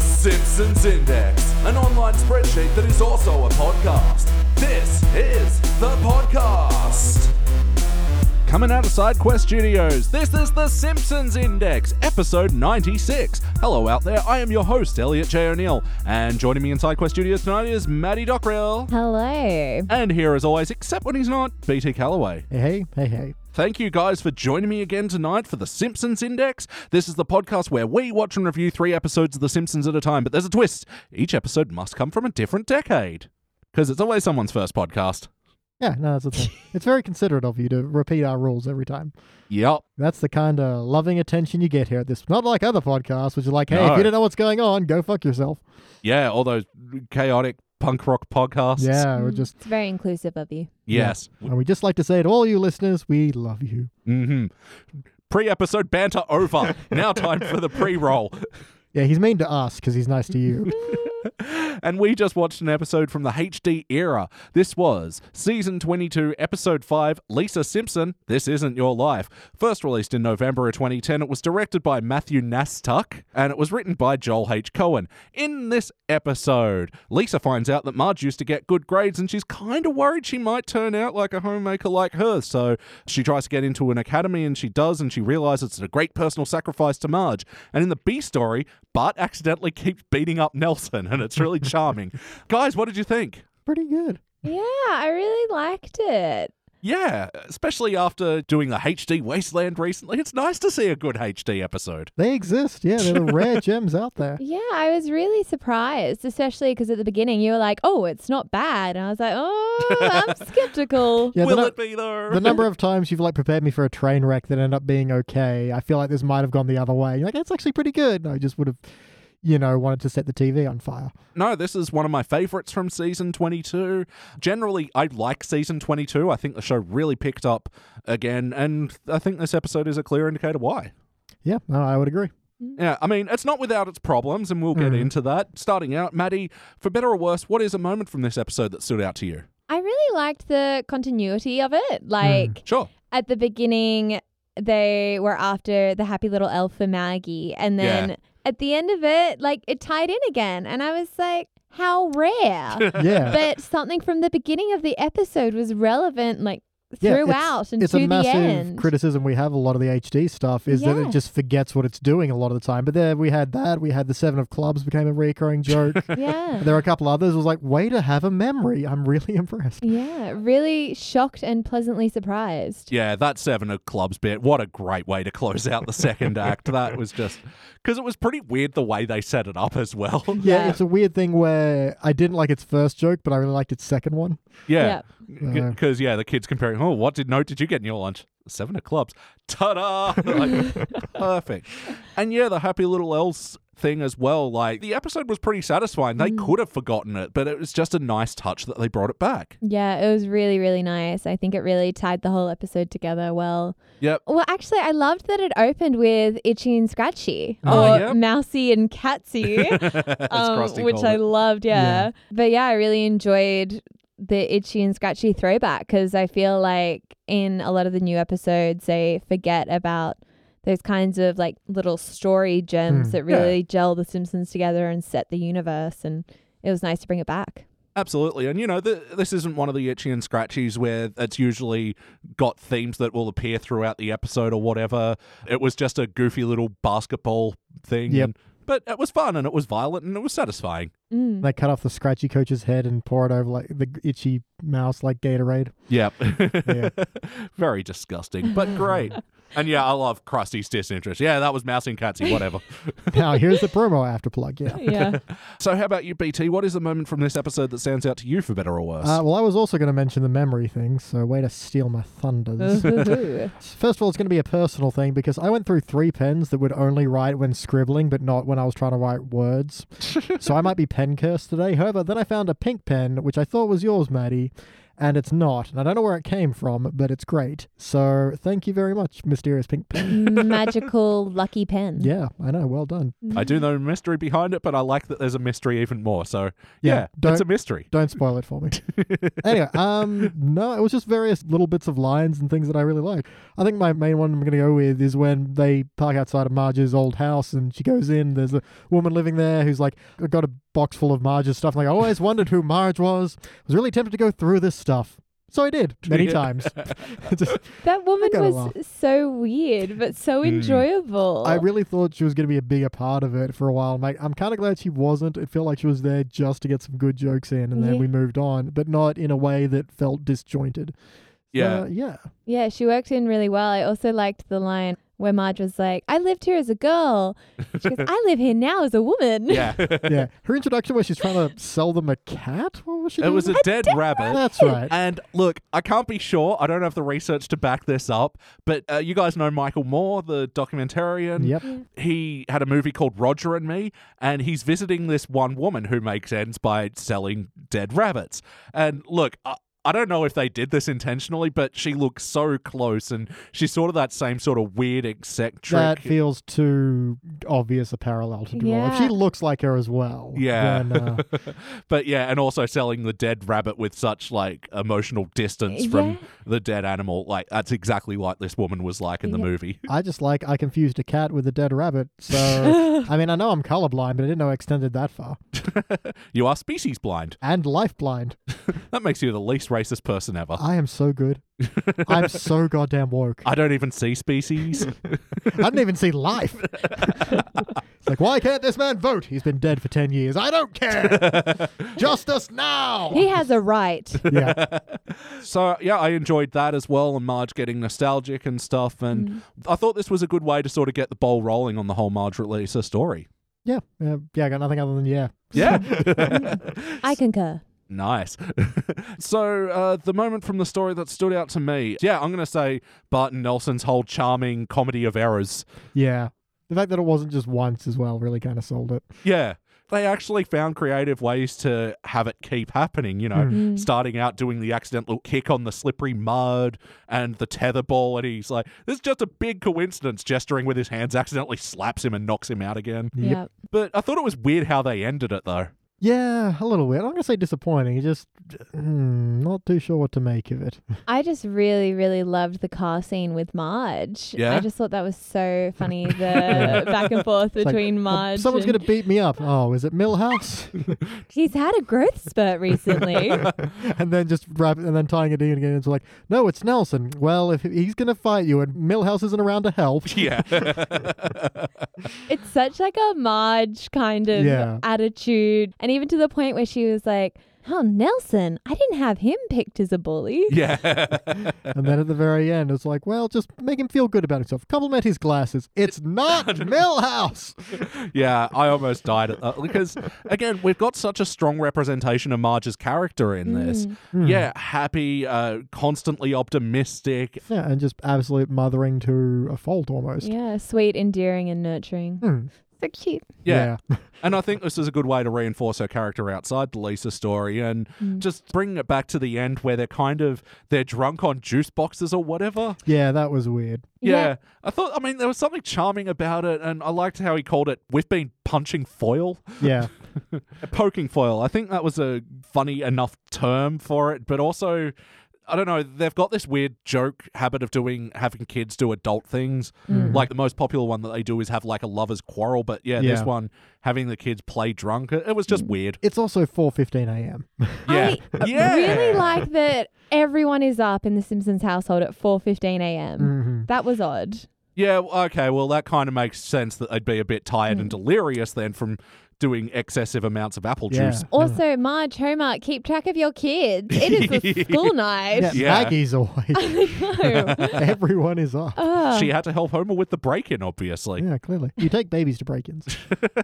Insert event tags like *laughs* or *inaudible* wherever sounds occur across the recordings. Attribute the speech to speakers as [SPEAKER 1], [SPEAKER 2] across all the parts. [SPEAKER 1] Simpsons Index, an online spreadsheet that is also a podcast. This is the podcast. Coming out of SideQuest Studios, this is The Simpsons Index, episode 96. Hello out there, I am your host, Elliot J. O'Neill, and joining me in SideQuest Studios tonight is Maddie Dockrell.
[SPEAKER 2] Hello.
[SPEAKER 1] And here, as always, except when he's not, BT Calloway.
[SPEAKER 3] Hey, hey, hey.
[SPEAKER 1] Thank you guys for joining me again tonight for The Simpsons Index. This is the podcast where we watch and review three episodes of The Simpsons at a time, but there's a twist. Each episode must come from a different decade. Because it's always someone's first podcast.
[SPEAKER 3] Yeah, no, that's
[SPEAKER 1] *laughs*
[SPEAKER 3] the thing. it's very considerate of you to repeat our rules every time.
[SPEAKER 1] Yup.
[SPEAKER 3] That's the kind of loving attention you get here at this. Not like other podcasts, which are like, hey,
[SPEAKER 1] No.
[SPEAKER 3] if you don't know what's going on, go
[SPEAKER 1] *laughs*
[SPEAKER 3] fuck yourself.
[SPEAKER 1] Yeah, all those chaotic punk rock podcasts.
[SPEAKER 3] Yeah, we're just.
[SPEAKER 2] It's very inclusive of you.
[SPEAKER 1] Yes.
[SPEAKER 3] And we just like to say to all you listeners, we love you.
[SPEAKER 1] hmm Pre episode banter over. now time for the pre roll.
[SPEAKER 3] Yeah, he's mean to us because he's nice
[SPEAKER 1] *laughs*
[SPEAKER 3] to you. *laughs*
[SPEAKER 1] And we just watched an episode from the HD era. This was season 22, episode 5, Lisa Simpson, This Isn't Your Life. First released in November of 2010, it was directed by Matthew Nastuck and it was written by Joel H. Cohen. In this episode, Lisa finds out that Marge used to get good grades and she's kind of worried she might turn out like a homemaker like her. So she tries to get into an academy and she does and she realizes it's a great personal sacrifice to Marge. And in the B story, Bart accidentally keeps beating up Nelson, and it's really charming. Guys, what did you think?
[SPEAKER 3] Pretty good.
[SPEAKER 2] Yeah, I really liked it.
[SPEAKER 1] Yeah, especially after doing the HD Wasteland recently, it's nice to see a good HD episode.
[SPEAKER 3] They exist. Yeah, they're the
[SPEAKER 1] *laughs*
[SPEAKER 3] rare gems out there.
[SPEAKER 2] Yeah, I was really surprised, especially because at the beginning you were like, oh, it's not bad. And I was like, oh, *laughs* I'm skeptical.
[SPEAKER 3] Yeah, the
[SPEAKER 1] Will
[SPEAKER 3] nu-
[SPEAKER 1] it be though? *laughs*
[SPEAKER 3] the number of times you've like prepared me for a train wreck that ended up being okay, I feel like this might have gone the other way. You're like, that's actually pretty good. And I just would have, you know, wanted to set the TV on fire.
[SPEAKER 1] No, this is one of my favorites from season 22. Generally, I like season 22. I think the show really picked up again, and I think this episode is a clear indicator why.
[SPEAKER 3] Yeah, no, I would
[SPEAKER 2] *laughs*
[SPEAKER 3] agree.
[SPEAKER 1] Yeah, I mean, it's not without its problems, and we'll get into that. Starting out, Maddie, for better or worse, what is a moment from this episode that stood out to you?
[SPEAKER 2] I really liked the continuity of it. Like,
[SPEAKER 1] Sure.
[SPEAKER 2] at the beginning, they were after the happy little elf for Maggie. And then
[SPEAKER 1] Yeah.
[SPEAKER 2] at the end of it, like, it tied in again. And I was like, how *laughs* rare.
[SPEAKER 3] Yeah.
[SPEAKER 2] but something from the beginning of the episode was relevant, like
[SPEAKER 3] Yeah, it's-
[SPEAKER 2] throughout and
[SPEAKER 3] it's
[SPEAKER 2] to
[SPEAKER 3] a massive
[SPEAKER 2] the end.
[SPEAKER 3] criticism we have a lot of the HD stuff is that
[SPEAKER 2] Yeah.
[SPEAKER 3] it just forgets what it's doing a lot of the time. But there we had that. We had the Seven of Clubs became a
[SPEAKER 2] *laughs*
[SPEAKER 3] recurring joke. *laughs*
[SPEAKER 2] yeah,
[SPEAKER 3] there were a couple others. It was like, way to have a memory. I'm really *laughs* impressed.
[SPEAKER 2] yeah, really shocked and pleasantly surprised.
[SPEAKER 1] Yeah, that Seven of Clubs bit. What a great way to close out the second act. That was just because it was pretty weird the way they set it up as well. Yeah.
[SPEAKER 3] Yeah,
[SPEAKER 2] Yeah.
[SPEAKER 3] it's a weird thing where I didn't like its first joke, but I really liked its second one. Yeah.
[SPEAKER 1] Because, yeah. the kids comparing, oh, what did note did you get in your lunch? Seven of Clubs. Ta da! *laughs* Like,
[SPEAKER 3] *laughs*
[SPEAKER 1] perfect. And yeah, the happy little elves thing as well. Like, the episode was pretty satisfying. They
[SPEAKER 2] Mm.
[SPEAKER 1] could have forgotten it, but it was just a nice touch that they brought it back. *laughs*
[SPEAKER 2] Yeah, it was really, really nice. I think it really tied the whole episode together well.
[SPEAKER 1] Yep.
[SPEAKER 2] Well, actually, I loved that it opened with Itchy and Scratchy,
[SPEAKER 1] Oh,
[SPEAKER 2] or
[SPEAKER 1] yeah.
[SPEAKER 2] Mousy and Catsy, *laughs*
[SPEAKER 1] As
[SPEAKER 2] um,
[SPEAKER 1] Krusty
[SPEAKER 2] which
[SPEAKER 1] called
[SPEAKER 2] I
[SPEAKER 1] it.
[SPEAKER 2] loved. Yeah.
[SPEAKER 3] Yeah.
[SPEAKER 2] but yeah, I really enjoyed the Itchy and Scratchy throwback because I feel like in a lot of the new episodes they forget about those kinds of like little story gems
[SPEAKER 3] Hmm.
[SPEAKER 2] that
[SPEAKER 1] Yeah.
[SPEAKER 2] really gel the Simpsons together and set the universe, and it was nice to bring it back.
[SPEAKER 1] Absolutely. And, you know, th- this isn't one of the itchy and scratchies where it's usually got themes that will appear throughout the episode or whatever. It was just a goofy little basketball thing.
[SPEAKER 3] Yep.
[SPEAKER 1] And- but it was fun and it was violent and it was satisfying.
[SPEAKER 2] Mm. *laughs*
[SPEAKER 3] And they cut off the scratchy coach's head and pour it over like the itchy mouse
[SPEAKER 2] *laughs*
[SPEAKER 3] like Gatorade.
[SPEAKER 1] Yep.
[SPEAKER 3] Yeah.
[SPEAKER 1] *laughs* Very disgusting, but great. And yeah, I love Krusty's disinterest. Yeah, that was Mousy and Catsy, whatever.
[SPEAKER 3] now here's the promo I have to
[SPEAKER 2] *laughs*
[SPEAKER 3] plug. Yeah.
[SPEAKER 2] yeah.
[SPEAKER 1] *laughs* so, how about you, BT? What is the moment from this episode that stands out to you for better or worse?
[SPEAKER 3] Uh, well, I was also going to mention the memory thing, so way to steal my
[SPEAKER 2] *laughs*
[SPEAKER 3] *laughs* thunders. First of all, it's going to be a personal thing because I went through three pens that would only write when scribbling, but not when I was trying to write words. so I might be pen cursed today. However, then I found a pink pen, which I thought was yours, Maddie. and it's not. And I don't know where it came from, but it's great. So thank you very much, Mysterious
[SPEAKER 2] *laughs*
[SPEAKER 3] Pink Pen.
[SPEAKER 2] Magical lucky pen.
[SPEAKER 3] Yeah, I know. Well done.
[SPEAKER 1] I do know the mystery behind it, but I like that there's a mystery even more. So
[SPEAKER 3] Yeah,
[SPEAKER 1] yeah,
[SPEAKER 3] don't-
[SPEAKER 1] it's a mystery.
[SPEAKER 3] Don't spoil it for me. anyway, um, no, it was just various little bits of lines and things that I really like. I think my main one I'm going to go with is when they park outside of Marge's old house and she goes in. There's a woman living there who's like got a box full of Marge's stuff. Like I always wondered who Marge was. I was really tempted to go through this stuff, so I did many
[SPEAKER 1] Yeah.
[SPEAKER 3] times. *laughs* Just-
[SPEAKER 2] That woman
[SPEAKER 3] gotta
[SPEAKER 2] was
[SPEAKER 3] laugh.
[SPEAKER 2] so weird, but so
[SPEAKER 1] Mm.
[SPEAKER 2] enjoyable.
[SPEAKER 3] I really thought she was going to be a bigger part of it for a while, mate. I'm kind of glad she wasn't. It felt like she was there just to get some good jokes in, and then
[SPEAKER 2] Yeah.
[SPEAKER 3] we moved on, but not in a way that felt disjointed.
[SPEAKER 1] Yeah.
[SPEAKER 3] Uh, yeah.
[SPEAKER 2] yeah, she worked in really well. I also liked the line where Marge was like, I lived here as a girl. She
[SPEAKER 3] *laughs*
[SPEAKER 2] goes, I live here now as a
[SPEAKER 1] *laughs*
[SPEAKER 2] woman.
[SPEAKER 1] yeah.
[SPEAKER 3] yeah. Her introduction where she's trying to sell them a cat? What was she
[SPEAKER 1] it was a
[SPEAKER 3] *laughs* doing?
[SPEAKER 1] dead rabbit.
[SPEAKER 3] That's right.
[SPEAKER 1] And look, I can't be sure. I don't have the research to back this up, but uh, you guys know Michael Moore, the documentarian.
[SPEAKER 3] Yep.
[SPEAKER 1] He had a movie called Roger and Me, and he's visiting this one woman who makes ends by selling dead rabbits. And look, I, I don't know if they did this intentionally, but she looks so close, and she's sort of that same sort of weird eccentric.
[SPEAKER 3] That feels too obvious a parallel to draw. If
[SPEAKER 2] Yeah.
[SPEAKER 3] she looks like her as well,
[SPEAKER 1] Yeah. *laughs*
[SPEAKER 3] then, uh,
[SPEAKER 1] but yeah, and also selling the dead rabbit with such like emotional distance from
[SPEAKER 2] Yeah.
[SPEAKER 1] the dead animal. Like that's exactly what this woman was like in the
[SPEAKER 2] Yeah.
[SPEAKER 1] movie.
[SPEAKER 3] I just like I confused a cat with a dead rabbit.
[SPEAKER 2] *laughs*
[SPEAKER 3] So I mean, I know I'm colorblind, but I didn't know I extended that far.
[SPEAKER 1] You are species blind.
[SPEAKER 3] And life blind.
[SPEAKER 1] That makes you the least racist person ever.
[SPEAKER 3] I am so good.
[SPEAKER 1] *laughs*
[SPEAKER 3] I'm so goddamn woke.
[SPEAKER 1] I don't even see species.
[SPEAKER 3] I didn't even
[SPEAKER 1] *laughs*
[SPEAKER 3] see life. it's like, why can't this man vote? He's been dead for ten years. I don't care.
[SPEAKER 1] *laughs*
[SPEAKER 3] Justice now.
[SPEAKER 2] *laughs* He has a right.
[SPEAKER 3] yeah.
[SPEAKER 1] so yeah, I enjoyed that as well, and Marge getting nostalgic and stuff. And I thought this was a good way to sort of get the ball rolling on the whole Marge Lisa story.
[SPEAKER 3] Yeah, uh, yeah, I got nothing other than yeah.
[SPEAKER 1] Yeah. *laughs*
[SPEAKER 3] *laughs*
[SPEAKER 2] I concur.
[SPEAKER 1] Nice. *laughs* so, uh, the moment from the story that stood out to me, yeah, I'm going to say Barton Nelson's whole charming comedy of errors.
[SPEAKER 3] Yeah. The fact that it wasn't just once as well really kind of sold it.
[SPEAKER 1] Yeah. They actually found creative ways to have it keep happening, you know,
[SPEAKER 2] Mm.
[SPEAKER 1] starting out doing the accidental kick on the slippery mud and the tether ball. And he's like, this is just a big coincidence, gesturing with his hands, accidentally slaps him and knocks him out again.
[SPEAKER 3] Yep.
[SPEAKER 2] Yeah.
[SPEAKER 1] But I thought it was weird how they ended it, though.
[SPEAKER 3] Yeah, a little weird. I'm gonna say disappointing. You just mm, not too sure what to make of it. *laughs*
[SPEAKER 2] I just really, really loved the car scene with Marge.
[SPEAKER 1] Yeah?
[SPEAKER 2] I just thought that was so
[SPEAKER 3] *laughs*
[SPEAKER 2] funny the back and forth
[SPEAKER 3] like, "Oh,
[SPEAKER 2] between Marge.
[SPEAKER 3] Someone's
[SPEAKER 2] and-
[SPEAKER 3] gonna beat me up. Oh, is it Millhouse?
[SPEAKER 2] *laughs* He's had a growth spurt recently.
[SPEAKER 3] *laughs* and then just wrap and then tying it in again into like, no, it's Nelson. Well, if he's gonna fight you and Millhouse isn't around to help,
[SPEAKER 1] Yeah.
[SPEAKER 2] it's such like a Marge kind of
[SPEAKER 3] Yeah.
[SPEAKER 2] attitude. And even to the point where she was like, Oh, Nelson, I didn't have him picked as a bully.
[SPEAKER 1] yeah.
[SPEAKER 3] and then at the very end, it's like, well, just make him feel good about himself. Compliment his glasses. It's not Millhouse.
[SPEAKER 1] yeah, I almost died at that because again, we've got such a strong representation of Marge's character in this. Yeah, happy, uh, constantly optimistic.
[SPEAKER 3] Yeah, and just absolute mothering to a fault almost.
[SPEAKER 2] Yeah, sweet, endearing, and nurturing.
[SPEAKER 3] Hmm.
[SPEAKER 2] Mm, So cute.
[SPEAKER 1] Yeah.
[SPEAKER 3] Yeah.
[SPEAKER 1] and I think this is a good way to reinforce her character outside the Lisa story and
[SPEAKER 2] Mm.
[SPEAKER 1] just bring it back to the end where they're kind of they're drunk on juice boxes or whatever.
[SPEAKER 3] Yeah, that was weird.
[SPEAKER 1] Yeah.
[SPEAKER 2] Yeah.
[SPEAKER 1] I thought I mean there was something charming about it and I liked how he called it we've been punching foil. *laughs*
[SPEAKER 3] Yeah.
[SPEAKER 1] poking foil. I think that was a funny enough term for it, but also I don't know, they've got this weird joke habit of doing having kids do adult things.
[SPEAKER 2] Mm. Mm-hmm.
[SPEAKER 1] Like the most popular one that they do is have like a lover's quarrel, but yeah, this
[SPEAKER 3] Yeah.
[SPEAKER 1] one having the kids play drunk, it, it was just weird.
[SPEAKER 3] *laughs* It's also 4:15 a.m.
[SPEAKER 1] Yeah.
[SPEAKER 2] I
[SPEAKER 1] yeah.
[SPEAKER 2] really like that everyone is up in the Simpsons household at 4.15 a.m.
[SPEAKER 3] Mhm.
[SPEAKER 2] That was odd.
[SPEAKER 1] Mm. Yeah, w- okay, well that kind of makes sense that they'd be a bit tired
[SPEAKER 3] Hmm.
[SPEAKER 1] and delirious then from doing excessive amounts of apple
[SPEAKER 3] Yeah.
[SPEAKER 1] juice.
[SPEAKER 2] Also, Marge, Homer, keep track of your kids. It
[SPEAKER 1] *laughs*
[SPEAKER 2] is a school night.
[SPEAKER 3] Yeah,
[SPEAKER 1] Yeah.
[SPEAKER 3] Maggie's away.
[SPEAKER 2] *laughs* I know.
[SPEAKER 3] Everyone is up.
[SPEAKER 1] *laughs*
[SPEAKER 2] Oh.
[SPEAKER 1] She had to help Homer with the break-in obviously.
[SPEAKER 3] Yeah, clearly. You take babies to break-ins.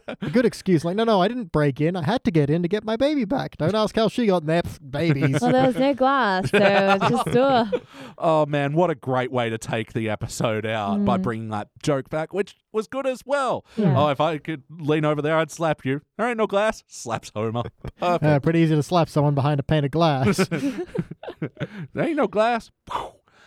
[SPEAKER 3] a good excuse. Like, no, no, I didn't break in. I had to get in to get my baby back. Don't ask how she got in there. *laughs* Pfft,
[SPEAKER 2] *laughs*
[SPEAKER 3] Babies.
[SPEAKER 2] well, there was no glass, so it
[SPEAKER 1] *laughs*
[SPEAKER 2] was just oh,
[SPEAKER 3] Hmm.
[SPEAKER 1] Oh man, what a great way to take the episode out by bringing that joke back, which was good as well.
[SPEAKER 2] Yeah.
[SPEAKER 1] Oh, if I could lean over there, I'd slap you. All right, no glass. Slaps Homer. Perfect.
[SPEAKER 3] Uh, pretty easy to slap someone behind a pane of glass.
[SPEAKER 2] *laughs*
[SPEAKER 1] there ain't no glass.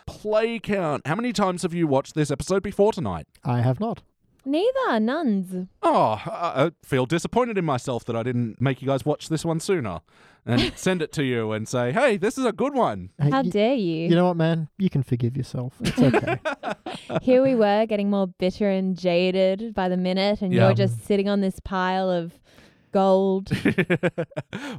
[SPEAKER 1] Play count. How many times have you watched this episode before tonight?
[SPEAKER 3] I have not.
[SPEAKER 2] Neither, nuns.
[SPEAKER 1] Oh, I I feel disappointed in myself that I didn't make you guys watch this one sooner and send it to you and say, hey, this is a good one. *laughs*
[SPEAKER 3] Hey,
[SPEAKER 2] How
[SPEAKER 3] y-
[SPEAKER 2] dare you?
[SPEAKER 3] you know what, man? You can forgive yourself. It's
[SPEAKER 2] *laughs*
[SPEAKER 3] okay.
[SPEAKER 1] uh,
[SPEAKER 2] Here we were getting more bitter and jaded by the minute, and
[SPEAKER 1] Yeah.
[SPEAKER 2] you're just sitting on this pile of gold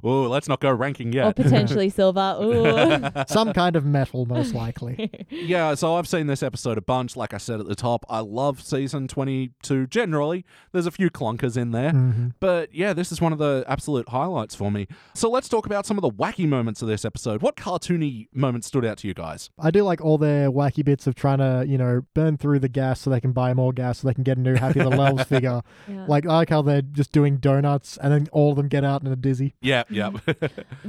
[SPEAKER 1] oh, let's not go ranking
[SPEAKER 2] or *laughs*
[SPEAKER 1] yet. *laughs*
[SPEAKER 2] potentially silver. Ooh.
[SPEAKER 3] Some kind of metal,
[SPEAKER 2] *laughs*
[SPEAKER 3] most likely.
[SPEAKER 1] yeah, so I've seen this episode a bunch. Like I said at the top, I love season 22 generally. There's a few clunkers in
[SPEAKER 3] Mm.
[SPEAKER 1] there.
[SPEAKER 3] Mm-hmm.
[SPEAKER 1] But yeah, this is one of the absolute highlights for me. So let's talk about some of the wacky moments of this episode. What cartoony moments stood out to you guys?
[SPEAKER 3] I do like all their wacky bits of trying to, you know, burn through the gas so they can buy more gas so they can get a
[SPEAKER 1] *laughs*
[SPEAKER 3] new Happy Little Elves figure.
[SPEAKER 2] Yeah.
[SPEAKER 3] Like, I like how they're just doing donuts and then all of them get out in a dizzy.
[SPEAKER 1] Yeah, yeah.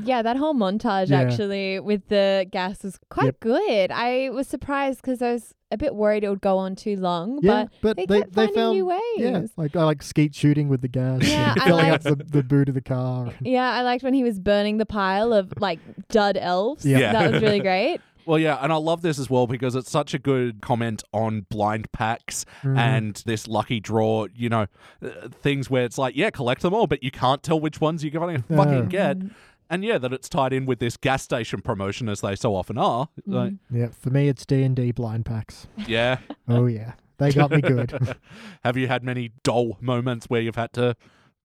[SPEAKER 2] Yeah, that whole montage
[SPEAKER 3] Yeah.
[SPEAKER 2] actually with the gas was quite
[SPEAKER 3] Yep.
[SPEAKER 2] good. I was surprised because I was a bit worried it would go on too long,
[SPEAKER 3] Yeah, but,
[SPEAKER 2] but they,
[SPEAKER 3] they,
[SPEAKER 2] kept
[SPEAKER 3] they
[SPEAKER 2] finding
[SPEAKER 3] found
[SPEAKER 2] new ways.
[SPEAKER 3] Yeah, like I like skeet shooting with the gas,
[SPEAKER 2] Yeah,
[SPEAKER 3] *laughs* and
[SPEAKER 2] I
[SPEAKER 3] filling
[SPEAKER 2] like-
[SPEAKER 3] up the, the boot of the car.
[SPEAKER 2] Yeah, I liked when he was burning the pile of like dud elves.
[SPEAKER 3] Yeah.
[SPEAKER 2] That was
[SPEAKER 1] *laughs*
[SPEAKER 2] really great.
[SPEAKER 1] *laughs* well, yeah, and I love this as well because it's such a good comment on blind packs *laughs*
[SPEAKER 3] Mm.
[SPEAKER 1] and this lucky draw, you know, uh, things where it's like, yeah, collect them all, but you can't tell which ones you're going to fucking get.
[SPEAKER 2] Mm-hmm.
[SPEAKER 1] And yeah, that it's tied in with this gas station promotion as they so often are. Like,
[SPEAKER 3] Mm, Yeah, for me it's D and D blind packs.
[SPEAKER 1] yeah.
[SPEAKER 3] Oh yeah, they got
[SPEAKER 1] *laughs*
[SPEAKER 3] me good.
[SPEAKER 1] Have you had many dull moments where you've had to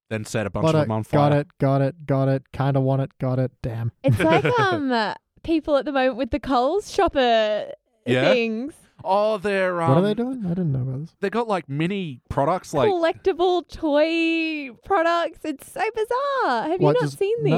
[SPEAKER 1] then set a bunch
[SPEAKER 3] *laughs* got
[SPEAKER 1] of
[SPEAKER 3] it,
[SPEAKER 1] them on fire?
[SPEAKER 3] got it, got it, got it. Kind of want it, got it. Damn.
[SPEAKER 1] *laughs*
[SPEAKER 2] It's like um uh, people at the moment with the Coles shopper *laughs*
[SPEAKER 1] Yeah.
[SPEAKER 2] things,
[SPEAKER 1] Oh, they're um,
[SPEAKER 3] what are they doing? I didn't know about this.
[SPEAKER 1] They got like mini products, like
[SPEAKER 2] collectible toy products. It's so bizarre. Have
[SPEAKER 3] What,
[SPEAKER 2] you not
[SPEAKER 3] just-
[SPEAKER 2] seen these?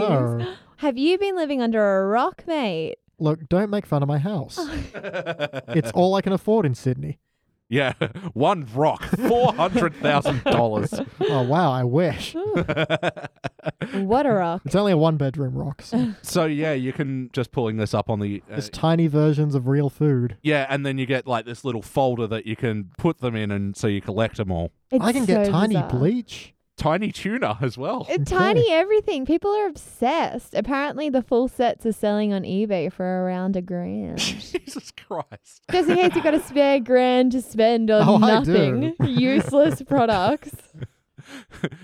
[SPEAKER 2] *gasps*
[SPEAKER 3] No.
[SPEAKER 2] Have you been living under a rock, mate?
[SPEAKER 3] Look, don't make fun of
[SPEAKER 2] *laughs*
[SPEAKER 3] my house. it's all I can afford in Sydney.
[SPEAKER 1] *laughs* yeah, *laughs* one rock, four hundred thousand dollars.
[SPEAKER 3] Oh wow, I wish.
[SPEAKER 2] What a rock.
[SPEAKER 3] It's only a one bedroom
[SPEAKER 1] *laughs*
[SPEAKER 3] rock. so
[SPEAKER 1] So yeah, you can just pulling this up on the. Uh,
[SPEAKER 3] It's tiny versions of real food.
[SPEAKER 1] yeah, and then you get like this little folder that you can put them in, and so you collect them all.
[SPEAKER 2] It's
[SPEAKER 3] *laughs* I can get
[SPEAKER 2] so
[SPEAKER 3] tiny
[SPEAKER 2] bizarre.
[SPEAKER 3] bleach.
[SPEAKER 1] Tiny tuna as well. *laughs*
[SPEAKER 3] *laughs*
[SPEAKER 2] Uh, Tiny everything. People are obsessed. Apparently, the full sets are selling on eBay for around a
[SPEAKER 3] *laughs*
[SPEAKER 2] grand. Just
[SPEAKER 1] Jesus Christ!
[SPEAKER 2] in case you've got a spare grand to spend on
[SPEAKER 3] Oh, I do.
[SPEAKER 2] nothing,
[SPEAKER 3] *laughs*
[SPEAKER 2] useless products.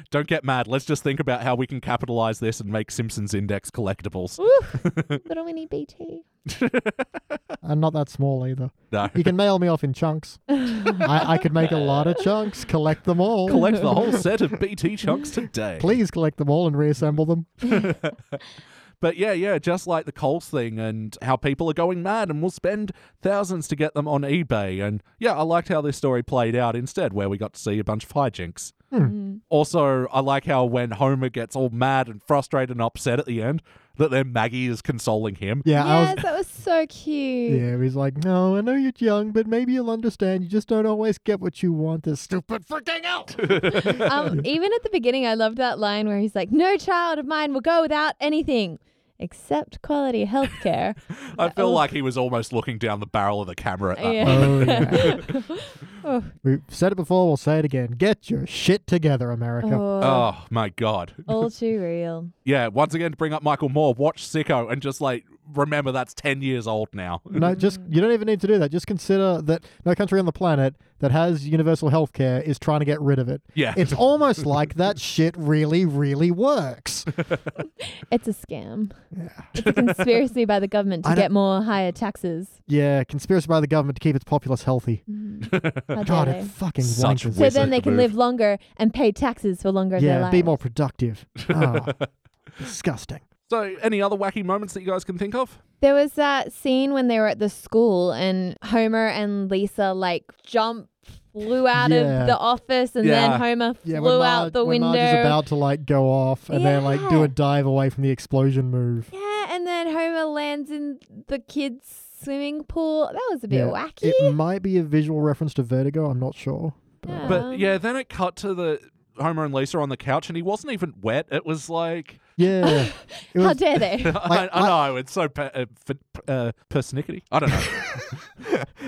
[SPEAKER 1] Don't get mad. Let's just think about how we can capitalize this and make Simpsons Index collectibles.
[SPEAKER 2] Little mini BT.
[SPEAKER 3] I'm not that small either.
[SPEAKER 1] No,
[SPEAKER 3] You can mail me off
[SPEAKER 2] *laughs*
[SPEAKER 3] in chunks. I, I could make a lot of chunks, collect them all.
[SPEAKER 1] collect the whole set of BT chunks today.
[SPEAKER 3] Please collect them all and reassemble them.
[SPEAKER 1] But yeah, yeah, just like the Coles thing and how people are going mad and will spend thousands to get them on eBay. And yeah, I liked how this story played out instead, where we got to see a bunch of hijinks.
[SPEAKER 2] Mm.
[SPEAKER 1] Also, I like how when Homer gets all mad and frustrated and upset at the end, that then Maggie is consoling him.
[SPEAKER 3] Yeah, I
[SPEAKER 2] yes,
[SPEAKER 3] was.
[SPEAKER 2] that was so cute.
[SPEAKER 3] Yeah, he's like, no, I know you're young, but maybe you'll understand. You just don't always get what you want. This stupid freaking out. *laughs*
[SPEAKER 2] Um, even at the beginning, I loved that line where he's like, "No child of mine will go without anything." Except quality healthcare.
[SPEAKER 3] *laughs*
[SPEAKER 1] I feel
[SPEAKER 2] Oh.
[SPEAKER 1] like he was almost looking down the barrel of the camera at that
[SPEAKER 2] Yeah.
[SPEAKER 1] moment.
[SPEAKER 3] oh yeah.
[SPEAKER 2] oh,
[SPEAKER 3] We've said it before. We'll say it again. Get your shit together,
[SPEAKER 2] *laughs*
[SPEAKER 3] America.
[SPEAKER 2] oh,
[SPEAKER 1] Oh my god.
[SPEAKER 3] *laughs*
[SPEAKER 2] all too real.
[SPEAKER 1] Yeah, once again, to bring up Michael Moore, watch Sicko and just like remember that's 10 years old now.
[SPEAKER 3] No, just you don't even need to do that. Just consider that no country on the planet that has universal health care is trying to get rid of it.
[SPEAKER 1] Yeah.
[SPEAKER 3] It's almost like that shit really, really works.
[SPEAKER 2] It's a scam. It's a conspiracy by the
[SPEAKER 3] *laughs*
[SPEAKER 2] government to
[SPEAKER 3] I don't-
[SPEAKER 2] get more higher
[SPEAKER 3] *laughs*
[SPEAKER 2] taxes.
[SPEAKER 3] Yeah, conspiracy by the government to keep its populace healthy.
[SPEAKER 2] How dare
[SPEAKER 3] God,
[SPEAKER 2] they?
[SPEAKER 3] it fucking
[SPEAKER 1] Such
[SPEAKER 3] wankers.
[SPEAKER 2] Mm-hmm. So
[SPEAKER 1] wizard
[SPEAKER 2] then they can
[SPEAKER 1] move.
[SPEAKER 2] live longer and pay taxes for longer of their
[SPEAKER 3] Yeah,
[SPEAKER 2] lives.
[SPEAKER 3] be more productive. Oh, disgusting.
[SPEAKER 1] So, any other wacky moments that you guys can think of?
[SPEAKER 2] There was that scene when they were at the school and Homer and Lisa like jump flew out
[SPEAKER 3] Yeah.
[SPEAKER 2] of the office and
[SPEAKER 1] Yeah.
[SPEAKER 2] then Homer
[SPEAKER 3] Yeah,
[SPEAKER 2] flew
[SPEAKER 3] when Marge,
[SPEAKER 2] out the
[SPEAKER 3] when
[SPEAKER 2] window.
[SPEAKER 3] Marge is about to like go off and then like do
[SPEAKER 2] Yeah.
[SPEAKER 3] a dive away from the explosion move.
[SPEAKER 2] yeah, and then Homer lands in the kids' swimming pool. That was a bit
[SPEAKER 3] Yeah,
[SPEAKER 2] wacky.
[SPEAKER 3] It might be a visual reference to Vertigo. I'm not sure. But
[SPEAKER 2] Yeah.
[SPEAKER 1] But
[SPEAKER 2] Um,
[SPEAKER 1] yeah, then it cut to the Homer and Lisa on the couch, and he wasn't even wet. It was like *laughs*
[SPEAKER 2] *laughs*
[SPEAKER 3] Yeah. It
[SPEAKER 2] How
[SPEAKER 3] was,
[SPEAKER 2] dare
[SPEAKER 3] *laughs*
[SPEAKER 2] they?
[SPEAKER 3] Like,
[SPEAKER 1] I, I know it's so per, uh, f- uh, persnickety. I don't know.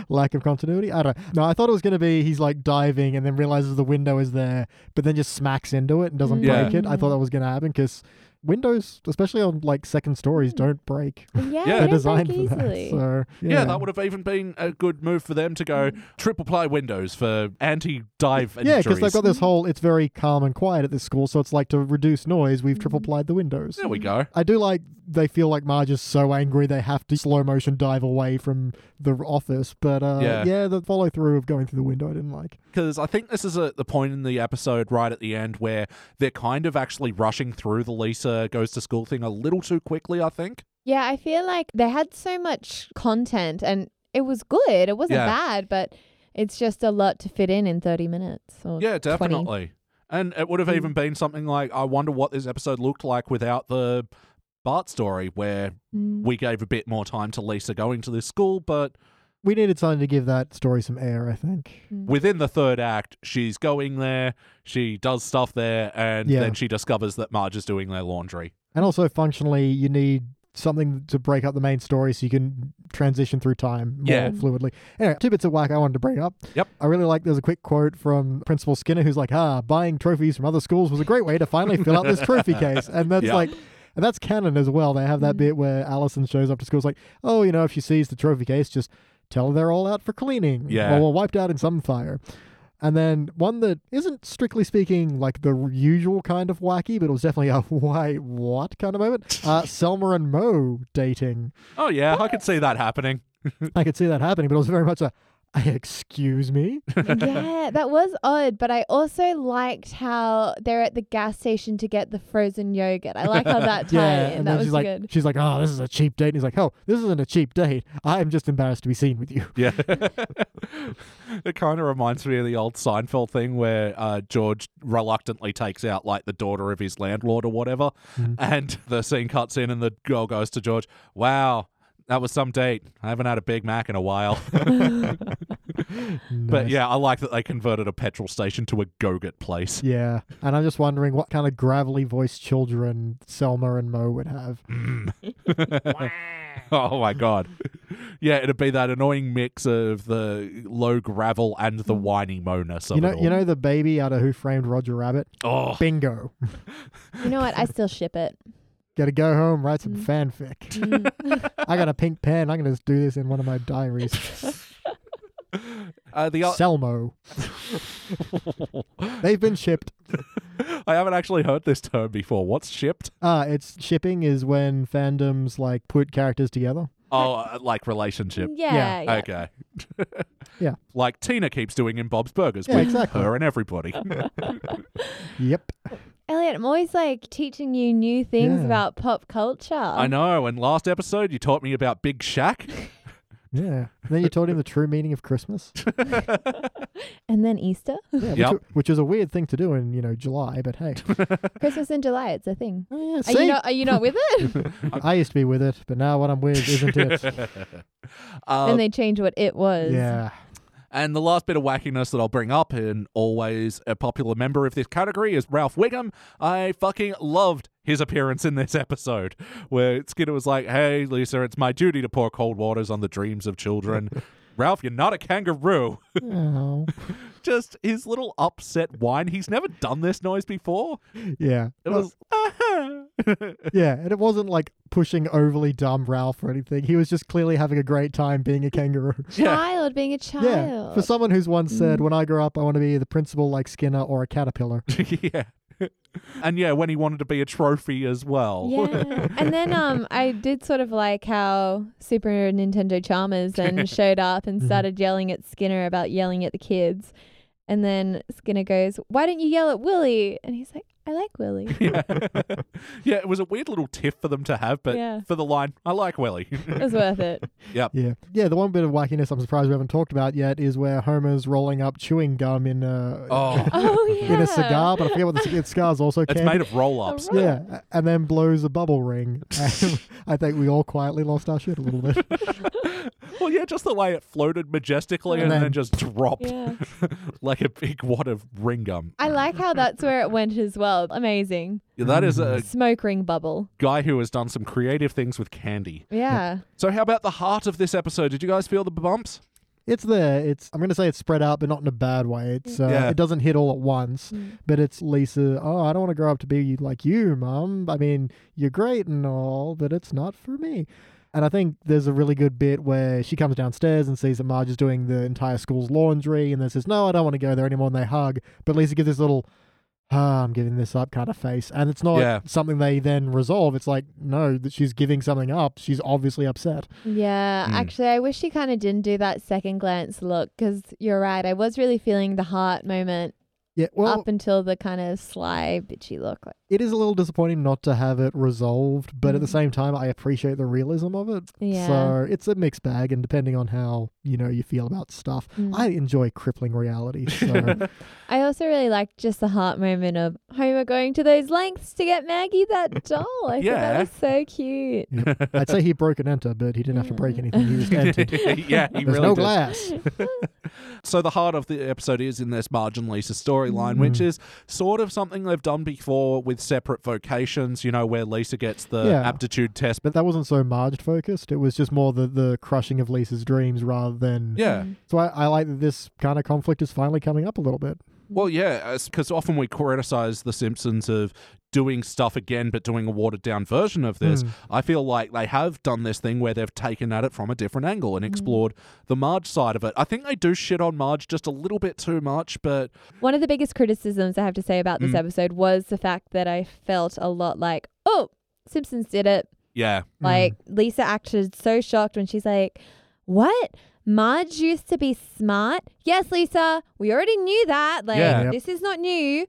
[SPEAKER 3] lack of continuity. I don't know. No, I thought it was going to be he's like diving and then realizes the window is there, but then just smacks into it and doesn't
[SPEAKER 1] Yeah.
[SPEAKER 3] break it. I thought that was going to happen because windows, especially on like second stories, don't break.
[SPEAKER 2] yeah,
[SPEAKER 1] They're
[SPEAKER 2] they
[SPEAKER 3] They're
[SPEAKER 2] don't
[SPEAKER 3] designed
[SPEAKER 2] break
[SPEAKER 3] for that.
[SPEAKER 2] easily.
[SPEAKER 3] So, *laughs* yeah. Mm.
[SPEAKER 1] yeah. that would have even been a good move for them to go triple ply windows for anti-dive
[SPEAKER 3] Yeah,
[SPEAKER 1] injuries.
[SPEAKER 3] because they've got this whole it's very calm and quiet at this school, so it's like to reduce noise, we've triple plied the windows.
[SPEAKER 1] there we go.
[SPEAKER 3] I do like they feel like Marge is so angry they have to slow motion dive away from the office, but uh,
[SPEAKER 1] Yeah.
[SPEAKER 3] yeah. the follow through of going through the window I didn't like.
[SPEAKER 1] because I think this is a, the point in the episode right at the end where they're kind of actually rushing through the Lisa goes to school thing a little too quickly. I think.
[SPEAKER 2] Yeah, I feel like they had so much content and it was good. It wasn't
[SPEAKER 1] Yeah.
[SPEAKER 2] bad, but it's just a lot to fit in in 30 minutes. Or
[SPEAKER 1] Yeah,
[SPEAKER 2] 20.
[SPEAKER 1] definitely. And it would have even been something like I wonder what this episode looked like without the Bart story, where
[SPEAKER 2] Mm.
[SPEAKER 1] we gave a bit more time to Lisa going to this school, but
[SPEAKER 3] We needed something to give that story some air, I think.
[SPEAKER 2] mm.
[SPEAKER 1] *laughs* within the third act, she's going there, she does stuff there, and
[SPEAKER 3] Yeah.
[SPEAKER 1] then she discovers that Marge is doing their laundry.
[SPEAKER 3] And also functionally, you need something to break up the main story so you can transition through time more
[SPEAKER 1] Yeah.
[SPEAKER 3] fluidly. Anyway, two bits of whack I wanted to bring up.
[SPEAKER 1] Yep.
[SPEAKER 3] I really like there's a quick quote from Principal Skinner who's like, ah, buying trophies from other schools was a great way to finally fill out
[SPEAKER 1] *laughs*
[SPEAKER 3] this trophy case. And that's
[SPEAKER 1] Yeah.
[SPEAKER 3] like and that's canon as well. They have that bit where Allison shows up to school, it's like, oh, you know, if she sees the trophy case, just tell her they're all out for cleaning.
[SPEAKER 1] Yeah.
[SPEAKER 3] Or were wiped out in some fire. And then one that isn't strictly speaking like the usual kind of wacky, but it was definitely a *laughs* why what kind of moment. Uh, Selma and Mo dating.
[SPEAKER 1] Oh yeah, I could see that happening.
[SPEAKER 3] I could see that happening, but it was very much a excuse me.
[SPEAKER 2] yeah, that was odd, but I also liked how they're at the gas station to get the frozen yogurt. I like how
[SPEAKER 3] *laughs*
[SPEAKER 2] that tied in.
[SPEAKER 3] and
[SPEAKER 2] that
[SPEAKER 3] then
[SPEAKER 2] was
[SPEAKER 3] she's like,
[SPEAKER 2] good.
[SPEAKER 3] she's like, oh, this is a cheap date. And he's like, oh, this isn't a cheap date. I am just embarrassed to be seen with you. *laughs*
[SPEAKER 1] Yeah. *laughs* it kind of reminds me of the old Seinfeld thing where uh, George reluctantly takes out like the daughter of his landlord or whatever.
[SPEAKER 3] Mm-hmm.
[SPEAKER 1] And *laughs* the scene cuts in and the girl goes to George, Wow, that was some date. I haven't had a Big Mac in a
[SPEAKER 3] *laughs*
[SPEAKER 1] while. but
[SPEAKER 3] Nice.
[SPEAKER 1] yeah, I like that they converted a petrol station to a go-get place. *laughs*
[SPEAKER 3] Yeah, and I'm just wondering what kind of gravelly voiced children Selma and Mo would have.
[SPEAKER 1] Oh my
[SPEAKER 3] *laughs*
[SPEAKER 1] god. Yeah, it'd be that annoying mix of the low gravel and the whiny monus of
[SPEAKER 3] Mm. you know,
[SPEAKER 1] it all.
[SPEAKER 3] you know the baby out of Who Framed Roger Rabbit. *laughs*
[SPEAKER 1] oh,
[SPEAKER 3] Bingo.
[SPEAKER 2] you know what? I still ship it.
[SPEAKER 3] Gotta go home, write some
[SPEAKER 2] Mm.
[SPEAKER 3] fanfic.
[SPEAKER 2] Mm.
[SPEAKER 3] I got a pink pen. I'm gonna just do this in one of
[SPEAKER 1] *laughs*
[SPEAKER 3] my diaries.
[SPEAKER 1] uh, the o-
[SPEAKER 3] Selmo. They've been shipped.
[SPEAKER 1] *laughs* I haven't actually heard this term before. What's shipped?
[SPEAKER 3] Ah, it's shipping is when fandoms like put characters together.
[SPEAKER 1] Oh, uh, like *laughs* relationship.
[SPEAKER 2] Yeah. yeah.
[SPEAKER 1] Okay.
[SPEAKER 3] Yeah.
[SPEAKER 1] Like Tina keeps doing in Bob's Burgers
[SPEAKER 3] Yeah,
[SPEAKER 1] with
[SPEAKER 3] exactly.
[SPEAKER 1] her and everybody.
[SPEAKER 3] Yep.
[SPEAKER 2] Elliot, I'm always like teaching you new things
[SPEAKER 3] Yeah.
[SPEAKER 2] about pop culture.
[SPEAKER 1] I know. And last episode, you taught me about Big Shaq.
[SPEAKER 3] Yeah. And then you told him the true meaning
[SPEAKER 1] *laughs*
[SPEAKER 3] of Christmas.
[SPEAKER 2] And then Easter?
[SPEAKER 3] Yeah,
[SPEAKER 1] Yep.
[SPEAKER 3] which, which is a weird thing to do in, you know, July,
[SPEAKER 1] *laughs*
[SPEAKER 3] but hey.
[SPEAKER 2] Christmas in July, it's a thing.
[SPEAKER 3] Oh, yeah,
[SPEAKER 2] Are you
[SPEAKER 3] see?
[SPEAKER 2] not are you not with it? *laughs*
[SPEAKER 3] I used to be with it, but now what I'm with isn't it.
[SPEAKER 1] Uh,
[SPEAKER 2] and they change what it was.
[SPEAKER 3] yeah.
[SPEAKER 1] and the last bit of wackiness that I'll bring up, and always a popular member of this category, is Ralph Wiggum. I fucking loved his appearance in this episode, where Skinner was like, Hey, Lisa, it's my duty to pour cold waters on the dreams of children. Ralph, you're not a kangaroo. *laughs*
[SPEAKER 3] Oh.
[SPEAKER 1] just his little upset whine. He's never done this noise before.
[SPEAKER 3] Yeah.
[SPEAKER 1] It was
[SPEAKER 3] Yeah, and it wasn't like pushing overly dumb Ralph or anything. He was just clearly having a great time being a kangaroo. *laughs*
[SPEAKER 1] yeah,
[SPEAKER 2] Child being a child. Mm.
[SPEAKER 3] Yeah, for someone who's once said, "When I grow up, I want to be the principal like Skinner or
[SPEAKER 2] *laughs*
[SPEAKER 3] a caterpillar."
[SPEAKER 1] *laughs* yeah, and yeah, when he wanted to be a trophy as well.
[SPEAKER 2] Yeah.
[SPEAKER 3] *laughs*
[SPEAKER 2] and then um I did sort of like how Super Nintendo Chalmers
[SPEAKER 3] *laughs*
[SPEAKER 2] then showed up and
[SPEAKER 3] Mhm.
[SPEAKER 2] started yelling at Skinner about yelling at the kids. And then Skinner goes, Why don't you yell at Willie? And he's like, I like Willie.
[SPEAKER 1] *laughs* Yeah. *laughs* Yeah, it was a weird little tiff for them to have, but
[SPEAKER 2] Yeah.
[SPEAKER 1] for the line, I like Willie.
[SPEAKER 2] It was worth
[SPEAKER 3] *laughs*
[SPEAKER 2] it.
[SPEAKER 3] yeah, yeah. The one bit of wackiness I'm surprised we haven't talked about yet is where Homer's rolling up chewing gum in a *laughs*
[SPEAKER 1] oh,
[SPEAKER 2] Oh yeah.
[SPEAKER 3] in a cigar, but
[SPEAKER 2] *laughs*
[SPEAKER 3] I forget what the cigar cigar's also.
[SPEAKER 1] it's
[SPEAKER 3] can.
[SPEAKER 1] made of roll
[SPEAKER 3] *laughs*
[SPEAKER 1] ups.
[SPEAKER 2] A roll-
[SPEAKER 3] yeah, a-
[SPEAKER 2] *laughs*
[SPEAKER 3] and *laughs* then blows a bubble ring. I think we all quietly lost our shit a little bit.
[SPEAKER 1] Well, yeah, just the way it floated majestically and,
[SPEAKER 3] And
[SPEAKER 1] then,
[SPEAKER 3] then-
[SPEAKER 1] just dropped
[SPEAKER 2] Yeah.
[SPEAKER 1] *laughs* like a big wad of ring gum.
[SPEAKER 2] I like how that's where it went as well. Amazing.
[SPEAKER 1] That is a
[SPEAKER 3] Mm-hmm.
[SPEAKER 2] Smoke ring bubble.
[SPEAKER 1] guy who has done some creative things with candy.
[SPEAKER 2] Yeah.
[SPEAKER 1] So, how about the heart of this episode? Did you guys feel the bumps?
[SPEAKER 3] It's there. It's I'm going to say it's spread out, but not in a bad way. It's uh,
[SPEAKER 1] Yeah.
[SPEAKER 3] it doesn't hit all at once.
[SPEAKER 2] Mm.
[SPEAKER 3] But it's Lisa. Oh, I don't want to grow up to be like you, Mum. I mean, you're great and all, but it's not for me. And I think there's a really good bit where she comes downstairs and sees that Marge is doing the entire school's laundry, and then says, "No, I don't want to go there anymore." And they hug. But Lisa gives this little, "Ah, I'm giving this up" kind of face, and it's not
[SPEAKER 1] Yeah.
[SPEAKER 3] something they then resolve. It's like, no, that she's giving something up. She's obviously upset.
[SPEAKER 2] Yeah.
[SPEAKER 3] Hmm.
[SPEAKER 1] Mm.
[SPEAKER 2] Actually, I wish she kind of didn't do that second glance look because you're right. I was really feeling the heart moment
[SPEAKER 3] Yeah. Well,
[SPEAKER 2] up until the kind of sly, bitchy look.
[SPEAKER 3] it is a little disappointing not to have it resolved, but at the
[SPEAKER 2] Mm.
[SPEAKER 3] same time, I appreciate the realism of it.
[SPEAKER 2] Yeah.
[SPEAKER 3] So it's a mixed bag, and depending on how you know you feel about stuff,
[SPEAKER 2] Mm.
[SPEAKER 3] I enjoy crippling reality.
[SPEAKER 1] *laughs*
[SPEAKER 3] So
[SPEAKER 2] I also really liked just the heart moment of Homer going to those lengths to get Maggie
[SPEAKER 3] *laughs*
[SPEAKER 2] that doll. I
[SPEAKER 1] Yeah.
[SPEAKER 2] thought that was so cute.
[SPEAKER 3] I'd say he broke an enter, but he didn't have to break
[SPEAKER 2] Yeah.
[SPEAKER 3] anything. He just entered.
[SPEAKER 1] yeah, *laughs* he
[SPEAKER 3] There's
[SPEAKER 1] really
[SPEAKER 3] no
[SPEAKER 1] did.
[SPEAKER 3] glass.
[SPEAKER 1] So the heart of the episode is in this Marge and Lisa storyline,
[SPEAKER 3] Mm-hmm.
[SPEAKER 1] which is sort of something they've done before with separate vocations. You know, where Lisa gets the
[SPEAKER 3] Yeah.
[SPEAKER 1] aptitude test.
[SPEAKER 3] But that wasn't so Marge focused. It was just more the, the crushing of Lisa's dreams rather than.
[SPEAKER 1] Yeah.
[SPEAKER 2] Hmm.
[SPEAKER 3] So I, I like that this kind of conflict is finally coming up a little bit.
[SPEAKER 1] Well, yeah, because often we criticize The Simpsons of doing stuff again, but doing a watered down version of this.
[SPEAKER 3] Mm.
[SPEAKER 1] I feel like they have done this thing where they've taken at it from a different angle and explored the Marge side of it. I think they do shit on Marge just a little bit too much, but
[SPEAKER 2] One of the biggest criticisms I have to say about this
[SPEAKER 3] Hmm.
[SPEAKER 1] Mm.
[SPEAKER 2] episode was the fact that I felt a lot like, oh, Simpsons did it.
[SPEAKER 1] yeah,
[SPEAKER 2] Like Lisa acted so shocked when she's like, "What? Marge used to be smart." Yes, Lisa, we already knew that. Like
[SPEAKER 1] Yeah.
[SPEAKER 3] Yep.
[SPEAKER 2] this is not new.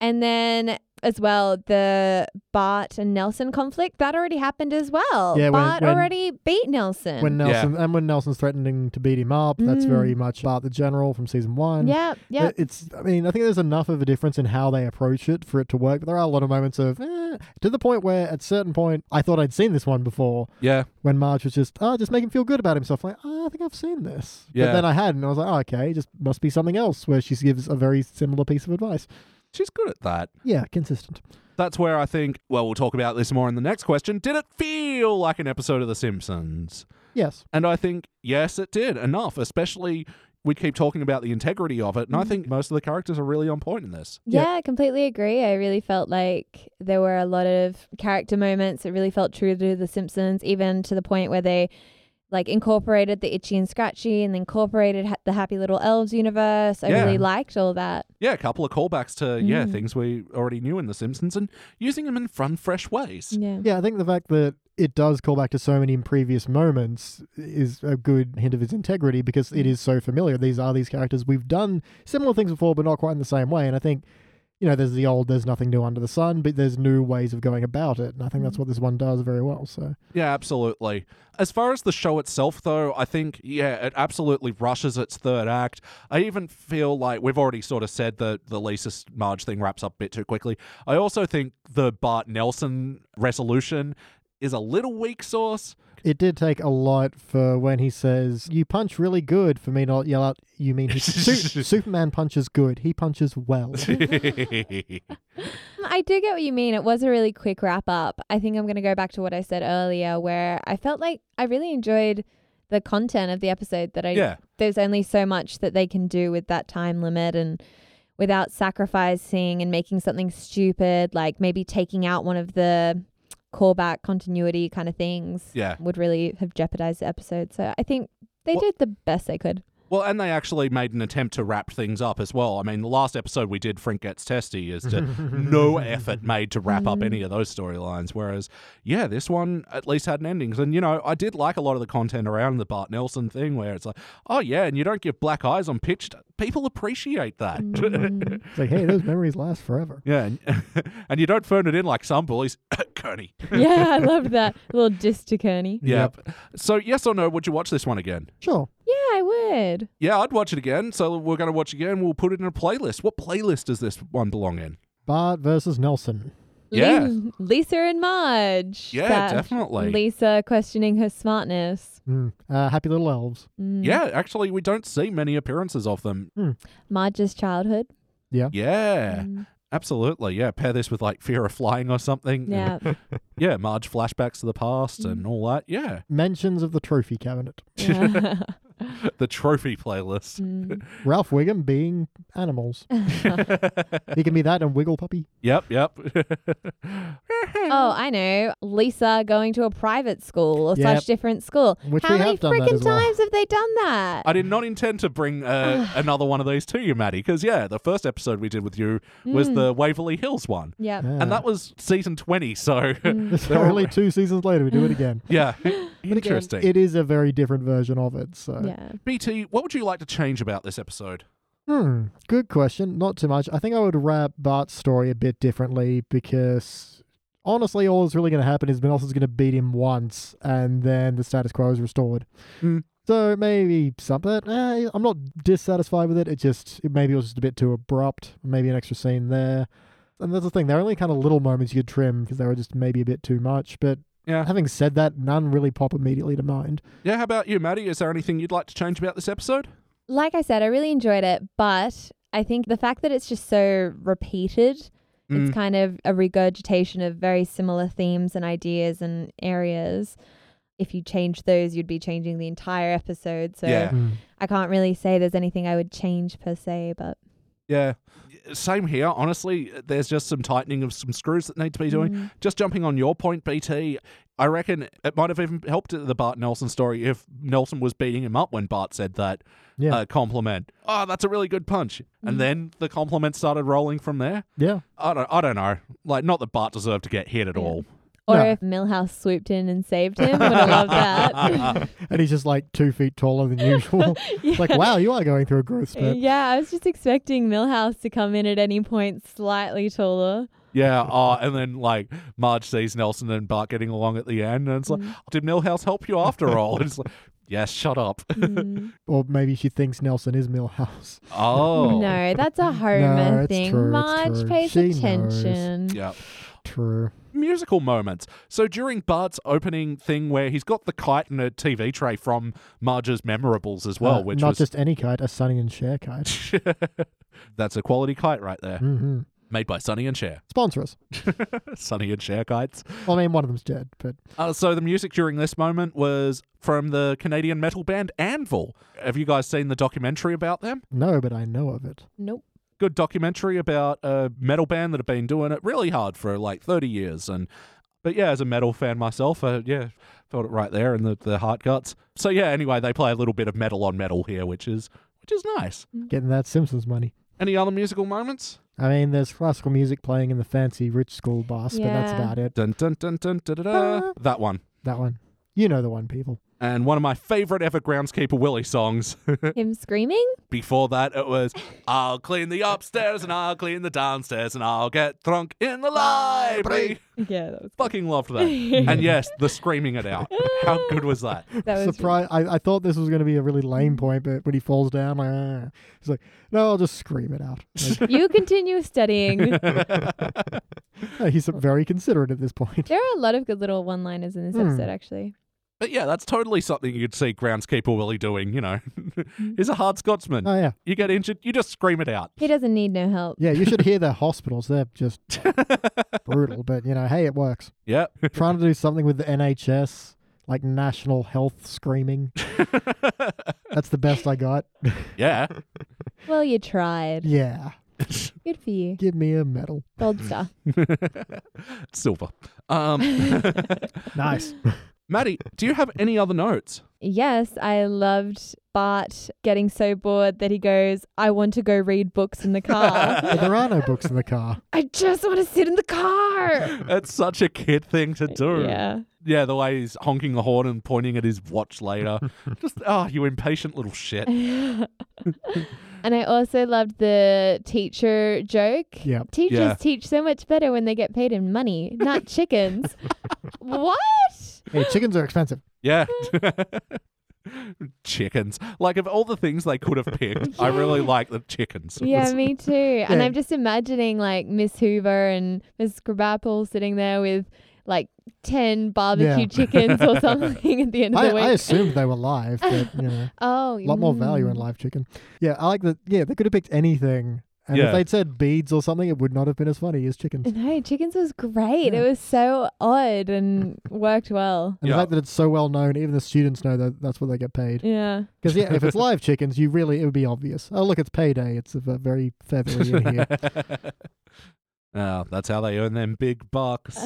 [SPEAKER 2] And then as well, the Bart and Nelson conflict that already happened as well.
[SPEAKER 3] Yeah, when-
[SPEAKER 2] Bart
[SPEAKER 3] when-
[SPEAKER 2] already beat Nelson.
[SPEAKER 3] When
[SPEAKER 1] Yeah.
[SPEAKER 3] Nelson and when Nelson's threatening to beat him up, that's
[SPEAKER 2] Mm.
[SPEAKER 3] very much Bart the General from season one.
[SPEAKER 2] yeah, yeah.
[SPEAKER 3] It- It's. I mean, I think there's enough of a difference in how they approach it for it to work. But there are a lot of moments of eh, to the point where at certain point I thought I'd seen this one before
[SPEAKER 1] yeah,
[SPEAKER 3] when Marge was just oh just make him feel good about himself. Like oh, I think I've seen this.
[SPEAKER 1] Yeah.
[SPEAKER 3] But then I hadn't. I was like oh, okay, just must be something else where she gives a very similar piece of advice.
[SPEAKER 1] she's good at that.
[SPEAKER 3] Yeah, consistent.
[SPEAKER 1] That's where I think, well, we'll talk about this more in the next question. Did it feel like an episode of The Simpsons?
[SPEAKER 3] Yes.
[SPEAKER 1] And I think, yes, it did enough, especially. We keep talking about the integrity of it, and I think most of the characters are really on point in this.
[SPEAKER 3] Yeah.
[SPEAKER 2] Yeah, I completely agree. I really felt like there were a lot of character moments. It really felt true to The Simpsons, even to the point where they like incorporated the itchy and scratchy and incorporated ha- the happy little elves universe. I
[SPEAKER 1] Yeah.
[SPEAKER 2] really liked all that.
[SPEAKER 1] Yeah, a couple of callbacks to yeah
[SPEAKER 2] Mm.
[SPEAKER 1] things we already knew in The Simpsons, and using them in fun, fresh ways.
[SPEAKER 2] Yeah.
[SPEAKER 3] Yeah, I think the fact that it does call back to so many previous moments is a good hint of its integrity because it is so familiar. These are these characters we've done similar things before, but not quite in the same way. And I think, you know, there's the old, there's nothing new under the sun, but there's new ways of going about it. And I think that's what this one does very well. So
[SPEAKER 1] Yeah, absolutely. As far as the show itself, though, I think, yeah, it absolutely rushes its third act. I even feel like we've already sort of said that the Lisa Marge thing wraps up a bit too quickly. I also think the Bart Nelson resolution is a little weak sauce. *laughs*
[SPEAKER 3] it did take a lot for when he says, You punch really good for me to not yell out, You mean he, Su- Superman punches good, he punches well.
[SPEAKER 2] I do get what you mean. It was a really quick wrap up. I think I'm going to go back to what I said earlier, where I felt like I really enjoyed the content of the episode that I
[SPEAKER 1] yeah,
[SPEAKER 2] there's only so much that they can do with that time limit and without sacrificing and making something stupid, like maybe taking out one of the callback continuity kind of things
[SPEAKER 1] yeah.
[SPEAKER 2] would really have jeopardized the episode. So I think they
[SPEAKER 1] Well-
[SPEAKER 2] did the best
[SPEAKER 1] *laughs*
[SPEAKER 2] they could.
[SPEAKER 1] Well, and they actually made an attempt to wrap things up as well. I mean, the last episode we did, Frink Gets Testy, is to no effort made to wrap up
[SPEAKER 2] Mm.
[SPEAKER 1] any of those storylines. Whereas, yeah, this one at least had an ending. And, you know, I did like a lot of the content around the Bart Nelson thing where it's like, oh, yeah, and you don't give black eyes on pitch. People appreciate that.
[SPEAKER 2] Mm.
[SPEAKER 3] It's like, hey, those memories last forever.
[SPEAKER 1] *laughs* yeah. And, *laughs* and you don't phone it in like some bullies. *coughs* Kearney.
[SPEAKER 2] yeah, I loved that. A little diss to Kearney.
[SPEAKER 1] Yep. So, yes or no, would you watch this one again?
[SPEAKER 3] Sure.
[SPEAKER 2] Yeah, I would.
[SPEAKER 1] Yeah, I'd watch it again. So, we're going to watch again. We'll put it in a playlist. What playlist does this one belong in?
[SPEAKER 3] Bart versus Nelson.
[SPEAKER 1] Yeah.
[SPEAKER 2] Lis- Lisa and Marge.
[SPEAKER 1] Yeah,
[SPEAKER 2] That
[SPEAKER 1] definitely.
[SPEAKER 2] Lisa questioning her smartness.
[SPEAKER 3] Mm. Uh, happy little elves.
[SPEAKER 2] Mm.
[SPEAKER 1] yeah, actually, we don't see many appearances of them.
[SPEAKER 2] Marge's childhood.
[SPEAKER 1] Yeah,
[SPEAKER 2] Mm.
[SPEAKER 1] absolutely. Yeah, pair this with like fear of flying or something. *laughs*
[SPEAKER 2] Yeah. Mm.
[SPEAKER 1] Yeah, Marge flashbacks to the past and all that. Yeah,
[SPEAKER 3] Mentions of the trophy cabinet.
[SPEAKER 2] Yeah. *laughs*
[SPEAKER 1] the trophy playlist.
[SPEAKER 2] Mm.
[SPEAKER 3] Ralph Wiggum being
[SPEAKER 1] *laughs*
[SPEAKER 3] animals. he can be that and Wiggle Puppy.
[SPEAKER 1] Yep, yep.
[SPEAKER 2] Oh, I know. Lisa going to a private school or
[SPEAKER 3] Yep.
[SPEAKER 2] such different school.
[SPEAKER 3] Which
[SPEAKER 2] How
[SPEAKER 3] we
[SPEAKER 2] many
[SPEAKER 3] have done that
[SPEAKER 2] freaking
[SPEAKER 3] as well.
[SPEAKER 2] times have they done that?
[SPEAKER 1] *laughs* I did not intend to bring
[SPEAKER 2] *sighs*
[SPEAKER 1] uh, another one of these to you, Maddie, because, yeah, the first episode we did with you was the Waverly Hills one.
[SPEAKER 2] Mm. Yep.
[SPEAKER 1] And that was season 20, so
[SPEAKER 2] *laughs* Mm.
[SPEAKER 3] *laughs* was only two seasons later. We do it again.
[SPEAKER 1] *laughs* yeah, interesting.
[SPEAKER 3] It is a very different version of it. So,
[SPEAKER 2] Yeah.
[SPEAKER 1] BT, what would you like to change about this episode?
[SPEAKER 3] Hmm, good question. Not too much. I think I would wrap Bart's story a bit differently because honestly, all that's really going to happen is Mills is going to beat him once, and then the status quo is restored.
[SPEAKER 1] Hmm.
[SPEAKER 3] So maybe something. eh, I'm not dissatisfied with it. It just it maybe it was just a bit too abrupt. Maybe an extra scene there. And that's the thing. They're only kind of little moments you could trim because they were just maybe a bit too much. But
[SPEAKER 2] Uh,
[SPEAKER 1] Yeah.
[SPEAKER 3] having said that, none really pop immediately to mind.
[SPEAKER 1] Yeah, how about you, Maddie? Is there anything you'd like to change about this episode?
[SPEAKER 2] Like I said, I really enjoyed it, but I think the fact that it's just so repeated,
[SPEAKER 1] Mm.
[SPEAKER 2] it's kind of a regurgitation of very similar themes and ideas and areas. If you change those, you'd be changing the entire episode. So
[SPEAKER 1] Yeah.
[SPEAKER 2] I can't really say there's anything I would change per se, but
[SPEAKER 1] Yeah. Same here. Honestly, there's just some tightening of some screws that need to be doing.
[SPEAKER 2] Mm.
[SPEAKER 1] Just jumping on your point, BT, I reckon it might have even helped the Bart Nelson story if Nelson was beating him up when Bart said that
[SPEAKER 3] Yeah.
[SPEAKER 1] uh, compliment. Oh, that's a really good punch. And then the compliments started rolling from there.
[SPEAKER 3] Yeah.
[SPEAKER 1] I don't, I don't know. Like, not that Bart deserved to get hit at
[SPEAKER 2] Yeah.
[SPEAKER 1] all.
[SPEAKER 2] or
[SPEAKER 3] No.
[SPEAKER 2] if Millhouse swooped in and saved him, would have loved that.
[SPEAKER 3] And he's just like two feet taller than usual. It's *laughs* like, wow, you are going through a growth
[SPEAKER 2] *laughs*
[SPEAKER 3] spurt.
[SPEAKER 2] Yeah, I was just expecting Millhouse to come in at any point slightly taller.
[SPEAKER 1] Yeah. Uh, and then, like, Marge sees Nelson and Bart getting along at the end. And it's like, did Millhouse help you after all? *laughs* And it's like, yes, shut up.
[SPEAKER 3] *laughs*
[SPEAKER 2] Mm.
[SPEAKER 3] Or maybe she thinks Nelson is Millhouse.
[SPEAKER 1] oh.
[SPEAKER 2] No, that's a Homer
[SPEAKER 3] it's
[SPEAKER 2] thing.
[SPEAKER 3] true, it's
[SPEAKER 2] Marge
[SPEAKER 3] true.
[SPEAKER 2] pays
[SPEAKER 3] She knows.
[SPEAKER 2] attention.
[SPEAKER 1] Yeah.
[SPEAKER 3] *laughs* True.
[SPEAKER 1] musical moments. So during Bart's opening thing, where he's got the kite and a TV tray from Marge's Memorables as well,
[SPEAKER 3] Uh,
[SPEAKER 1] which
[SPEAKER 3] not
[SPEAKER 1] was
[SPEAKER 3] just any kite, a Sunny and Cher kite. *laughs*
[SPEAKER 1] *laughs* that's a quality kite right there,
[SPEAKER 3] hmm
[SPEAKER 1] made by Sonny and Cher. *laughs*
[SPEAKER 3] Sponsor us.
[SPEAKER 1] Sonny and Cher kites.
[SPEAKER 3] Well, I mean, one of them's dead, but
[SPEAKER 1] Uh, so the music during this moment was from the Canadian metal band Anvil. Have you guys seen the documentary about them?
[SPEAKER 3] no, but I know of it.
[SPEAKER 1] *laughs*
[SPEAKER 2] Nope.
[SPEAKER 1] good documentary about a metal band that have been doing it really hard for like 30 years and but yeah as a metal fan myself uh, yeah felt it right there in the, the heart guts so yeah anyway they play a little bit of metal on metal here which is which is nice
[SPEAKER 3] Getting that Simpsons money.
[SPEAKER 1] any other musical moments
[SPEAKER 3] I mean, there's classical music playing in the fancy rich school bus, but that's
[SPEAKER 2] Yeah.
[SPEAKER 3] about it.
[SPEAKER 1] dun dun dun dun da, da, da. that one
[SPEAKER 3] That one. You know the one, people.
[SPEAKER 1] and one of my favorite ever groundskeeper willie songs *laughs*
[SPEAKER 2] Him screaming?
[SPEAKER 1] before that it was i'll clean the upstairs and i'll clean the downstairs and i'll get drunk in the library
[SPEAKER 2] Yeah, that was
[SPEAKER 1] fucking loved that
[SPEAKER 2] *laughs*
[SPEAKER 1] and yes the screaming it out how good was that *laughs*
[SPEAKER 2] that was
[SPEAKER 3] Surprise! I, I thought this was going to be a really lame point, but when he falls down, like, "Ah." he's like, "No, I'll just scream it out." Like,
[SPEAKER 2] You continue
[SPEAKER 3] *laughs*
[SPEAKER 2] studying. *laughs*
[SPEAKER 3] no, *laughs* he's very considerate at this point.
[SPEAKER 2] there are a lot of good little one-liners in this
[SPEAKER 3] Hmm.
[SPEAKER 2] episode actually.
[SPEAKER 1] But yeah, that's totally something you'd see groundskeeper Willie doing, you know. *laughs* He's a hard Scotsman.
[SPEAKER 3] Oh yeah,
[SPEAKER 1] You get injured, you just scream it out.
[SPEAKER 2] He doesn't need no help.
[SPEAKER 3] Yeah, you should hear their hospitals. They're
[SPEAKER 1] *laughs*
[SPEAKER 3] just brutal, but you know, hey, it works.
[SPEAKER 1] Yeah.
[SPEAKER 3] Trying to do something with the NHS, like national
[SPEAKER 1] *laughs*
[SPEAKER 3] health screaming. That's the best I got.
[SPEAKER 1] yeah. *laughs*
[SPEAKER 2] Well, you tried.
[SPEAKER 3] Yeah,
[SPEAKER 2] Good for you.
[SPEAKER 3] give me a medal.
[SPEAKER 2] Gold
[SPEAKER 1] *laughs*
[SPEAKER 2] *laughs* star.
[SPEAKER 1] Silver.
[SPEAKER 2] *laughs*
[SPEAKER 1] Um
[SPEAKER 3] Nice.
[SPEAKER 1] Maddie, do you have any other notes?
[SPEAKER 2] Yes, I loved Bart getting so bored that he goes, I want to go read books in the car.
[SPEAKER 3] *laughs* But there are no books in the car.
[SPEAKER 2] I just want to sit in the car.
[SPEAKER 1] That's such a kid thing to do.
[SPEAKER 2] Uh, Yeah. *laughs*
[SPEAKER 1] Yeah, the way he's honking the horn and pointing at his watch *laughs* later. just oh, you impatient little shit.
[SPEAKER 2] And I also loved the teacher joke.
[SPEAKER 3] Yep.
[SPEAKER 2] Teachers
[SPEAKER 1] Yeah.
[SPEAKER 2] teach so much better when they get paid in money, not
[SPEAKER 3] *laughs*
[SPEAKER 2] chickens. what?
[SPEAKER 3] Hey, chickens are expensive.
[SPEAKER 1] Yeah. *laughs* chickens. Like of all the things they could have picked, I
[SPEAKER 2] *laughs*
[SPEAKER 1] really like the chickens.
[SPEAKER 2] Yeah, me too. And
[SPEAKER 3] Yeah.
[SPEAKER 2] I'm just imagining like Miss Hoover and Miss Grabapple sitting there with like 10 barbecue
[SPEAKER 3] Yeah.
[SPEAKER 2] chickens
[SPEAKER 3] *laughs*
[SPEAKER 2] or something at the end of
[SPEAKER 3] I,
[SPEAKER 2] the week.
[SPEAKER 3] I assumed they were live, but you know,
[SPEAKER 2] oh,
[SPEAKER 3] a lot more value in live chicken. Yeah, I like that. Yeah, they could have picked anything, and
[SPEAKER 1] Yeah.
[SPEAKER 3] if they'd said beads or something, it would not have been as funny as chickens.
[SPEAKER 2] mm. No, chickens was great.
[SPEAKER 3] Yeah.
[SPEAKER 2] It was so odd and worked well.
[SPEAKER 3] And
[SPEAKER 1] Yeah.
[SPEAKER 3] the fact that it's so well known, even the students know that that's what they get paid. *laughs*
[SPEAKER 2] Yeah.
[SPEAKER 3] Because yeah, if
[SPEAKER 2] *laughs*
[SPEAKER 3] it's live chickens, you really it would be obvious. Oh look, it's payday. It's a v- very feathery in
[SPEAKER 1] *laughs*
[SPEAKER 2] *laughs*
[SPEAKER 3] here.
[SPEAKER 1] Oh, that's how they earn them big bucks. *laughs*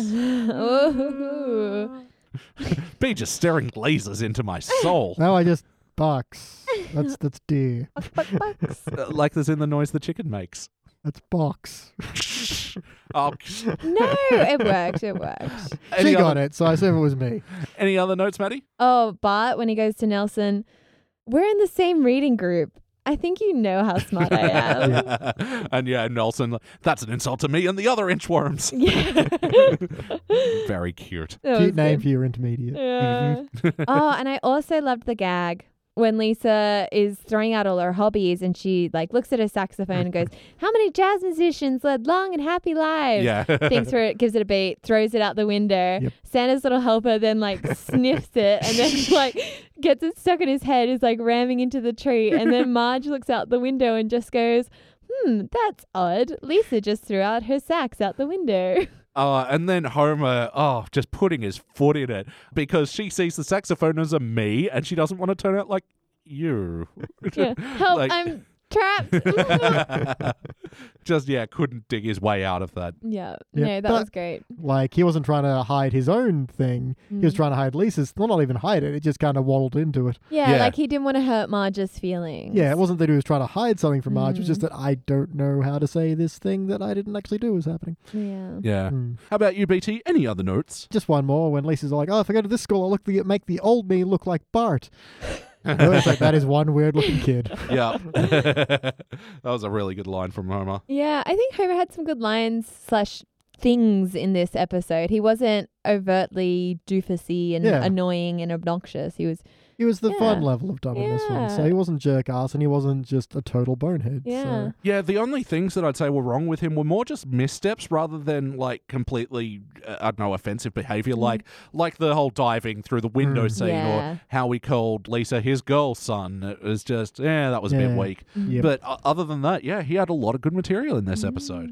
[SPEAKER 2] Ooh.
[SPEAKER 1] Be just staring lasers into my soul.
[SPEAKER 3] Now I just
[SPEAKER 2] *laughs*
[SPEAKER 3] box. That's that's deer.
[SPEAKER 2] *laughs* Buck, buck, bucks.
[SPEAKER 1] *laughs* Uh, like there's in the noise the chicken makes.
[SPEAKER 3] That's box.
[SPEAKER 1] *laughs* oh,
[SPEAKER 2] no,
[SPEAKER 3] *laughs*
[SPEAKER 2] it worked. It worked.
[SPEAKER 1] any
[SPEAKER 3] she got
[SPEAKER 1] other,
[SPEAKER 3] it, so I assume it
[SPEAKER 2] *laughs*
[SPEAKER 3] was me.
[SPEAKER 1] Any other notes, Maddie?
[SPEAKER 2] Oh, Bart, when he goes to Nelson, we're in the same reading group. I think you know how smart
[SPEAKER 3] *laughs*
[SPEAKER 2] I am. *laughs*
[SPEAKER 1] *laughs* and yeah, Nelson, that's an insult to me and the other *laughs* inchworms.
[SPEAKER 2] yeah. *laughs* That
[SPEAKER 1] Very cute.
[SPEAKER 2] was
[SPEAKER 3] Cute name
[SPEAKER 2] good.
[SPEAKER 3] for
[SPEAKER 2] *laughs*
[SPEAKER 3] your
[SPEAKER 1] *laughs*
[SPEAKER 3] intermediate.
[SPEAKER 2] Yeah. oh, and I also loved the gag when Lisa is throwing out all her hobbies and she like looks at her
[SPEAKER 1] *laughs*
[SPEAKER 2] saxophone and goes, "How many jazz musicians led long and happy lives?"
[SPEAKER 1] Yeah.
[SPEAKER 2] *laughs* Thinks for it, gives it a beat, throws it out the window.
[SPEAKER 3] Yep.
[SPEAKER 2] Santa's little helper
[SPEAKER 1] *laughs*
[SPEAKER 2] then like sniffs it and then like gets it stuck in his head, is like ramming into the tree,
[SPEAKER 1] *laughs*
[SPEAKER 2] and then Marge looks out the window and just goes. Hmm, that's odd. Lisa just threw out her sax out the window.
[SPEAKER 1] *laughs*
[SPEAKER 2] *laughs*
[SPEAKER 1] Uh, and then Homer, oh, just putting his foot in it because she sees the saxophone as a me and she doesn't want to turn out like *laughs* you.
[SPEAKER 2] Yeah. Help,
[SPEAKER 1] Like-
[SPEAKER 2] I'm
[SPEAKER 1] *laughs*
[SPEAKER 2] trapped. *laughs*
[SPEAKER 1] just, yeah, couldn't dig his way out of that.
[SPEAKER 2] Yeah.
[SPEAKER 3] Yeah.
[SPEAKER 2] No, that
[SPEAKER 3] But-
[SPEAKER 2] was great.
[SPEAKER 3] Like he wasn't trying to hide his own thing. He was
[SPEAKER 2] Mm.
[SPEAKER 3] trying to hide Lisa's. Well, not even hide it. It just kind of waddled into it.
[SPEAKER 2] Yeah,
[SPEAKER 1] Yeah.
[SPEAKER 2] like he didn't want to hurt Marge's feelings.
[SPEAKER 3] Yeah, it wasn't that he was trying to hide something from Marge. It was just
[SPEAKER 2] Mm.
[SPEAKER 3] that I don't know how to say this thing that I didn't actually do was happening.
[SPEAKER 2] Yeah.
[SPEAKER 1] Yeah.
[SPEAKER 3] Mm.
[SPEAKER 1] How about you, BT? Any other *laughs* notes?
[SPEAKER 3] Just one more when Lisa's like, "Oh, if I go to this school, I'll look the, make the old me look like Bart." I was like, that is one weird-looking kid.
[SPEAKER 1] yeah. *laughs* that was a really good line from Homer.
[SPEAKER 2] Yeah, I think Homer had some good lines slash things in this episode. He wasn't overtly doofusy and
[SPEAKER 3] Yeah.
[SPEAKER 2] annoying and obnoxious. He was
[SPEAKER 3] He
[SPEAKER 2] *laughs*
[SPEAKER 3] was the fun
[SPEAKER 2] Yeah.
[SPEAKER 3] level of dumb in this one, so
[SPEAKER 2] Yeah.
[SPEAKER 3] he wasn't jerk ass, and he wasn't just a total bonehead.
[SPEAKER 2] yeah.
[SPEAKER 3] So.
[SPEAKER 1] Yeah, the only things that I'd say were wrong with him were more just missteps rather than like completely, uh, I don't know, offensive behavior, like like the whole diving through the window
[SPEAKER 3] Mm.
[SPEAKER 1] scene
[SPEAKER 2] Yeah.
[SPEAKER 1] or how he called Lisa his girl son. It was just, yeah, that was a bit
[SPEAKER 3] Yeah.
[SPEAKER 1] weak.
[SPEAKER 2] Mm-hmm.
[SPEAKER 3] Yep.
[SPEAKER 1] But uh, other than that, yeah, he had a lot of good material in this episode.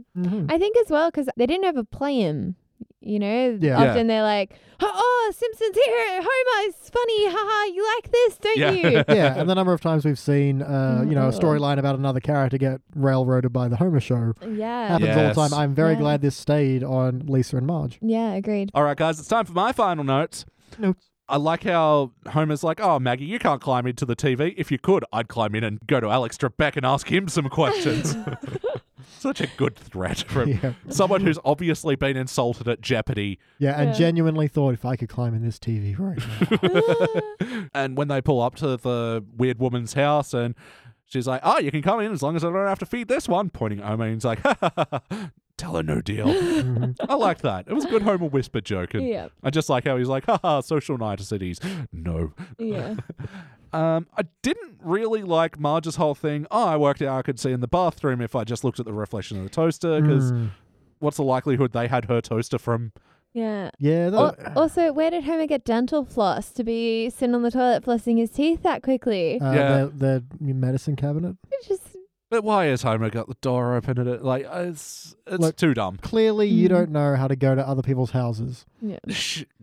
[SPEAKER 2] *laughs*
[SPEAKER 3] Mhm.
[SPEAKER 2] I think as well because they didn't ever play him. You know,
[SPEAKER 3] Yeah.
[SPEAKER 1] Yeah.
[SPEAKER 2] often they're like, "Oh, oh, Simpsons here, Homer's funny, haha. You like this, don't
[SPEAKER 1] Yeah. *laughs*
[SPEAKER 2] you?"
[SPEAKER 3] yeah, and the number of times we've seen, uh, you know, a
[SPEAKER 2] Mhm.
[SPEAKER 3] storyline about another character get railroaded by the Homer show
[SPEAKER 2] yeah.
[SPEAKER 3] happens all the
[SPEAKER 1] Yes.
[SPEAKER 3] time. I'm very
[SPEAKER 2] Yeah.
[SPEAKER 3] glad this stayed on Lisa and Marge.
[SPEAKER 2] Yeah.
[SPEAKER 1] *laughs*
[SPEAKER 2] Agreed.
[SPEAKER 1] All right, guys, it's time for my final notes.
[SPEAKER 3] Notes.
[SPEAKER 1] I like how Homer's like, oh, Maggie, you can't climb into the TV. If you could, I'd climb in and go to Alex Trebek and ask him some questions. *laughs* Such a good threat from
[SPEAKER 3] *laughs* Yeah.
[SPEAKER 1] someone who's obviously been insulted at Jeopardy.
[SPEAKER 3] Yeah, and
[SPEAKER 2] Yeah.
[SPEAKER 3] genuinely thought if I could climb in this TV right
[SPEAKER 1] *laughs*
[SPEAKER 3] now.
[SPEAKER 2] *laughs*
[SPEAKER 1] And when they pull up to the weird woman's house and she's like, oh, you can come in as long as I don't have to feed this one, pointing at Homer and he's like, *laughs* ha, ha, ha, ha, tell her no deal.
[SPEAKER 3] Mhm.
[SPEAKER 1] I like that. It was a good Homer whisper joke. And
[SPEAKER 2] yeah.
[SPEAKER 1] I just like how he's like, ha ha, social niceties. No.
[SPEAKER 2] Yeah.
[SPEAKER 1] Um, I didn't really like Marge's whole thing. Oh, I worked out I could see in the bathroom if I just looked at the reflection of the toaster. Because
[SPEAKER 3] Mm.
[SPEAKER 1] what's the likelihood they had her toaster from?
[SPEAKER 2] Yeah.
[SPEAKER 3] Yeah,
[SPEAKER 1] Oh,
[SPEAKER 2] Al-
[SPEAKER 3] that,
[SPEAKER 2] also, where did Homer get dental floss to be sitting on the toilet flossing his teeth that quickly?
[SPEAKER 3] uh,
[SPEAKER 1] Yeah.
[SPEAKER 3] the, the medicine cabinet.
[SPEAKER 2] It's just
[SPEAKER 1] But why has Homer got the door open and it like uh, it's it's
[SPEAKER 3] Look-
[SPEAKER 1] too dumb.
[SPEAKER 3] Clearly, you
[SPEAKER 2] Mhm.
[SPEAKER 3] don't know how to go to other people's houses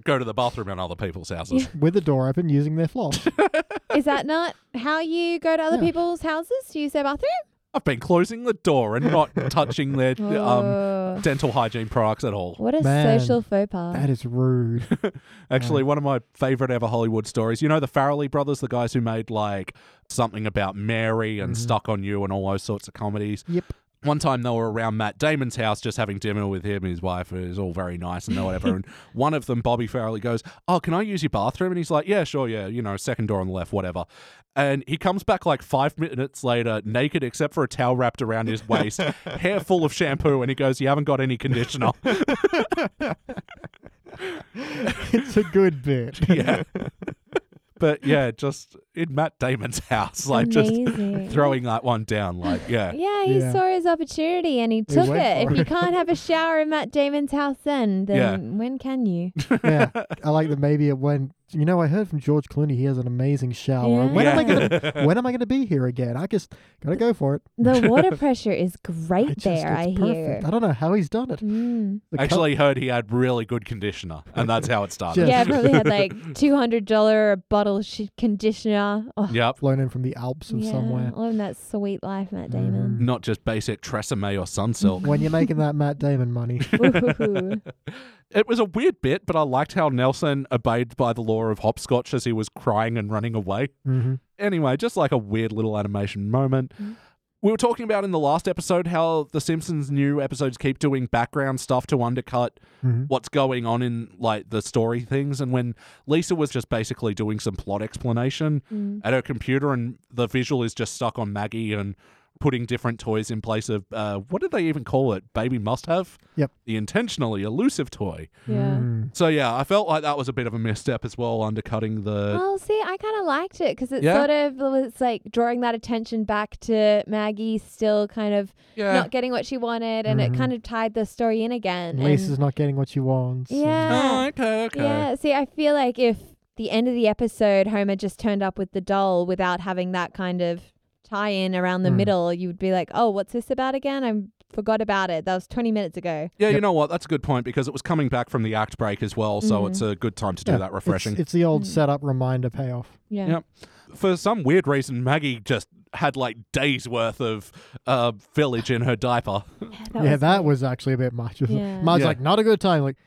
[SPEAKER 1] Go to the bathroom in other people's houses.
[SPEAKER 3] with the door open using their floss.
[SPEAKER 2] *laughs* is that not how you go to other
[SPEAKER 3] Yeah.
[SPEAKER 2] people's houses to use their bathroom?
[SPEAKER 1] I've been closing the door and not touching their
[SPEAKER 2] *laughs*
[SPEAKER 1] um,
[SPEAKER 2] Oh,
[SPEAKER 1] dental hygiene products at all.
[SPEAKER 2] what a
[SPEAKER 3] man,
[SPEAKER 2] social faux pas.
[SPEAKER 3] That is rude. *laughs*
[SPEAKER 1] Actually, one of my favorite ever Hollywood stories. You know the Farrelly brothers, the guys who made like something about Mary and
[SPEAKER 3] Mhm.
[SPEAKER 1] Stuck on You and all those sorts of comedies.
[SPEAKER 3] Yep.
[SPEAKER 1] One time they were around Matt Damon's house just having dinner with him and his wife. and It was all very nice and whatever. and one of them, Bobby Farrelly, goes, Oh, can I use your bathroom? And he's like, Yeah, sure, yeah, you know, second door on the left, whatever. And he comes back like five minutes later, naked except for a towel wrapped around his waist, hair full of shampoo, and he goes, You haven't got any conditioner.
[SPEAKER 3] it's a good
[SPEAKER 1] *laughs*
[SPEAKER 3] bit.
[SPEAKER 1] yeah. but yeah, just in Matt Damon's house, like
[SPEAKER 2] Amazing.
[SPEAKER 3] *laughs*
[SPEAKER 1] just throwing that one down. Like, yeah,
[SPEAKER 2] Yeah, he
[SPEAKER 3] Yeah.
[SPEAKER 2] saw his opportunity and he took
[SPEAKER 3] went
[SPEAKER 2] it.
[SPEAKER 3] for
[SPEAKER 2] If you
[SPEAKER 3] it.
[SPEAKER 2] can't have a shower in Matt Damon's house
[SPEAKER 3] *laughs*
[SPEAKER 2] then, then
[SPEAKER 1] Yeah.
[SPEAKER 2] when can you?
[SPEAKER 3] *laughs* yeah, I like that. Maybe it went. You know, I heard from George Clooney. He has an amazing shower. When am I
[SPEAKER 1] Yeah.
[SPEAKER 3] gonna? When am I gonna be here again? I just gotta go for it.
[SPEAKER 2] The water pressure is
[SPEAKER 3] I
[SPEAKER 2] great
[SPEAKER 3] just-
[SPEAKER 2] there, I
[SPEAKER 3] it's
[SPEAKER 2] hear.
[SPEAKER 3] perfect. I don't know how he's done it.
[SPEAKER 2] Mm.
[SPEAKER 3] The cup-
[SPEAKER 1] actually heard he had really good conditioner, and that's how it started.
[SPEAKER 3] Yes.
[SPEAKER 2] Yeah, I probably had
[SPEAKER 3] *laughs*
[SPEAKER 2] like two hundred dollar a bottle sh- conditioner. Oh,
[SPEAKER 1] Yep.
[SPEAKER 3] flown in Mm-hmm. from the Alps or
[SPEAKER 2] yeah,
[SPEAKER 3] somewhere.
[SPEAKER 2] living that sweet life, Matt
[SPEAKER 3] *laughs*
[SPEAKER 2] Damon.
[SPEAKER 1] Not just basic Tresemme or
[SPEAKER 3] Mm-hmm.
[SPEAKER 1] Sunsilk.
[SPEAKER 3] When you're making that Matt Damon
[SPEAKER 1] *laughs*
[SPEAKER 3] money,
[SPEAKER 2] Ooh.
[SPEAKER 1] It was a weird bit, but I liked how Nelson obeyed by the law of hopscotch as he was crying and running away.
[SPEAKER 3] Mhm.
[SPEAKER 1] Anyway, just like a weird little animation moment.
[SPEAKER 3] Mm-hmm.
[SPEAKER 1] We were talking about in the last episode how the Simpsons new episodes keep doing background stuff to undercut
[SPEAKER 3] Mhm.
[SPEAKER 1] what's going on in like the story things and when Lisa was just basically doing some plot explanation
[SPEAKER 2] Mm.
[SPEAKER 1] at her computer and the visual is just stuck on Maggie and putting different toys in place of uh, what did they even call it? Baby must have?
[SPEAKER 3] Yep.
[SPEAKER 1] The intentionally elusive toy.
[SPEAKER 2] Yeah.
[SPEAKER 3] Mm.
[SPEAKER 1] So yeah, I felt like that was a bit of a misstep as well, undercutting the
[SPEAKER 2] Well, Oh, see, I kind of liked it because it
[SPEAKER 1] Yeah?
[SPEAKER 2] sort of was like drawing that attention back to Maggie still kind of
[SPEAKER 1] yeah.
[SPEAKER 2] not getting what she wanted, and
[SPEAKER 3] Mhm.
[SPEAKER 2] it kind of tied the story in again. and-
[SPEAKER 3] Lisa's not getting what she wants. and-
[SPEAKER 2] yeah,
[SPEAKER 1] Oh, okay, okay.
[SPEAKER 2] yeah. See, I feel like if the end of the episode Homer just turned up with the doll without having that kind of tie-in around the
[SPEAKER 3] Mm.
[SPEAKER 2] middle, you would be like, "Oh, what's this about again? I forgot about it. That was twenty minutes ago."
[SPEAKER 1] Yeah, you
[SPEAKER 3] Yep.
[SPEAKER 1] know what? That's a good point because it was coming back from the act break as well, so
[SPEAKER 2] Mhm.
[SPEAKER 1] it's a good time to do
[SPEAKER 3] Yeah,
[SPEAKER 1] that
[SPEAKER 3] it's-
[SPEAKER 1] refreshing.
[SPEAKER 3] It's, the old
[SPEAKER 2] Mm.
[SPEAKER 3] setup reminder payoff.
[SPEAKER 2] Yeah.
[SPEAKER 1] Yep. For some weird reason, Maggie just had like days worth of uh, village in her diaper.
[SPEAKER 3] yeah,
[SPEAKER 2] was
[SPEAKER 3] that
[SPEAKER 2] weird.
[SPEAKER 3] was actually a bit much. *laughs* wasn't it?
[SPEAKER 2] Yeah.
[SPEAKER 3] Marge's
[SPEAKER 1] Yeah.
[SPEAKER 3] like, not a good time. Like,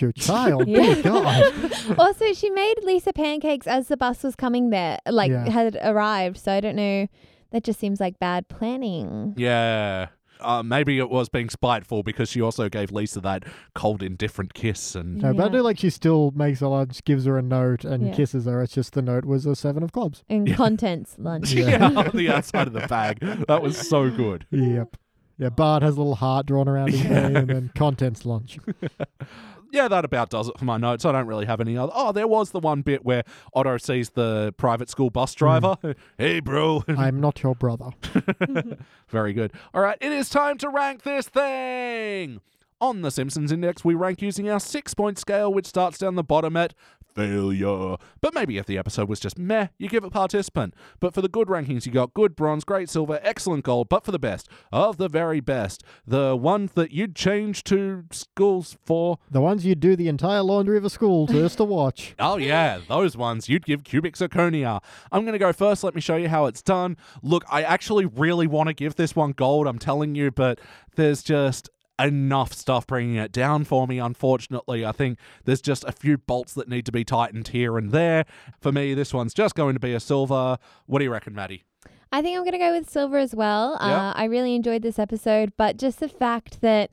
[SPEAKER 2] *laughs*
[SPEAKER 3] your child.
[SPEAKER 2] Yeah. *laughs*
[SPEAKER 3] Dear God.
[SPEAKER 2] also, she made Lisa pancakes as the bus was coming there, like
[SPEAKER 3] Yeah.
[SPEAKER 2] had arrived. So I don't know. That just seems like bad planning.
[SPEAKER 1] Yeah. Uh, maybe it was being spiteful because she also gave Lisa that cold, indifferent kiss. And
[SPEAKER 3] No, but I
[SPEAKER 2] Yeah.
[SPEAKER 3] do like she still makes a lunch, gives her a note, and
[SPEAKER 2] Yeah.
[SPEAKER 3] kisses her. It's just the note was a seven of clubs.
[SPEAKER 2] And contents
[SPEAKER 1] *laughs*
[SPEAKER 2] lunch.
[SPEAKER 1] yeah, on the outside of the bag. That was so good.
[SPEAKER 3] Yep. Yeah, Bart has a little heart drawn around his
[SPEAKER 1] *laughs* Yeah.
[SPEAKER 3] name, and then
[SPEAKER 1] *laughs*
[SPEAKER 3] contents lunch.
[SPEAKER 1] Yeah, that about does it for my notes. I don't really have any other. Oh, there was the one bit where Otto sees the private school bus driver. *laughs* Hey, bro.
[SPEAKER 3] I'm not your brother.
[SPEAKER 1] Very good. All right, it is time to rank this thing. On the Simpsons Index, we rank using our six point scale, which starts down the bottom at failure. But maybe if the episode was just meh, you give it participant. But for the good rankings, you got good bronze, great silver, excellent gold, but for the best, of the very best, the ones that you'd change to schools for.
[SPEAKER 3] The ones you do the entire laundry of a school just to watch.
[SPEAKER 2] *laughs*
[SPEAKER 1] Oh, yeah, those ones you'd give cubic zirconia. I'm going to go first. Let me show you how it's done. Look, I actually really want to give this one gold, I'm telling you, but there's just enough stuff bringing it down for me, unfortunately. I think there's just a few bolts that need to be tightened here and there. For me, this one's just going to be a silver. What do you reckon, Maddie?
[SPEAKER 2] I think I'm going to go with silver as well.
[SPEAKER 1] Yeah.
[SPEAKER 2] Uh, I really enjoyed this episode, but just the fact that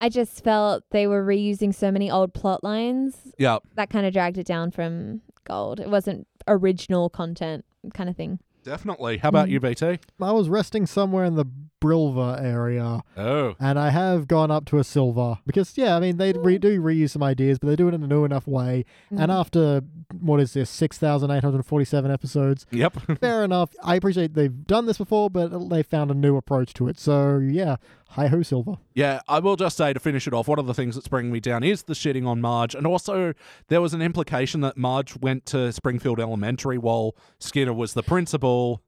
[SPEAKER 2] I just felt they were reusing so many old plot lines,
[SPEAKER 1] Yeah.
[SPEAKER 2] that kind of dragged it down from gold. It wasn't original content kind of thing.
[SPEAKER 1] Definitely. How about
[SPEAKER 2] Mm.
[SPEAKER 1] you, BT?
[SPEAKER 3] I was resting somewhere in the Brilva area,
[SPEAKER 1] Oh.
[SPEAKER 3] and I have gone up to a silver because, yeah, I mean,
[SPEAKER 2] Oh.
[SPEAKER 3] they re- do reuse some ideas, but they do it in a new enough way. And
[SPEAKER 2] Mm-hmm.
[SPEAKER 3] after what is this, six thousand eight hundred forty-seven episodes,
[SPEAKER 1] Yep.
[SPEAKER 3] fair enough. I appreciate they've done this before, but they found a new approach to it. So yeah, hi ho, silver.
[SPEAKER 1] Yeah, I will just say to finish it off, one of the things that's bringing me down is the shitting on Marge. And also, there was an implication that Marge went to Springfield Elementary while Skinner was the principal,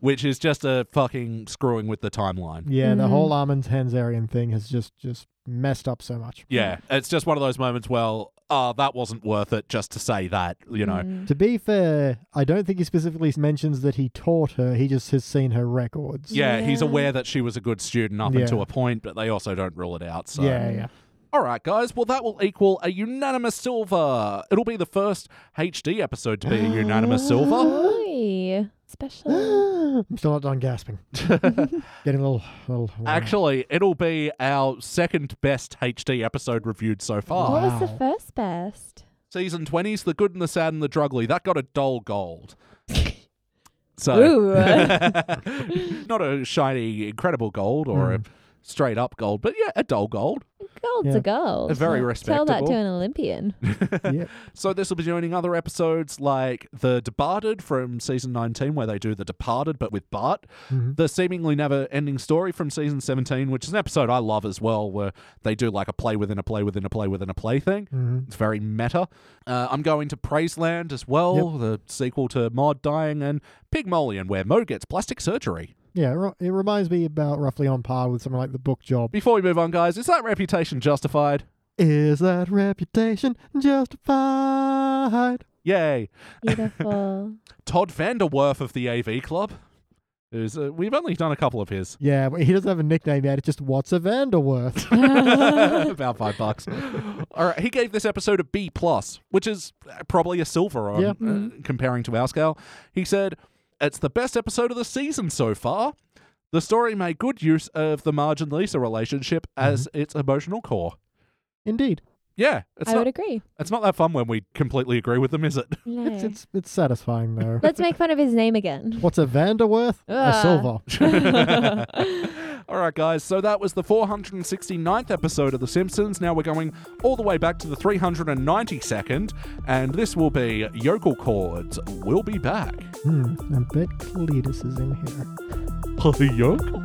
[SPEAKER 1] which is just a fucking screwing with the timeline.
[SPEAKER 3] Yeah, the
[SPEAKER 2] Mhm.
[SPEAKER 3] whole Armand's Hanzarian thing has just just messed up so much.
[SPEAKER 1] Yeah, it's just one of those moments, well, oh, that wasn't worth it just to say that, you know.
[SPEAKER 3] To be fair, I don't think he specifically mentions that he taught her. He just has seen her records.
[SPEAKER 1] Yeah, he's
[SPEAKER 2] Yeah.
[SPEAKER 1] aware that she was a good student up
[SPEAKER 3] Yeah.
[SPEAKER 1] until a point, but they also don't rule it out. So.
[SPEAKER 3] Yeah, yeah.
[SPEAKER 1] All right, guys. Well, that will equal a unanimous silver. It'll be the first HD episode to be a unanimous *gasps* silver.
[SPEAKER 2] Mm. Oi.
[SPEAKER 3] *gasps*
[SPEAKER 2] Special.
[SPEAKER 3] I'm still not
[SPEAKER 1] *laughs*
[SPEAKER 3] done gasping. Getting a little, little *laughs*
[SPEAKER 1] Actually, it'll be our second best HD episode reviewed so far.
[SPEAKER 2] What was the
[SPEAKER 3] Wow.
[SPEAKER 2] first best?
[SPEAKER 1] Season 20's The Good and the Sad and the Drugly. That got a dull
[SPEAKER 2] *laughs*
[SPEAKER 1] gold. *laughs* So,
[SPEAKER 2] Ooh. *laughs* Hmm.
[SPEAKER 1] not a shiny, incredible gold or a straight up gold, but yeah, a dull gold.
[SPEAKER 2] gold's
[SPEAKER 3] Yeah.
[SPEAKER 2] a gold.
[SPEAKER 1] Very
[SPEAKER 2] Tell that to
[SPEAKER 1] respectable.
[SPEAKER 2] an
[SPEAKER 3] *laughs*
[SPEAKER 2] Olympian.
[SPEAKER 3] yeah.
[SPEAKER 1] So this will be joining other episodes like The Departed from season 19 where they do The Departed but with Bart,
[SPEAKER 3] Mhm.
[SPEAKER 1] the seemingly never-ending story from season 17 which is an episode I love as well where they do like a play within a play within a play within a play thing.
[SPEAKER 3] Mhm.
[SPEAKER 1] It's very meta. Uh, I'm going to Praiseland as well, the sequel to Maud dying and Pygmalion where Mo gets plastic surgery.
[SPEAKER 3] Yeah, it re- it reminds me about roughly on par with something like the book job.
[SPEAKER 1] Before we move on guys, is that reputation justified?
[SPEAKER 3] Is that reputation justified?
[SPEAKER 1] Yay.
[SPEAKER 2] Beautiful.
[SPEAKER 1] Todd Vanderwerf of the AV Club. Who's, uh, we've only done a couple of his.
[SPEAKER 3] Yeah, but he doesn't have a nickname yet. It's just What's a *laughs* Vanderworth?
[SPEAKER 1] About five bucks. All right, he gave this episode a B plus, which is uh, probably a silver on
[SPEAKER 3] Yeah.
[SPEAKER 1] uh, comparing to our scale. He said, "It's the best episode of the season so far. The story made good use of the Marge and Lisa relationship as its emotional core.
[SPEAKER 3] Indeed.
[SPEAKER 1] Yeah, it's
[SPEAKER 2] I
[SPEAKER 1] not
[SPEAKER 2] would
[SPEAKER 1] *laughs*
[SPEAKER 2] agree.
[SPEAKER 1] it's not that fun when we completely agree with them, is it? *laughs*
[SPEAKER 2] No.
[SPEAKER 3] It's, it's, it's satisfying, though.
[SPEAKER 2] Let's make fun of his
[SPEAKER 1] *laughs*
[SPEAKER 2] name again.
[SPEAKER 3] What's a Vanderworth? A
[SPEAKER 2] Ah.
[SPEAKER 3] silver.
[SPEAKER 1] All right, guys. So that was the 469th episode of The Simpsons. Now we're going all the way back to the 392nd, and this will be Yokel Chords. We'll be back.
[SPEAKER 3] Hmm, I bet Cletus is in here.
[SPEAKER 1] Play yokel.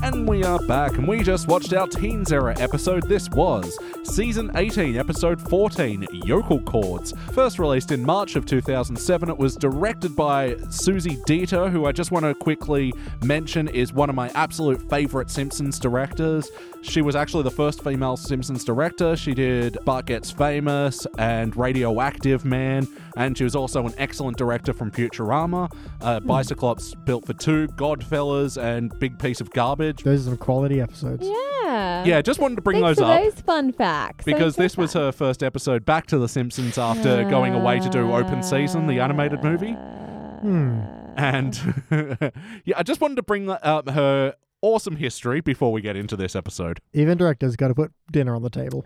[SPEAKER 1] And we are back, and we just watched our Teens Era episode. This was Season 18, Episode 14, Yokel Chords. First released in March of 2007, it was directed by Susie Dieter, who I just want to quickly mention is one of my absolute favorite Simpsons directors. She was actually the first female Simpsons director. She did Bart Gets Famous and Radioactive Man, and she was also an excellent director from Futurama,
[SPEAKER 2] Hmm.
[SPEAKER 1] uh, Bicyclops Built for Two, Godfellas, and Big Piece of Garbage.
[SPEAKER 3] Those are some quality episodes.
[SPEAKER 2] yeah.
[SPEAKER 1] Yeah, just wanted to bring
[SPEAKER 2] Thanks
[SPEAKER 1] those
[SPEAKER 2] for
[SPEAKER 1] up
[SPEAKER 2] those fun facts.
[SPEAKER 1] because
[SPEAKER 2] Those were
[SPEAKER 1] this was
[SPEAKER 2] fun.
[SPEAKER 1] her first episode back to The Simpsons after going away to do Open Season, the animated movie.
[SPEAKER 3] Hmm.
[SPEAKER 1] And *laughs* yeah, I just wanted to bring up her awesome history before we get into this episode.
[SPEAKER 3] Even directors got to put dinner on the table.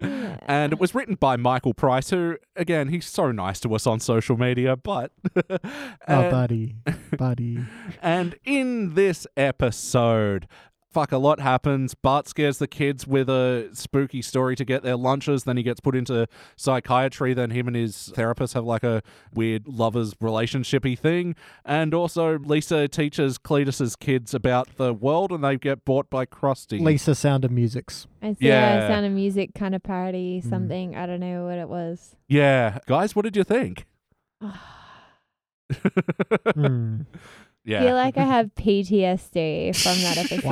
[SPEAKER 2] Yeah.
[SPEAKER 1] And it was written by Michael Price, who, again, he's so nice to us on social media, but.
[SPEAKER 3] oh,
[SPEAKER 1] Uh,
[SPEAKER 3] buddy. buddy.
[SPEAKER 1] And in this episode, fuck, a lot happens. Bart scares the kids with a spooky story to get their lunches. Then he gets put into psychiatry. Then him and his therapist have like a weird lovers relationshipy thing. And also, Lisa teaches Cletus's kids about the world, and they get bought by Krusty.
[SPEAKER 3] Lisa Sound of
[SPEAKER 2] *laughs*
[SPEAKER 3] Music's.
[SPEAKER 2] I see yeah.
[SPEAKER 1] Yeah.
[SPEAKER 2] a sound of music kind of parody,
[SPEAKER 3] Hmm.
[SPEAKER 2] something. I don't know what it was.
[SPEAKER 1] Yeah, guys, what did you think?
[SPEAKER 3] Hmm.
[SPEAKER 1] Yeah.
[SPEAKER 2] I feel
[SPEAKER 1] *laughs*
[SPEAKER 2] like I have PTSD from that episode.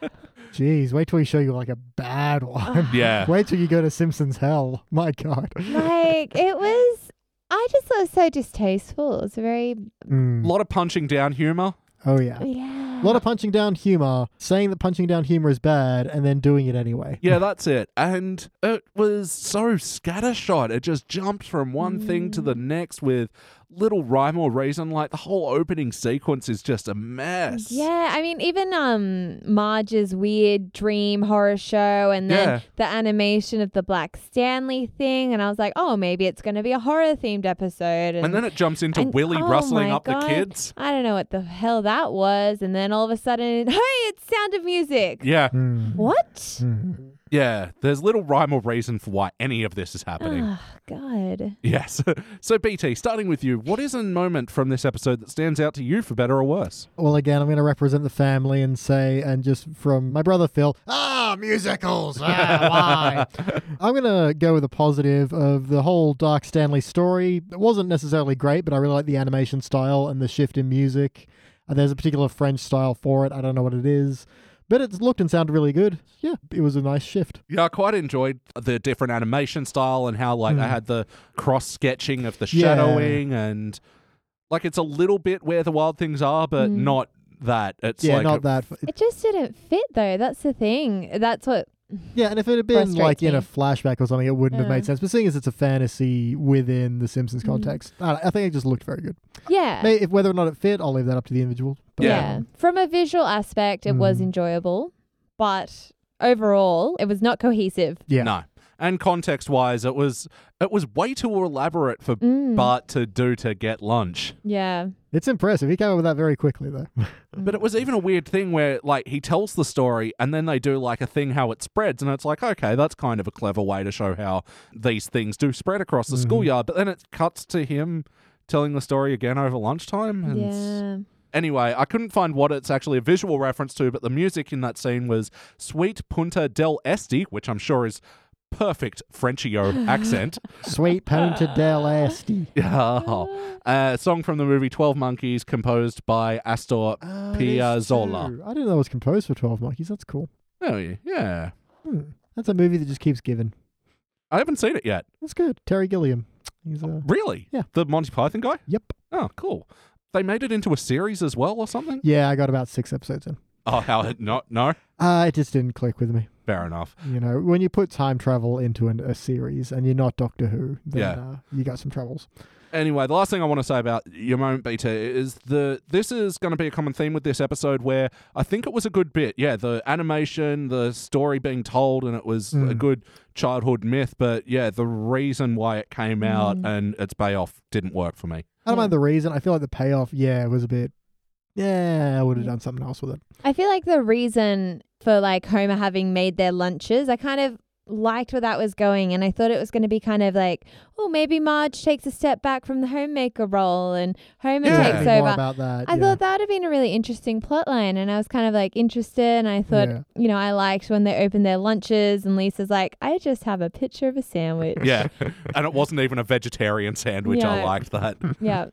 [SPEAKER 2] *laughs*
[SPEAKER 3] Wow. Jeez, wait till we show you like a bad one. *laughs*
[SPEAKER 1] yeah.
[SPEAKER 3] Wait till you go to Simpsons Hell. My God.
[SPEAKER 2] Like, it was, I just thought it was so distasteful. It's very,
[SPEAKER 1] A
[SPEAKER 3] Mm.
[SPEAKER 1] lot of punching down humor.
[SPEAKER 3] Oh, yeah.
[SPEAKER 2] yeah.
[SPEAKER 3] A lot of punching down humor, saying that punching down humor is bad, and then doing it anyway.
[SPEAKER 1] Yeah, that's it. And it was so scattershot. It just jumped from one thing
[SPEAKER 2] Mm.
[SPEAKER 1] to the next with little rhyme or reason. Like the whole opening sequence is just a mess.
[SPEAKER 2] Yeah, I mean, even um Marge's weird dream horror show, and then
[SPEAKER 1] Yeah.
[SPEAKER 2] the animation of the Black Stanley thing, and I was like, oh, maybe it's going to be a horror themed episode. And,
[SPEAKER 1] And then it jumps into
[SPEAKER 2] and-
[SPEAKER 1] Willie
[SPEAKER 2] oh
[SPEAKER 1] rustling
[SPEAKER 2] my
[SPEAKER 1] up the
[SPEAKER 2] God.
[SPEAKER 1] kids.
[SPEAKER 2] I don't know what the hell that was, and then all of a sudden, *laughs* hey, it's Sound of Music.
[SPEAKER 1] Yeah,
[SPEAKER 3] Mm.
[SPEAKER 2] What?
[SPEAKER 3] Mm.
[SPEAKER 1] yeah. There's little rhyme or reason for why any of this is happening.
[SPEAKER 2] *sighs* Oh, God.
[SPEAKER 1] yes. *laughs* So, BT, starting with you, what is a moment from this episode that stands out to you for better or worse?
[SPEAKER 3] Well, again, I'm going to represent the family and say, and just from my brother Phil, ah, musicals, ah, why?
[SPEAKER 1] *laughs*
[SPEAKER 3] I'm going to go with a positive of the whole Dark Stanley story. It wasn't necessarily great, but I really like the animation style and the shift in music. Uh, there's a particular French style for it. I don't know what it is, but it looked and sounded really good. Yeah, it was a nice shift.
[SPEAKER 1] Yeah, I quite enjoyed the different animation style and how like I
[SPEAKER 3] Hmm.
[SPEAKER 1] had the cross sketching of the shadowing and like it's a little bit where the wild things are, but
[SPEAKER 2] Mm.
[SPEAKER 1] not that. It's
[SPEAKER 3] Hmm. yeah,
[SPEAKER 1] like
[SPEAKER 3] not that.
[SPEAKER 2] It just didn't fit, though. That's the thing. That's what.
[SPEAKER 3] Yeah, and if it had been like
[SPEAKER 2] Frustrates
[SPEAKER 3] in a
[SPEAKER 2] me.
[SPEAKER 3] flashback or something, it wouldn't have
[SPEAKER 2] Yeah. Mm-hmm.
[SPEAKER 3] made sense. But seeing as it's a fantasy within the Simpsons context, I, don't know, I think it just looked very good.
[SPEAKER 2] Yeah.
[SPEAKER 3] May, if, whether or not it fit, I'll leave that up to the individual. But, um,
[SPEAKER 1] Yeah. Mm.
[SPEAKER 2] yeah. From a visual aspect, it was
[SPEAKER 3] Mhm.
[SPEAKER 2] enjoyable, but overall, it was not cohesive.
[SPEAKER 3] yeah.
[SPEAKER 1] no. And context wise, it was it was way too elaborate
[SPEAKER 3] Hmm.
[SPEAKER 1] for
[SPEAKER 2] Mm.
[SPEAKER 1] Bart to do to get lunch.
[SPEAKER 2] yeah.
[SPEAKER 3] It's impressive. He came up with that very
[SPEAKER 2] *laughs*
[SPEAKER 3] quickly, though.
[SPEAKER 1] But it was even a weird thing where like he tells the story and then they do like a thing how it spreads and it's like okay that's kind of a clever way to show how these things do spread across the
[SPEAKER 3] Mhm.
[SPEAKER 1] schoolyard but then it cuts to him telling the story again over lunchtime and
[SPEAKER 2] Yeah.
[SPEAKER 1] anyway I couldn't find what it's actually a visual reference to but the music in that scene was Sweet Punta del Este which I'm sure is perfect Frenchio accent
[SPEAKER 3] Sweet Ponta del *laughs* Este.
[SPEAKER 1] yeah uh, song from the movie 12 Monkeys composed by Astor
[SPEAKER 3] Oh, it is
[SPEAKER 1] Piazzolla
[SPEAKER 3] true. I didn't know it was composed for 12 Monkeys. That's cool.
[SPEAKER 1] Oh yeah
[SPEAKER 3] Hmm. That's a movie that just keeps giving.
[SPEAKER 1] I haven't seen it yet.
[SPEAKER 3] That's good. Terry Gilliam. He's uh,
[SPEAKER 1] Really?
[SPEAKER 3] Yeah.
[SPEAKER 1] The Monty Python guy?
[SPEAKER 3] Yep.
[SPEAKER 1] Oh, cool. They made it into a series as well or something?
[SPEAKER 3] Yeah, I got about six episodes in.
[SPEAKER 1] Oh, how it not? No?
[SPEAKER 3] Uh, it just didn't click with me.
[SPEAKER 1] Fair enough.
[SPEAKER 3] You know, when you put time travel into an, a series and you're not Doctor Who, then
[SPEAKER 1] Yeah.
[SPEAKER 3] uh, you got some troubles.
[SPEAKER 1] Anyway, the last thing I want to say about your moment, BT, is the this is going to be a common theme with this episode where I think it was a good bit. Yeah, the animation, the story being told, and it was a
[SPEAKER 3] Mm.
[SPEAKER 1] good childhood myth. But yeah, the reason why it came out
[SPEAKER 3] Mm.
[SPEAKER 1] and its payoff didn't work for me.
[SPEAKER 3] I don't
[SPEAKER 2] Yeah.
[SPEAKER 3] mind the reason. I feel like the payoff, yeah, was a bit. Yeah, I would have
[SPEAKER 2] Yeah.
[SPEAKER 3] done something else with it.
[SPEAKER 2] I feel like the reason for like Homer having made their lunches, I kind of liked where that was going and I thought it was going to be kind of like, oh, maybe Marge takes a step back from the homemaker role and Homer
[SPEAKER 1] Yeah.
[SPEAKER 3] Think
[SPEAKER 2] takes
[SPEAKER 3] more
[SPEAKER 2] over.
[SPEAKER 3] about that.
[SPEAKER 2] I
[SPEAKER 3] yeah.
[SPEAKER 2] thought that would have been a really interesting plot line and I was kind of like interested and I thought,
[SPEAKER 3] Yeah.
[SPEAKER 2] you know, I liked when they opened their lunches and Lisa's like, I just have a picture of a sandwich.
[SPEAKER 1] *laughs*
[SPEAKER 3] *laughs*
[SPEAKER 1] Yeah, and it wasn't even a vegetarian sandwich. I
[SPEAKER 2] Yeah.
[SPEAKER 1] liked that.
[SPEAKER 2] yeah.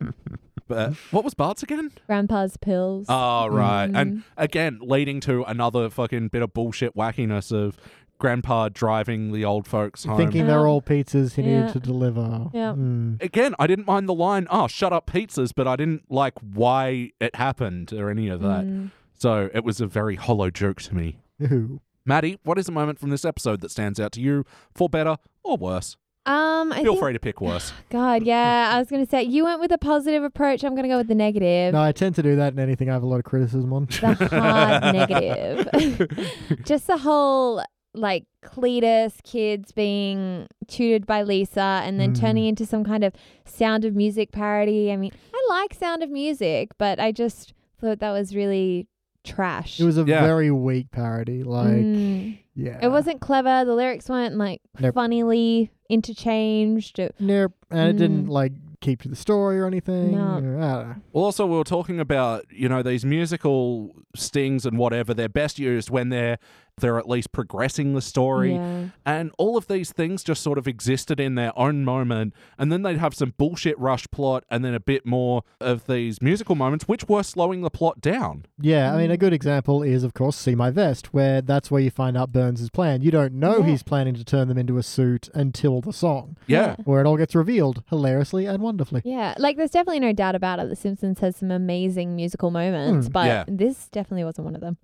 [SPEAKER 1] But what was Bart's again?
[SPEAKER 2] Grandpa's pills.
[SPEAKER 1] Oh, right. And
[SPEAKER 2] Mm.
[SPEAKER 1] again, leading to another fucking bit of bullshit wackiness of grandpa driving the old folks home.
[SPEAKER 3] Thinking they're
[SPEAKER 2] Um,
[SPEAKER 3] all pizzas he
[SPEAKER 2] yeah.
[SPEAKER 3] needed to deliver.
[SPEAKER 2] Yeah.
[SPEAKER 3] Hmm.
[SPEAKER 1] again, I didn't mind the line, oh, shut up pizzas, but I didn't like why it happened or any of that.
[SPEAKER 2] Mm.
[SPEAKER 1] So it was a very hollow joke to me.
[SPEAKER 3] Ew.
[SPEAKER 1] Maddie, what is a moment from this episode that stands out to you for better or worse?
[SPEAKER 2] Um, I
[SPEAKER 1] Feel
[SPEAKER 2] think,
[SPEAKER 1] free to pick worse.
[SPEAKER 2] God, yeah, I was going to say, you went with a positive approach. I'm going to go with the negative.
[SPEAKER 3] No, I tend to do that in anything I have a lot of criticism on.
[SPEAKER 2] the hard negative. *laughs* Just the whole like Cletus kids being tutored by Lisa and then
[SPEAKER 3] Mm.
[SPEAKER 2] turning into some kind of Sound of Music parody. I mean, I like Sound of Music, but I just thought that was really trash.
[SPEAKER 3] *laughs* It was a
[SPEAKER 1] Yeah.
[SPEAKER 3] very weak parody. Like,
[SPEAKER 2] Mm.
[SPEAKER 3] yeah.
[SPEAKER 2] It wasn't clever. The lyrics weren't like
[SPEAKER 3] Nope.
[SPEAKER 2] funnily interchanged. It-
[SPEAKER 3] Nope. And it didn't,
[SPEAKER 2] Mm.
[SPEAKER 3] like, keep to the story or anything.
[SPEAKER 2] No.
[SPEAKER 3] Yeah, I don't know.
[SPEAKER 1] Well, also, we were talking about you know these musical stings and whatever. They're best used when they're they're at least progressing the story,
[SPEAKER 2] Yeah.
[SPEAKER 1] and all of these things just sort of existed in their own moment. And then they'd have some bullshit rush plot, and then a bit more of these musical moments, which were slowing the plot down.
[SPEAKER 3] Yeah, I mean, a
[SPEAKER 2] Mm.
[SPEAKER 3] good example is, of course, See My Vest, where that's where you find out Burns' plan. You don't know
[SPEAKER 2] Yeah.
[SPEAKER 3] he's planning to turn them into a suit until the song,
[SPEAKER 1] Yeah,
[SPEAKER 3] where it all gets revealed hilariously and wonderfully.
[SPEAKER 2] Yeah, like there's definitely no doubt about it. The Simpsons has some amazing musical moments,
[SPEAKER 3] Mm.
[SPEAKER 2] but
[SPEAKER 1] Hmm, Yeah.
[SPEAKER 2] this definitely wasn't one of them.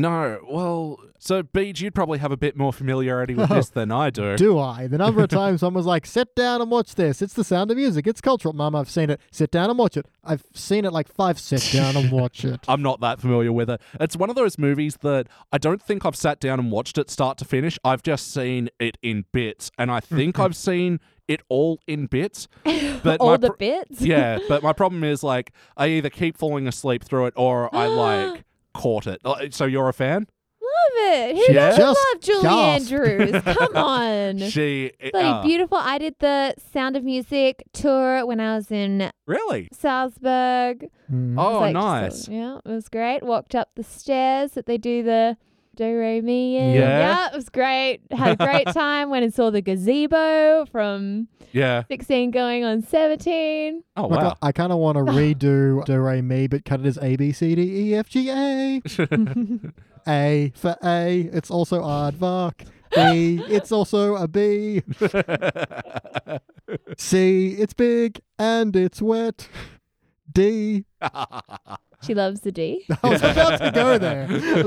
[SPEAKER 1] no, well, so Beej, you'd probably have a bit more familiarity with
[SPEAKER 2] *laughs*
[SPEAKER 3] Oh.
[SPEAKER 1] this than I do.
[SPEAKER 3] Do I? The number of times someone was like, sit down and watch this. It's the sound of music. It's cultural. Mum, I've seen it. Sit down and watch it. I've seen it like five. Sit down and
[SPEAKER 2] *laughs*
[SPEAKER 3] watch it.
[SPEAKER 1] I'm not that familiar with it. It's one of those movies that I don't think I've sat down and watched it start to finish. I've just seen it in bits, and I think I've seen it all in bits.
[SPEAKER 2] *laughs*
[SPEAKER 1] But
[SPEAKER 2] Mm-hmm. All
[SPEAKER 1] my
[SPEAKER 2] the
[SPEAKER 1] pro- *laughs*
[SPEAKER 2] bits.
[SPEAKER 1] yeah, but my problem is like I either keep falling asleep through it or
[SPEAKER 2] *gasps*
[SPEAKER 1] I like caught it. Like, So you're a fan?
[SPEAKER 2] Love it. Who
[SPEAKER 1] She
[SPEAKER 2] doesn't love Julie
[SPEAKER 3] just gasped.
[SPEAKER 1] *laughs*
[SPEAKER 2] Andrews? Come on.
[SPEAKER 1] She
[SPEAKER 2] Bloody
[SPEAKER 1] uh,
[SPEAKER 2] beautiful. I did the Sound of Music tour when I was in
[SPEAKER 1] really?
[SPEAKER 2] Salzburg. It
[SPEAKER 3] Mm.
[SPEAKER 1] Oh,
[SPEAKER 2] was like
[SPEAKER 1] nice.
[SPEAKER 2] just a- yeah, it was great. Walked up the stairs that they do the do re mi in.
[SPEAKER 1] Yeah.
[SPEAKER 2] it was great. Had a great
[SPEAKER 1] *laughs*
[SPEAKER 2] time. Went and saw the gazebo from
[SPEAKER 1] Yeah.
[SPEAKER 2] 16 going on 17.
[SPEAKER 1] Oh
[SPEAKER 3] Like,
[SPEAKER 1] wow.
[SPEAKER 3] I, kind of
[SPEAKER 2] *laughs*
[SPEAKER 3] want to redo Do Re Mi, but cut it as A B C D E F
[SPEAKER 2] *laughs*
[SPEAKER 3] G A. A for A. It's also aardvark. B. It's also a B. C. It's big and it's wet. D.
[SPEAKER 2] She loves the D.
[SPEAKER 3] *laughs* I was about to go there. I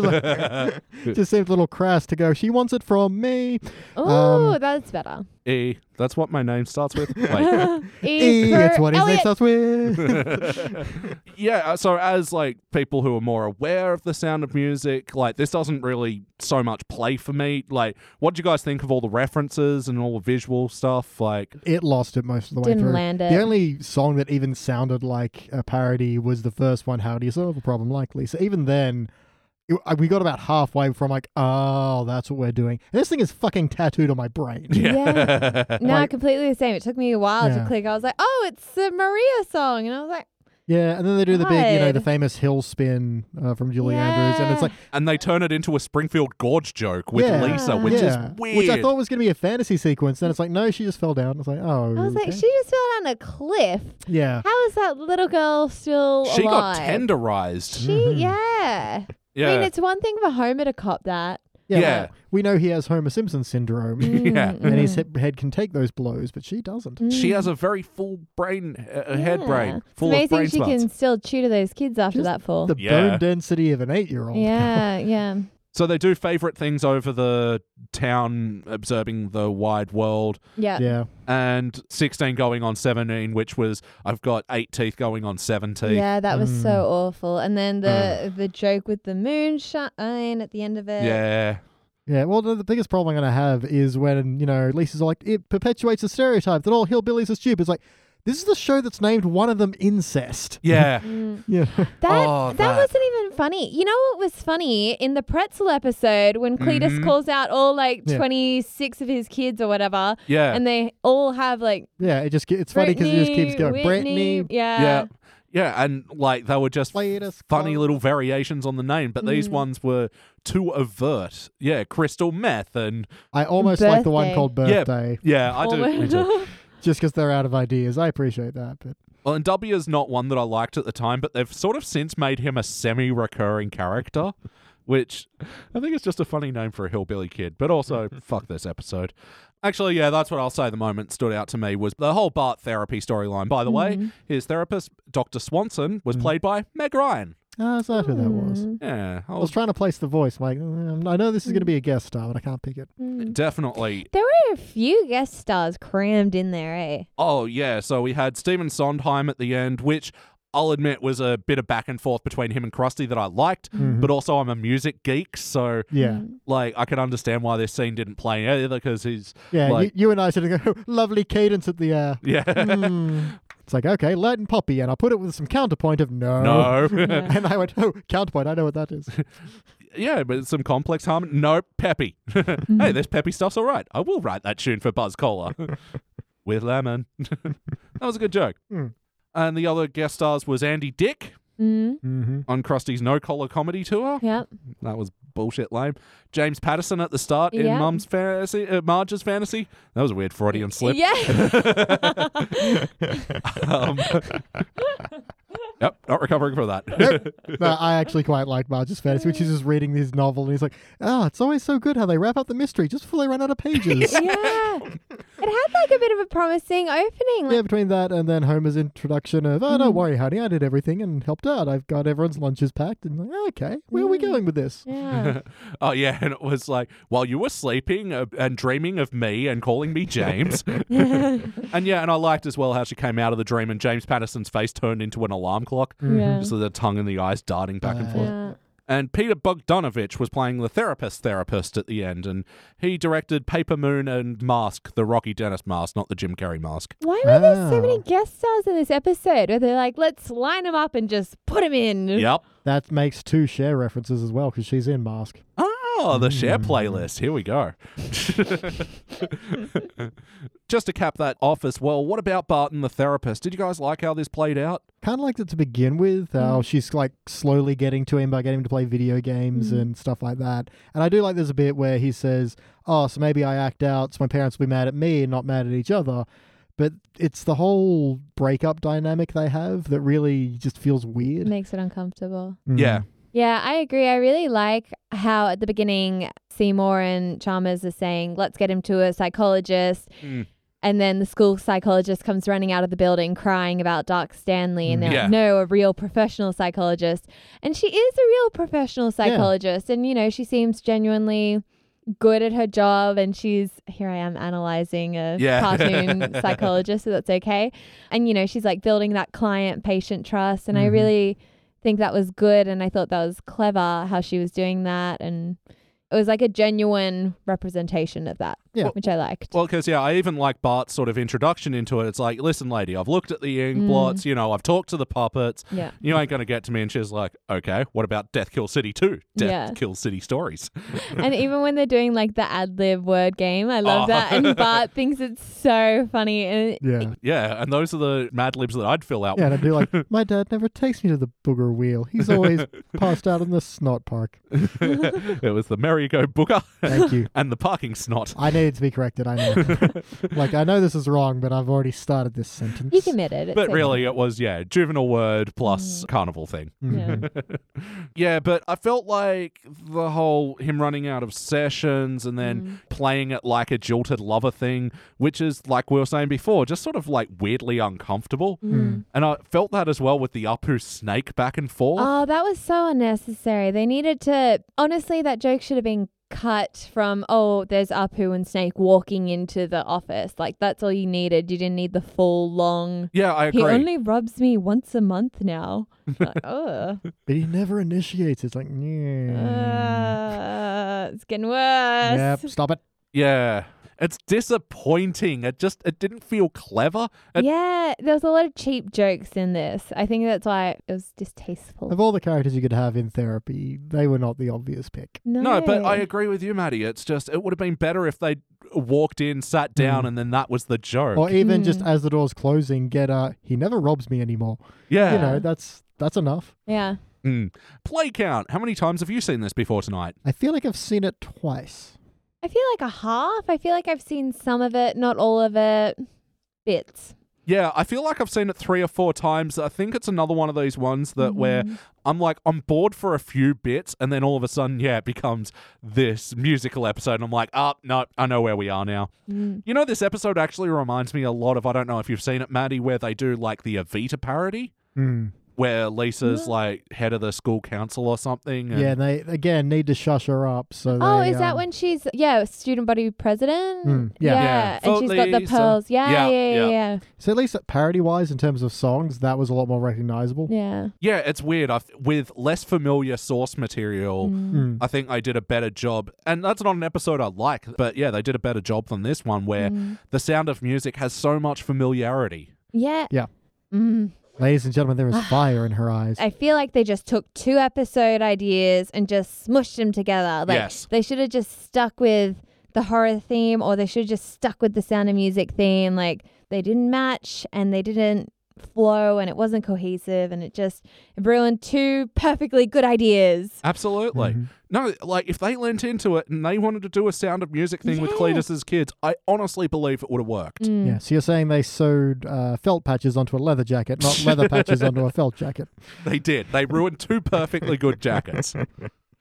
[SPEAKER 3] was like, *laughs* just seemed a little crass to go. She wants it from me.
[SPEAKER 2] Oh, that's better.
[SPEAKER 1] *laughs* E. That's what my name starts with.
[SPEAKER 2] *laughs*
[SPEAKER 1] Wait.
[SPEAKER 2] E,
[SPEAKER 3] E,
[SPEAKER 2] for
[SPEAKER 3] it's what his name
[SPEAKER 2] Elliot.
[SPEAKER 3] starts with.
[SPEAKER 1] *laughs*
[SPEAKER 3] *laughs*
[SPEAKER 1] yeah. uh, So as like people who are more aware of the sound of music, like this doesn't really so much play for me. Like, what do you guys think of all the references and all the visual stuff? Like,
[SPEAKER 3] It lost it most of the way
[SPEAKER 2] Didn't
[SPEAKER 3] through.
[SPEAKER 2] land it. *laughs*
[SPEAKER 3] The only song that even sounded like a parody was the first one, How Do You Solve a Problem Likely? So even then, it, I- we got about halfway from like, oh, that's what we're doing. And this thing is fucking tattooed on my brain.
[SPEAKER 1] *laughs*
[SPEAKER 2] Yeah. No,
[SPEAKER 3] Like-
[SPEAKER 2] completely the same. It took me a while
[SPEAKER 3] Yeah.
[SPEAKER 2] to click. I was like, oh, it's the Maria song. And I was like,
[SPEAKER 3] *laughs* Yeah, and then they do the big, you know,
[SPEAKER 2] God.
[SPEAKER 3] the famous hill spin uh, from Julie Andrews, and it's like,
[SPEAKER 1] and they turn it into a Springfield Gorge joke with
[SPEAKER 3] Yeah.
[SPEAKER 1] Lisa, which
[SPEAKER 3] yeah,
[SPEAKER 1] is weird.
[SPEAKER 3] which I thought was going to be a fantasy sequence. Then it's like, no, she just fell down. It's like, oh,
[SPEAKER 2] I was like,
[SPEAKER 3] okay.
[SPEAKER 2] she just fell down a cliff.
[SPEAKER 3] yeah,
[SPEAKER 2] How is that little girl still
[SPEAKER 1] she
[SPEAKER 2] alive?
[SPEAKER 1] got tenderized.
[SPEAKER 2] She,
[SPEAKER 3] Mhm.
[SPEAKER 2] yeah. I mean,
[SPEAKER 1] Yeah.
[SPEAKER 2] it's one thing for Homer to cop that.
[SPEAKER 3] yeah.
[SPEAKER 1] Yeah.
[SPEAKER 3] We know he has Homer Simpson syndrome,
[SPEAKER 1] Yeah.
[SPEAKER 2] Mm,
[SPEAKER 3] *laughs* and his
[SPEAKER 2] mm,
[SPEAKER 3] he- head can take those blows, but she doesn't.
[SPEAKER 1] She
[SPEAKER 2] mm.
[SPEAKER 1] has a very full brain, uh, head
[SPEAKER 2] Yeah.
[SPEAKER 1] brain,
[SPEAKER 2] It's
[SPEAKER 1] full
[SPEAKER 2] amazing
[SPEAKER 1] of brain
[SPEAKER 2] she
[SPEAKER 1] spots.
[SPEAKER 2] can still chew to those kids after
[SPEAKER 3] Just
[SPEAKER 2] that fall.
[SPEAKER 3] The oh
[SPEAKER 1] Yeah.
[SPEAKER 3] bone density of an eight-year-old.
[SPEAKER 2] Yeah, yeah.
[SPEAKER 1] So they do favorite things over the town observing the wide world.
[SPEAKER 2] Yeah.
[SPEAKER 3] yeah.
[SPEAKER 1] and 16 going on 17 which was i've got eight teeth going on seven teeth
[SPEAKER 2] Yeah, that was so awful. And then the the joke with the moonshine at the end of it.
[SPEAKER 1] yeah
[SPEAKER 3] Yeah, well, the the biggest problem I'm going to have is when, you know, Lisa's all like, it perpetuates the stereotype that all hillbillies are stupid. It's like, this is the show that's named one of them incest. *laughs*
[SPEAKER 1] yeah
[SPEAKER 2] Mm.
[SPEAKER 3] Yeah.
[SPEAKER 2] That,
[SPEAKER 1] Oh,
[SPEAKER 2] that
[SPEAKER 1] that.
[SPEAKER 2] wasn't even funny. You know what was funny in the pretzel episode when Cletus
[SPEAKER 1] Mhm.
[SPEAKER 2] calls out all like
[SPEAKER 3] Yeah.
[SPEAKER 2] 26 of his kids or whatever,
[SPEAKER 1] yeah
[SPEAKER 2] *laughs* and they all have like
[SPEAKER 3] Yeah, it just ge- it's funny because it just keeps going. Brittany,
[SPEAKER 2] yeah,
[SPEAKER 1] yeah yeah and like they were just
[SPEAKER 3] Cletus,
[SPEAKER 1] funny
[SPEAKER 3] Cletus.
[SPEAKER 1] little variations on the name but these
[SPEAKER 2] Mm.
[SPEAKER 1] ones were too overt yeah crystal meth and
[SPEAKER 3] I almost like the one
[SPEAKER 2] Birthday.
[SPEAKER 3] called
[SPEAKER 1] Yeah.
[SPEAKER 3] Birthday,
[SPEAKER 1] yeah i do me
[SPEAKER 2] Almost. *laughs*
[SPEAKER 1] too.
[SPEAKER 3] just because they're out of ideas. I appreciate that, but
[SPEAKER 1] well and w is not one that i liked at the time but they've sort of since made him a semi-recurring character which i think it's just a funny name for a hillbilly kid but also fuck this episode Actually, yeah, that's what I'll say. The moment stood out to me was the whole Bart therapy storyline. By the way, his therapist, Dr. Swanson, was played by Meg Ryan.
[SPEAKER 3] ah, that's not who that was.
[SPEAKER 2] Mm,
[SPEAKER 1] Yeah, I
[SPEAKER 3] I was
[SPEAKER 1] was
[SPEAKER 3] trying to place the voice. I'm like, mm, I know this is going to be a guest star, but I can't pick it.
[SPEAKER 2] mm.
[SPEAKER 1] definitely.
[SPEAKER 2] There were a few guest stars crammed in there, eh?
[SPEAKER 1] Oh, yeah. So we had Stephen Sondheim at the end, which I'll admit was a bit of back and forth between him and Krusty that I liked.
[SPEAKER 3] Mm-hmm.
[SPEAKER 1] But also, I'm a music geek, so
[SPEAKER 3] Yeah,
[SPEAKER 1] like I can understand why this scene didn't play either because he's
[SPEAKER 3] yeah.
[SPEAKER 1] Like-
[SPEAKER 3] you, you and I sitting there, *laughs* lovely cadence at
[SPEAKER 1] *laughs*
[SPEAKER 3] the uh,
[SPEAKER 1] yeah
[SPEAKER 3] Mm. It's like, okay, Latin poppy, and I'll put it with some counterpoint of no.
[SPEAKER 1] no *laughs* yeah.
[SPEAKER 2] Mm. Yeah.
[SPEAKER 3] *laughs* And I went, oh, counterpoint, I know
[SPEAKER 2] *laughs*
[SPEAKER 3] what that is.
[SPEAKER 1] but it's some complex harmony. No, peppy. *laughs*
[SPEAKER 2] Mm.
[SPEAKER 1] hey, this peppy stuff's all right. I will write that tune for Buzz
[SPEAKER 3] *laughs*
[SPEAKER 1] Cola with lemon. *laughs* that was a good joke.
[SPEAKER 3] Mm.
[SPEAKER 1] And the other guest stars was Andy Dick
[SPEAKER 2] Mm,
[SPEAKER 3] mm-hmm.
[SPEAKER 1] on Krusty's No Collar comedy tour.
[SPEAKER 2] yep.
[SPEAKER 1] That was bullshit lame. James Patterson at the start in
[SPEAKER 2] Yeah.
[SPEAKER 1] Mum's fantasy, uh, Marge's fantasy. That was a weird Freudian
[SPEAKER 2] *laughs*
[SPEAKER 1] slip.
[SPEAKER 2] Yeah.
[SPEAKER 1] Um, yep, not recovering from that.
[SPEAKER 3] *laughs* no, I actually quite like Marge's Fantasy, which is just reading his novel, and he's like, oh, it's always so good how they wrap up the mystery just before they run out of
[SPEAKER 2] *laughs*
[SPEAKER 3] pages.
[SPEAKER 2] yeah. It had like a bit of a promising opening.
[SPEAKER 3] yeah,
[SPEAKER 2] Like,
[SPEAKER 3] between that and then Homer's introduction of, oh,
[SPEAKER 2] Mm-hmm.
[SPEAKER 3] don't worry, honey, I did everything and helped out. I've got everyone's lunches packed, and like, okay, where are we
[SPEAKER 2] Yeah.
[SPEAKER 3] going with this?
[SPEAKER 2] yeah.
[SPEAKER 1] *laughs* Oh yeah, and it was like while you were sleeping uh, and dreaming of me and calling me
[SPEAKER 2] *laughs*
[SPEAKER 1] James, *laughs* and yeah, and I liked as well how she came out of the dream and James Patterson's face turned into an alarm clock,
[SPEAKER 2] Yeah.
[SPEAKER 1] just with the tongue and the eyes darting back and
[SPEAKER 3] Uh,
[SPEAKER 1] forth.
[SPEAKER 2] yeah.
[SPEAKER 1] And Peter Bogdanovich was playing the therapist therapist at the end, and he directed Paper Moon and Mask, the Rocky Dennis mask, not the Jim Carrey mask.
[SPEAKER 2] Why were there
[SPEAKER 3] Ah.
[SPEAKER 2] so many guest stars in this episode? Where they're like, let's line them up and just put them in.
[SPEAKER 1] Yep.
[SPEAKER 3] That makes two share references as well, because she's in Mask.
[SPEAKER 1] Oh, the share playlist. Here we go. *laughs* Just to cap that off as well, what about Barton the therapist? Did you guys like how this played out?
[SPEAKER 3] kind of liked it to begin with. How
[SPEAKER 2] Mm.
[SPEAKER 3] she's like slowly getting to him by getting him to play video
[SPEAKER 2] Mm.
[SPEAKER 3] games and stuff like that. And I do like there's a bit where he says, "Oh, so maybe I act out, so my parents will be mad at me and not mad at each other." But it's the whole breakup dynamic they have that really just feels
[SPEAKER 2] It
[SPEAKER 3] weird.
[SPEAKER 2] makes it uncomfortable.
[SPEAKER 3] Mm.
[SPEAKER 1] Yeah.
[SPEAKER 2] Yeah, I agree. I really like how at the beginning Seymour and Chalmers are saying, let's get him to a psychologist.
[SPEAKER 1] Mm.
[SPEAKER 2] And then the school psychologist comes running out of the building crying about Doc Stanley. And they're
[SPEAKER 1] Hmm. Yeah.
[SPEAKER 2] like, no, a real professional psychologist. And she is a real professional psychologist. And, you know, she seems genuinely good at her job. And she's, here I am analyzing a
[SPEAKER 1] Yeah. *laughs*
[SPEAKER 2] cartoon psychologist, so that's okay. And, you know, she's like building that client patient trust. And I
[SPEAKER 3] Mhm.
[SPEAKER 2] really think that was good. And I thought that was clever how she was doing that. And, it was like a genuine representation of that,
[SPEAKER 3] Yeah.
[SPEAKER 2] which I liked.
[SPEAKER 1] Well, because yeah, I even like Bart's sort of introduction into it. It's like, listen, lady, I've looked at the ink blots. You know, I've talked to the puppets. *laughs*
[SPEAKER 2] yeah.
[SPEAKER 1] You ain't gonna get to me. And she's like, okay, what about Death Kill City Two? Death
[SPEAKER 2] Yeah.
[SPEAKER 1] Kill City Stories.
[SPEAKER 2] and even when they're doing like the ad lib word game, I love
[SPEAKER 1] Oh.
[SPEAKER 2] that. And Bart thinks it's so funny. And
[SPEAKER 3] Yeah.
[SPEAKER 1] Yeah, and those are the Mad Libs that I'd fill out.
[SPEAKER 3] Yeah, and I'd be like, my dad never takes me to the booger wheel.
[SPEAKER 2] *laughs*
[SPEAKER 3] He's always passed out in the snot park.
[SPEAKER 1] *laughs* it was the merry go booker
[SPEAKER 3] Thank you.
[SPEAKER 1] and the parking snot.
[SPEAKER 3] I needed to be corrected. I know.
[SPEAKER 2] *laughs*
[SPEAKER 3] like, I know this is wrong, but I've already started this
[SPEAKER 1] *laughs*
[SPEAKER 3] sentence.
[SPEAKER 2] you committed. It's
[SPEAKER 1] But
[SPEAKER 2] okay. Mm.
[SPEAKER 1] really, it was yeah, juvenile word plus carnival thing.
[SPEAKER 3] Mm-hmm.
[SPEAKER 2] Yeah.
[SPEAKER 1] Yeah, but I felt like the whole him running out of sessions and
[SPEAKER 2] Mm.
[SPEAKER 1] then playing it like a jilted lover thing, which is like we were saying before, just sort of like weirdly uncomfortable.
[SPEAKER 2] Mm-hmm.
[SPEAKER 1] And I felt that as well with the Apu snake back and forth.
[SPEAKER 2] Oh, that was so unnecessary. They needed to. Honestly, that joke should have been cut from, oh, there's Apu and Snake walking into the office. Like, that's all you needed. You didn't need the full, long.
[SPEAKER 1] yeah, I agree.
[SPEAKER 2] He only rubs me once a
[SPEAKER 1] *laughs*
[SPEAKER 2] month now. like, oh.
[SPEAKER 3] But he never initiates. It's like,
[SPEAKER 1] Mm.
[SPEAKER 3] yeah.
[SPEAKER 2] Uh, it's getting worse.
[SPEAKER 3] Yep, stop it.
[SPEAKER 1] yeah. It's disappointing. It just it didn't feel clever. It-
[SPEAKER 2] yeah, there's a lot of cheap jokes in this. I think that's why it was distasteful.
[SPEAKER 3] Of all the characters you could have in therapy, they were not the obvious pick.
[SPEAKER 2] No,
[SPEAKER 1] No, but
[SPEAKER 3] Mm.
[SPEAKER 1] I agree with you, Maddie. It's just it would have been better if they walked in, sat down,
[SPEAKER 3] Mm.
[SPEAKER 1] and then that was the joke.
[SPEAKER 3] Or even just
[SPEAKER 2] Hmm.
[SPEAKER 3] as the door's closing, get a, he never robs me anymore.
[SPEAKER 1] yeah.
[SPEAKER 3] You know, that's that's enough.
[SPEAKER 2] yeah.
[SPEAKER 1] Mm. Play count. How many times have you seen this before tonight?
[SPEAKER 3] I feel like I've seen it twice.
[SPEAKER 2] I feel like a half. I feel like I've seen some of it, not all of it. Bits.
[SPEAKER 1] Yeah, I feel like I've seen it three or four times. I think it's another one of these ones that
[SPEAKER 3] Mm-hmm.
[SPEAKER 1] where I'm like I'm bored for a few bits, and then all of a sudden, yeah, it becomes this musical episode. And I'm like, ah, no, I know where we are now.
[SPEAKER 2] Mm.
[SPEAKER 1] You know, this episode actually reminds me a lot of I don't know if you've seen it, Maddie, where they do like the Evita parody.
[SPEAKER 3] Hmm.
[SPEAKER 1] Where Lisa's
[SPEAKER 2] No.
[SPEAKER 1] like head of the school council or something. and-
[SPEAKER 3] Yeah, and they again need to shush her up. So
[SPEAKER 2] Oh,
[SPEAKER 3] they,
[SPEAKER 2] is that
[SPEAKER 3] um,
[SPEAKER 2] when she's yeah student body president?
[SPEAKER 3] Mm, yeah.
[SPEAKER 1] Yeah.
[SPEAKER 2] and she's got the
[SPEAKER 1] Footloose, uh,
[SPEAKER 2] pearls.
[SPEAKER 1] yeah,
[SPEAKER 2] Yeah, yeah,
[SPEAKER 1] yeah.
[SPEAKER 2] yeah, yeah, yeah.
[SPEAKER 3] So at least parody wise, in terms of songs, that was a lot more recognizable.
[SPEAKER 1] Yeah, it's weird. I f- with less familiar source material,
[SPEAKER 2] Mm.
[SPEAKER 3] Mm.
[SPEAKER 1] I think I did a better job. And that's not an episode I like, but yeah, they did a better job than this one where
[SPEAKER 2] Mm.
[SPEAKER 1] the sound of music has so much familiarity.
[SPEAKER 2] Yeah.
[SPEAKER 3] Yeah.
[SPEAKER 2] Mm.
[SPEAKER 3] Ladies and gentlemen, there is fire in her eyes.
[SPEAKER 2] Ah. I feel like they just took two episode ideas and just smushed them together. Like
[SPEAKER 1] Yes.
[SPEAKER 2] they should have just stuck with the horror theme or they should have just stuck with the sound of music theme. Like they didn't match and they didn't flow and it wasn't cohesive and it just it ruined two perfectly good ideas.
[SPEAKER 1] Absolutely.
[SPEAKER 2] Mm-hmm.
[SPEAKER 3] Mhm.
[SPEAKER 1] No, like if they lent into it and they wanted to do a sound of music thing with
[SPEAKER 2] Yeah.
[SPEAKER 1] Cletus's kids, I honestly believe it would have worked.
[SPEAKER 2] Mm.
[SPEAKER 3] Yeah, so you're saying they sewed uh, felt patches onto a leather jacket, not
[SPEAKER 2] *laughs*
[SPEAKER 3] leather patches onto a felt jacket.
[SPEAKER 1] They did. They ruined two perfectly good jackets.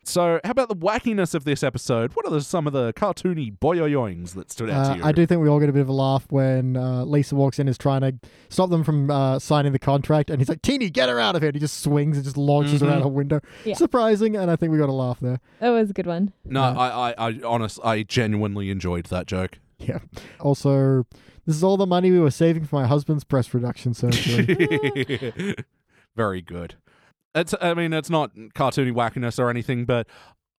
[SPEAKER 1] So, how about the wackiness of this episode? What are the, some of the cartoony boyoyoings that stood out
[SPEAKER 3] Uh,
[SPEAKER 1] to you?
[SPEAKER 3] I do think we all get a bit of a laugh when uh, Lisa walks in, is trying to stop them from uh, signing the contract, and he's like, Teeny, get her out of here. And he just swings and just launches
[SPEAKER 1] Mhm.
[SPEAKER 3] her out her window.
[SPEAKER 2] Yeah.
[SPEAKER 3] Surprising, and I think we got a laugh there.
[SPEAKER 2] That was a good one.
[SPEAKER 1] No,
[SPEAKER 3] uh,
[SPEAKER 1] I, I, I honest, I genuinely enjoyed that joke.
[SPEAKER 3] Yeah. Also, this is all the money we were saving for my husband's breast reduction surgery.
[SPEAKER 1] *laughs* Very good. It's, I mean, it's not cartoony wackiness or anything, but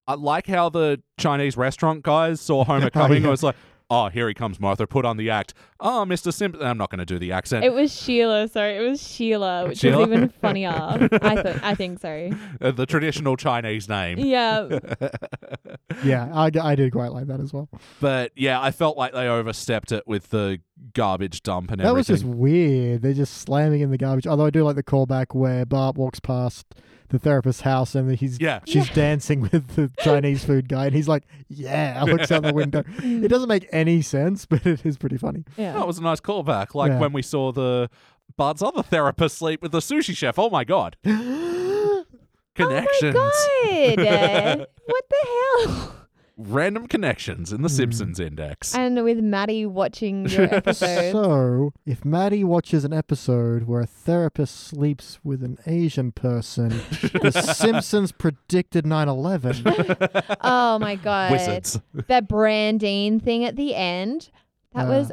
[SPEAKER 1] I like how the Chinese restaurant guys
[SPEAKER 3] *laughs*
[SPEAKER 1] saw Homer coming and
[SPEAKER 3] yeah.
[SPEAKER 1] was like, oh, here he comes, Martha, put on the act. Oh, Mr. Simpson. I'm not going to do the accent.
[SPEAKER 2] *laughs* It was Sheila, sorry. It was Sheila, which
[SPEAKER 1] Sheila?
[SPEAKER 2] is even funnier. I thought I
[SPEAKER 1] *laughs*
[SPEAKER 2] think sorry.
[SPEAKER 1] Uh, the traditional Chinese name.
[SPEAKER 2] Yeah.
[SPEAKER 3] yeah, I, I did quite like that as well.
[SPEAKER 1] But yeah, I felt like they overstepped it with the garbage dump and
[SPEAKER 3] That was
[SPEAKER 1] everything.
[SPEAKER 3] just weird. They're just slamming in the garbage. Although I do like the callback where Bart walks past the therapist's house and he's
[SPEAKER 1] Yeah.
[SPEAKER 3] she's dancing
[SPEAKER 1] *laughs*
[SPEAKER 3] with the Chinese food guy and he's like, "Yeah," *laughs* looks out the window.
[SPEAKER 1] *laughs*
[SPEAKER 3] It doesn't make any sense, *laughs* but it is pretty funny.
[SPEAKER 2] mm,
[SPEAKER 3] *gasps*
[SPEAKER 2] Yeah.
[SPEAKER 1] That was a nice callback. Like
[SPEAKER 3] Yeah.
[SPEAKER 1] when we saw the Bart's other therapist sleep with the sushi chef. Oh my God. Connections. *laughs*
[SPEAKER 2] Oh my god! what eh? the hell?
[SPEAKER 1] Random connections
[SPEAKER 3] Hmm.
[SPEAKER 1] in the Simpsons index. *laughs*
[SPEAKER 2] And with Maddie watching your episode.
[SPEAKER 3] So, if Maddie watches an episode where a therapist sleeps with an Asian person,
[SPEAKER 1] *laughs*
[SPEAKER 3] The Simpsons predicted 9 *laughs* 11.
[SPEAKER 2] oh my god.
[SPEAKER 1] Wizards.
[SPEAKER 2] The Brandine thing at the end. That
[SPEAKER 3] Ah.
[SPEAKER 2] was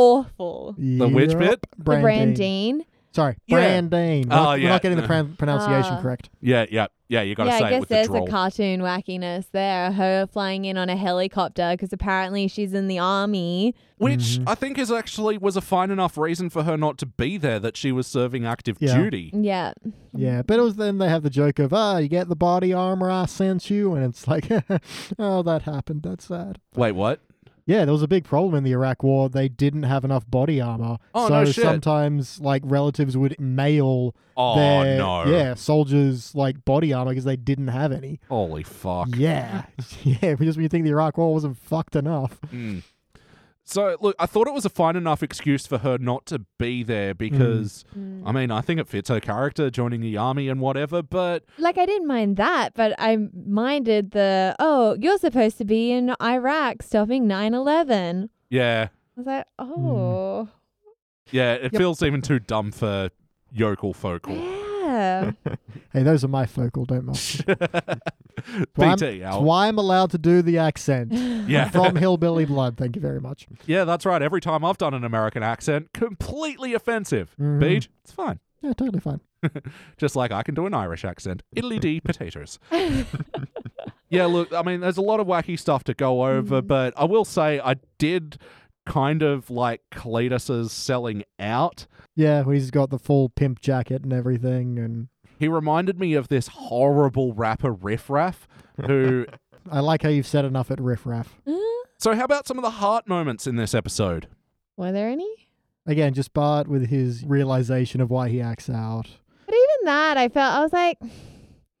[SPEAKER 2] awful.
[SPEAKER 1] The which bit?
[SPEAKER 2] The Brandine.
[SPEAKER 3] Sorry,
[SPEAKER 1] Yeah.
[SPEAKER 3] Brandine. We're,
[SPEAKER 1] Oh,
[SPEAKER 3] not, we're
[SPEAKER 1] yeah.
[SPEAKER 3] not getting the pran- pronunciation
[SPEAKER 2] Ah.
[SPEAKER 3] correct.
[SPEAKER 1] Yeah, yeah, yeah. You got to
[SPEAKER 2] yeah,
[SPEAKER 1] say
[SPEAKER 2] I
[SPEAKER 1] it
[SPEAKER 2] guess
[SPEAKER 1] with
[SPEAKER 2] there's
[SPEAKER 1] the drawl.
[SPEAKER 2] a cartoon wackiness there. Her flying in on a helicopter because apparently she's in the army.
[SPEAKER 1] Which
[SPEAKER 3] Mm-hmm.
[SPEAKER 1] I think is actually was a fine enough reason for her not to be there that she was serving active
[SPEAKER 3] Yeah.
[SPEAKER 1] duty.
[SPEAKER 2] Yeah.
[SPEAKER 3] Yeah, but it was then they have the joke of, ah, you get the body armor I sent you. And it's like, *laughs* oh, that happened. That's sad.
[SPEAKER 1] Wait, what?
[SPEAKER 3] Yeah, there was a big problem in the Iraq War. They didn't have enough body armor.
[SPEAKER 1] Oh,
[SPEAKER 3] so
[SPEAKER 1] no shit.
[SPEAKER 3] sometimes, like, relatives would mail
[SPEAKER 1] Oh
[SPEAKER 3] their
[SPEAKER 1] no!
[SPEAKER 3] yeah, soldiers, like, body armor because they didn't have any.
[SPEAKER 1] Holy fuck!
[SPEAKER 3] Yeah. *laughs* yeah, because when you think the Iraq War wasn't fucked enough.
[SPEAKER 1] Mm. So look, I thought it was a fine enough excuse for her not to be there because
[SPEAKER 3] Mm.
[SPEAKER 1] I mean I think it fits her character joining the army and whatever, but
[SPEAKER 2] Like, I didn't mind that, but I minded the, oh, you're supposed to be in Iraq stopping 9 11.
[SPEAKER 1] yeah,
[SPEAKER 2] I was like, oh,
[SPEAKER 1] yeah, it
[SPEAKER 3] Yep.
[SPEAKER 1] feels even too dumb for yokel *laughs*
[SPEAKER 3] *laughs*
[SPEAKER 1] focal.
[SPEAKER 2] yeah. *laughs*
[SPEAKER 3] Hey, those are my focal,
[SPEAKER 1] *laughs*
[SPEAKER 3] don't mock. Well, I'm-
[SPEAKER 1] BT
[SPEAKER 3] *laughs* That's
[SPEAKER 1] out.
[SPEAKER 3] why I'm allowed to do the accent.
[SPEAKER 1] *laughs* Yeah.
[SPEAKER 3] From Hillbilly Blood, thank you very much.
[SPEAKER 1] Yeah, that's right. Every time I've done an American accent, completely offensive.
[SPEAKER 3] Mhm.
[SPEAKER 1] Beej, it's fine.
[SPEAKER 3] Yeah, totally fine.
[SPEAKER 1] Just like I can do an Irish accent. Italy D potatoes. yeah, look, I mean, there's a lot of wacky stuff to go over, but I will say I did kind of like Cletus's selling out.
[SPEAKER 3] Yeah, well, he's got the full pimp jacket and everything, and
[SPEAKER 1] He reminded me of this horrible rapper Riff Raff, who.
[SPEAKER 3] I like how you've said enough at Riff Raff.
[SPEAKER 1] so, how about some of the heart moments in this episode?
[SPEAKER 2] Were there any?
[SPEAKER 3] Again, just Bart with his realization of why he acts out.
[SPEAKER 2] But even that, I felt, I was like,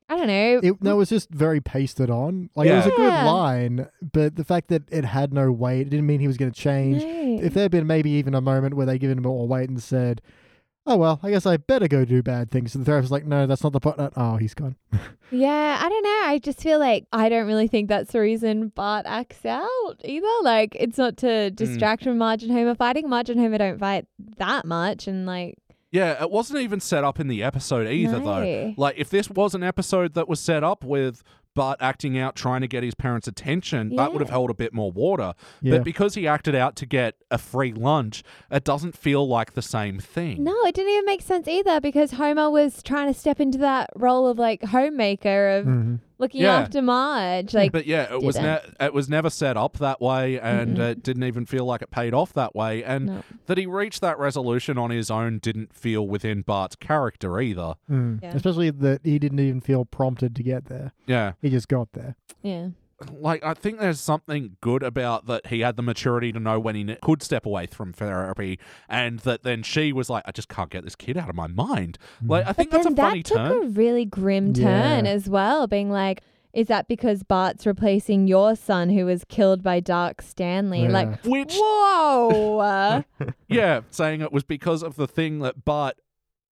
[SPEAKER 2] I don't know.
[SPEAKER 3] It, no, it was just very pasted on. Like, it was a good
[SPEAKER 2] Yeah.
[SPEAKER 3] line, but the fact that it had no weight, it didn't mean he was going to change.
[SPEAKER 2] No.
[SPEAKER 3] If there had been maybe even a moment where they given him more weight and said, oh, well, I guess I better go do bad things, and the therapist's like, no, that's not the point. Oh, he's gone.
[SPEAKER 2] Yeah, I don't know. I just feel like I don't really think that's the reason Bart acts out either. Like, it's not to distract from Marge and Homer fighting. Marge and Homer don't fight that much, and like,
[SPEAKER 1] Yeah, it wasn't even set up in the episode either, though.
[SPEAKER 2] No.
[SPEAKER 1] Like, if this was an episode that was set up with Bart acting out trying to get his parents' attention, that would
[SPEAKER 2] Yeah.
[SPEAKER 1] have held a bit more water.
[SPEAKER 3] Yeah.
[SPEAKER 1] But because he acted out to get a free lunch, it doesn't feel like the same thing.
[SPEAKER 2] no, it didn't even make sense either because Homer was trying to step into that role of like homemaker of
[SPEAKER 3] Mhm.
[SPEAKER 1] Mm-hmm.
[SPEAKER 2] looking
[SPEAKER 1] Mm. Yeah.
[SPEAKER 2] after Marge. Like,
[SPEAKER 1] But yeah, it was ne-
[SPEAKER 2] didn't.
[SPEAKER 1] it was never set up that way, and it didn't even feel like it paid off that way. And
[SPEAKER 2] No.
[SPEAKER 1] that he reached that resolution on his own didn't feel within Bart's character either.
[SPEAKER 3] Mm.
[SPEAKER 2] Yeah.
[SPEAKER 3] Especially that he didn't even feel prompted to get there.
[SPEAKER 1] Yeah,
[SPEAKER 3] He just got there.
[SPEAKER 2] yeah,
[SPEAKER 1] like Mm. I think there's something good about that he had the maturity to know when he ne- could step away from therapy, and that then she was like, I just can't get this kid out of my mind. Like I think
[SPEAKER 2] Mm-hmm. but
[SPEAKER 1] that's a
[SPEAKER 2] then that
[SPEAKER 1] funny
[SPEAKER 2] took
[SPEAKER 1] turn.
[SPEAKER 2] a really grim turn
[SPEAKER 3] Yeah.
[SPEAKER 2] as well, being like. Is that because Bart's replacing your son who was killed by Dark Stanley? Like,
[SPEAKER 3] Yeah.
[SPEAKER 1] Which *laughs*
[SPEAKER 2] whoa. Uh,
[SPEAKER 1] yeah, saying it was because of the thing that Bart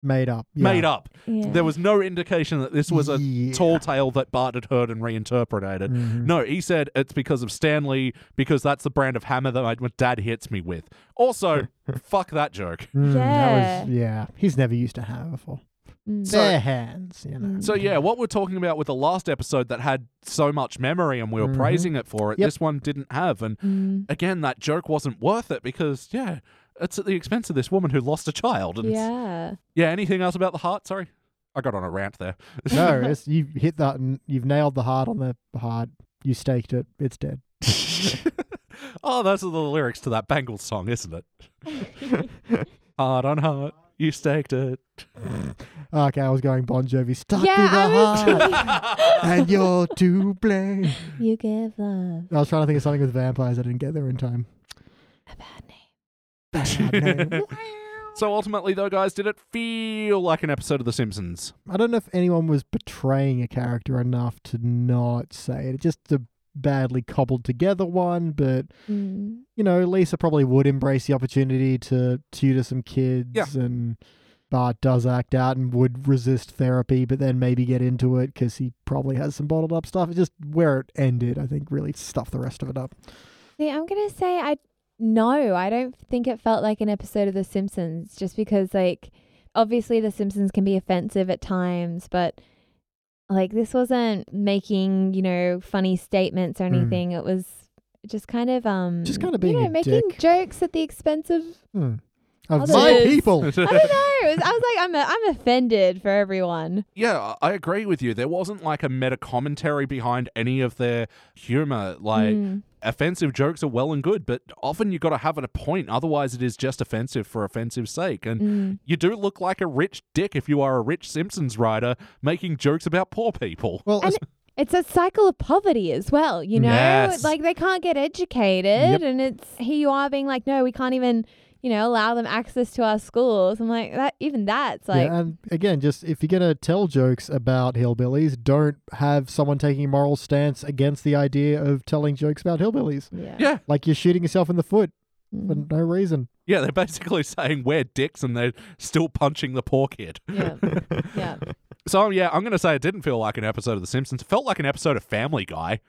[SPEAKER 3] Made up. Yeah.
[SPEAKER 1] made up.
[SPEAKER 2] Yeah.
[SPEAKER 1] There was no indication that this was a
[SPEAKER 3] Yeah.
[SPEAKER 1] tall tale that Bart had heard and reinterpreted.
[SPEAKER 3] Mhm.
[SPEAKER 1] No, he said it's because of Stanley, because that's the brand of hammer that my my dad hits me with. Also,
[SPEAKER 3] *laughs*
[SPEAKER 1] fuck that joke.
[SPEAKER 3] Mm,
[SPEAKER 2] Yeah.
[SPEAKER 3] that was- yeah. He's never used to have before.
[SPEAKER 2] Mm.
[SPEAKER 1] So-
[SPEAKER 3] Bare hands, you know.
[SPEAKER 1] So yeah, what we're talking about with the last episode that had so much memory and we were
[SPEAKER 3] Mhm.
[SPEAKER 1] praising it for it,
[SPEAKER 3] Yep.
[SPEAKER 1] this one didn't have. And
[SPEAKER 2] Mm.
[SPEAKER 1] again, that joke wasn't worth it because yeah, it's at the expense of this woman who lost a child. And *laughs*
[SPEAKER 2] Yeah.
[SPEAKER 1] yeah, anything else about the heart? Sorry, I got on a rant
[SPEAKER 3] *laughs*
[SPEAKER 1] there. *laughs*
[SPEAKER 2] *laughs*
[SPEAKER 3] no, it's, you hit that and you've nailed the heart on the heart. You staked it. It's dead.
[SPEAKER 1] oh, those are the lyrics to that Bangles song, isn't it? heart on heart, you staked it.
[SPEAKER 3] Okay, I was going Bon Jovi. Stuck
[SPEAKER 2] Yeah, I was
[SPEAKER 3] to
[SPEAKER 2] *laughs*
[SPEAKER 3] the heart. and you're to blame.
[SPEAKER 2] You give love
[SPEAKER 3] I was trying to think of something with vampires. I didn't get there in time.
[SPEAKER 2] a bad name.
[SPEAKER 1] so ultimately, though, guys, did it feel like an episode of The Simpsons?
[SPEAKER 3] I don't know if anyone was betraying a character enough to not say it. It's just a badly cobbled together one, but
[SPEAKER 2] Mm.
[SPEAKER 3] you know, Lisa probably would embrace the opportunity to tutor some kids and Bart does act out and would resist therapy, but then maybe get into it because he probably has some bottled up stuff. It's just where it ended, I think, really stuffed the rest of it up.
[SPEAKER 2] See, I'm gonna say I no, I don't think it felt like an episode of The Simpsons, just because like obviously The Simpsons can be offensive at times, but like this wasn't making you know funny statements or
[SPEAKER 3] Mm.
[SPEAKER 2] anything. It was just kind of um
[SPEAKER 3] Just kind of
[SPEAKER 2] you
[SPEAKER 3] being
[SPEAKER 2] know
[SPEAKER 3] a
[SPEAKER 2] making
[SPEAKER 3] dick.
[SPEAKER 2] jokes at the expense of
[SPEAKER 3] Hmm. Of
[SPEAKER 2] Others.
[SPEAKER 3] my
[SPEAKER 1] *laughs*
[SPEAKER 3] people.
[SPEAKER 2] Oh. I don't know. It was, I was like I'm a, I'm offended for everyone.
[SPEAKER 1] yeah, I I agree with you. There wasn't like a meta commentary behind any of their humor. Like
[SPEAKER 2] Mm.
[SPEAKER 1] offensive jokes are well and good, but often you got to have it a point. Otherwise, it is just offensive for offensive's sake. And
[SPEAKER 2] Mm.
[SPEAKER 1] you do look like a rich dick if you are a rich Simpsons writer making jokes about poor people.
[SPEAKER 3] Well,
[SPEAKER 2] And- It's a cycle of poverty as well, you know?
[SPEAKER 1] Yes.
[SPEAKER 2] Like they can't get
[SPEAKER 3] Yep.
[SPEAKER 2] educated and it's here you are being like, No, we can't even, you know, allow them access to our schools. I'm like that even that's like
[SPEAKER 3] yeah, and again, just if you're gonna tell jokes about hillbillies, don't have someone taking a moral stance against the idea of telling jokes about hillbillies.
[SPEAKER 2] Yeah.
[SPEAKER 1] Yeah.
[SPEAKER 3] Like you're shooting yourself in the foot for
[SPEAKER 2] Mm.
[SPEAKER 3] no reason.
[SPEAKER 1] Yeah, they're basically *laughs* saying we're dicks and they're still punching the poor kid.
[SPEAKER 2] Yeah.
[SPEAKER 3] *laughs*
[SPEAKER 2] yeah.
[SPEAKER 1] So, yeah, I'm going to say it didn't feel like an episode of The Simpsons. It felt like an episode of Family Guy.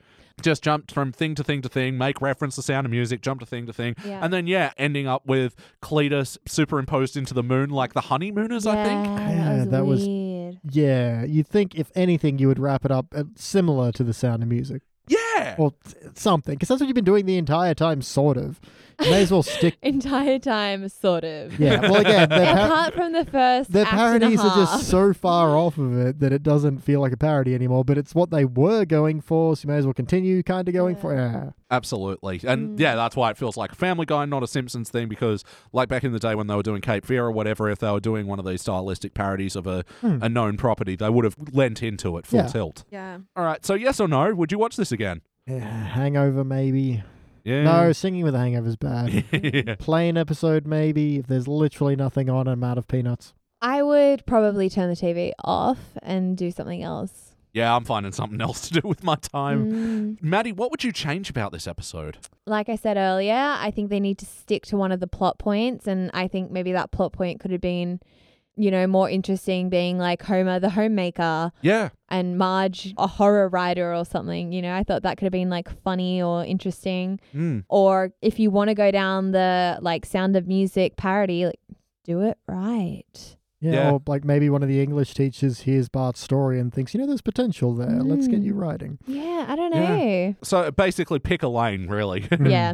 [SPEAKER 1] Just jumped from thing to thing to thing, make reference to sound of music, jump to thing to thing.
[SPEAKER 2] Yeah.
[SPEAKER 1] And then, yeah, ending up with Cletus superimposed into the moon like the honeymooners, I think.
[SPEAKER 3] Yeah,
[SPEAKER 2] Yeah,
[SPEAKER 3] that
[SPEAKER 2] that
[SPEAKER 3] was-
[SPEAKER 2] was weird.
[SPEAKER 3] Yeah, you'd think if anything, you would wrap it up uh, similar to the sound of music
[SPEAKER 1] Yeah.
[SPEAKER 3] or s- something, because that's what you've been doing the entire time, sort of. You may as
[SPEAKER 2] *laughs*
[SPEAKER 3] well stick.
[SPEAKER 2] Entire time sort of. *laughs*
[SPEAKER 3] Yeah, well, again, their, par-
[SPEAKER 2] Apart from the first
[SPEAKER 3] their
[SPEAKER 2] act and a
[SPEAKER 3] parodies are
[SPEAKER 2] half.
[SPEAKER 3] just so far off of it that it doesn't feel like a parody anymore. But it's what they were going for, so you may as well continue kind of going for. Yeah.
[SPEAKER 1] Absolutely. And
[SPEAKER 2] Mm.
[SPEAKER 1] yeah, that's why it feels like a Family Guy, not a Simpsons thing, because like back in the day when they were doing Cape Fear or whatever, if they were doing one of these stylistic parodies of a,
[SPEAKER 3] Hmm.
[SPEAKER 1] a known property, they would have lent into it full
[SPEAKER 3] Yeah.
[SPEAKER 1] tilt.
[SPEAKER 2] Yeah.
[SPEAKER 1] All right, so yes or no, would you watch this again?
[SPEAKER 3] Yeah, hangover, maybe.
[SPEAKER 1] Yeah.
[SPEAKER 3] No, singing with a hangover's bad.
[SPEAKER 1] *laughs* yeah.
[SPEAKER 3] Plain episode, maybe. If there's literally nothing on, I'm out of peanuts.
[SPEAKER 2] I would probably turn the TV off and do something else.
[SPEAKER 1] yeah, I'm finding something *laughs* else to do with my time.
[SPEAKER 2] Mm.
[SPEAKER 1] Maddie, what would you change about this episode?
[SPEAKER 2] like I said earlier, I think they need to stick to one of the plot points. And I think maybe that plot point could have been, you know, more interesting being like Homer, the homemaker,
[SPEAKER 1] Yeah.
[SPEAKER 2] and Marge, a horror writer or something. You know, I thought that could have been like funny or interesting.
[SPEAKER 1] Mm.
[SPEAKER 2] Or if you want to go down the like sound of music parody, like do it right.
[SPEAKER 3] Yeah,
[SPEAKER 1] Yeah.
[SPEAKER 3] or like maybe one of the English teachers hears Bart's story and thinks, you know, there's potential there. Let's get you writing.
[SPEAKER 2] Yeah, I don't
[SPEAKER 1] Yeah.
[SPEAKER 2] know.
[SPEAKER 1] So basically, pick a lane, really. *laughs*
[SPEAKER 3] Hmm.
[SPEAKER 1] How
[SPEAKER 2] Yeah.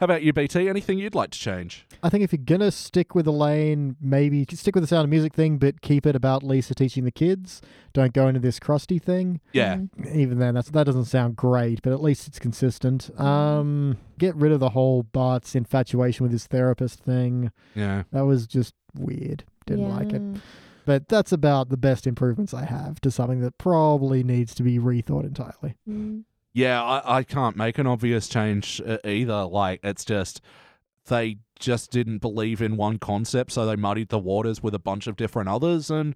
[SPEAKER 1] about you, BT? Anything you'd like to change?
[SPEAKER 3] I think if you're gonna stick with Elaine, maybe stick with the sound of music thing, but keep it about Lisa teaching the kids. Don't go into this crusty thing.
[SPEAKER 1] Yeah.
[SPEAKER 2] Mm.
[SPEAKER 3] Even then, that's that doesn't sound great, but at least it's consistent. Um, get rid of the whole Bart's infatuation with his therapist thing.
[SPEAKER 1] Yeah.
[SPEAKER 3] That was just weird. Didn't like it.
[SPEAKER 2] Yeah.
[SPEAKER 3] But that's about the best improvements I have to something that probably needs to be rethought entirely.
[SPEAKER 2] Mm.
[SPEAKER 1] Yeah, I, I can't make an obvious change uh, either. Like, it's just they just didn't believe in one concept, so they muddied the waters with a bunch of different others. And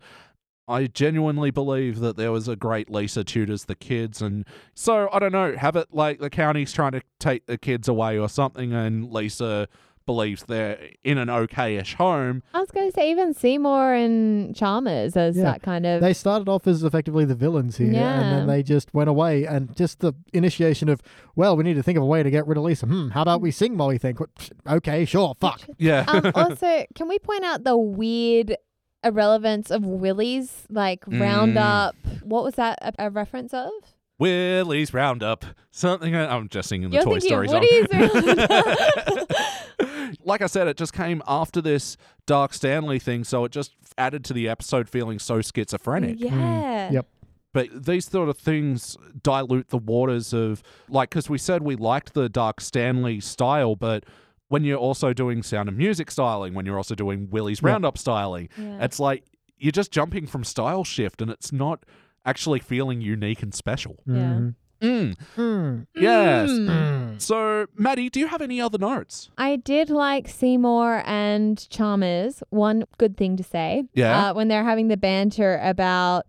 [SPEAKER 1] I genuinely believe that there was a great Lisa tutors the kids. And so, I don't know, have it like the county's trying to take the kids away or something, and Lisa believes they're in an okay ish home.
[SPEAKER 2] I was going to say, even Seymour and Chalmers as
[SPEAKER 3] Yeah.
[SPEAKER 2] that kind of.
[SPEAKER 3] They started off as effectively the villains here, and
[SPEAKER 2] Yeah.
[SPEAKER 3] then they just went away. And just the initiation of, well, we need to think of a way to get rid of Lisa. Hmm, how about we sing Molly Think? Okay, sure, fuck.
[SPEAKER 1] Yeah.
[SPEAKER 2] um, also, can we point out the weird irrelevance of Willie's like
[SPEAKER 1] Mm.
[SPEAKER 2] roundup? What was that a, a reference of?
[SPEAKER 1] *laughs* Willie's Roundup. Something I'm just singing the
[SPEAKER 2] You're
[SPEAKER 1] Toy
[SPEAKER 2] thinking
[SPEAKER 1] Story
[SPEAKER 2] of
[SPEAKER 1] song.
[SPEAKER 2] Woody's
[SPEAKER 1] *laughs*
[SPEAKER 2] roundup.
[SPEAKER 1] like I said, it just came after this Dark Stanley thing, so it just added to the episode feeling so
[SPEAKER 2] *laughs*
[SPEAKER 1] schizophrenic.
[SPEAKER 2] yeah.
[SPEAKER 3] Yep.
[SPEAKER 1] But these sort of things dilute the waters of, like, because we said we liked the Dark Stanley style, but when you're also doing Sound of Music styling, when you're also doing Willie's
[SPEAKER 3] Yeah.
[SPEAKER 1] Roundup styling,
[SPEAKER 2] Yeah.
[SPEAKER 1] it's like you're just jumping from style shift and it's not actually feeling unique and special.
[SPEAKER 2] Yeah.
[SPEAKER 3] Mhm.
[SPEAKER 1] Mm.
[SPEAKER 3] Mm.
[SPEAKER 1] Yes.
[SPEAKER 2] Mm.
[SPEAKER 3] Mm.
[SPEAKER 1] So, Maddie, do you have any other notes?
[SPEAKER 2] I did like Seymour and Chalmers. One good thing to say.
[SPEAKER 1] Yeah.
[SPEAKER 2] Uh, when they're having the banter about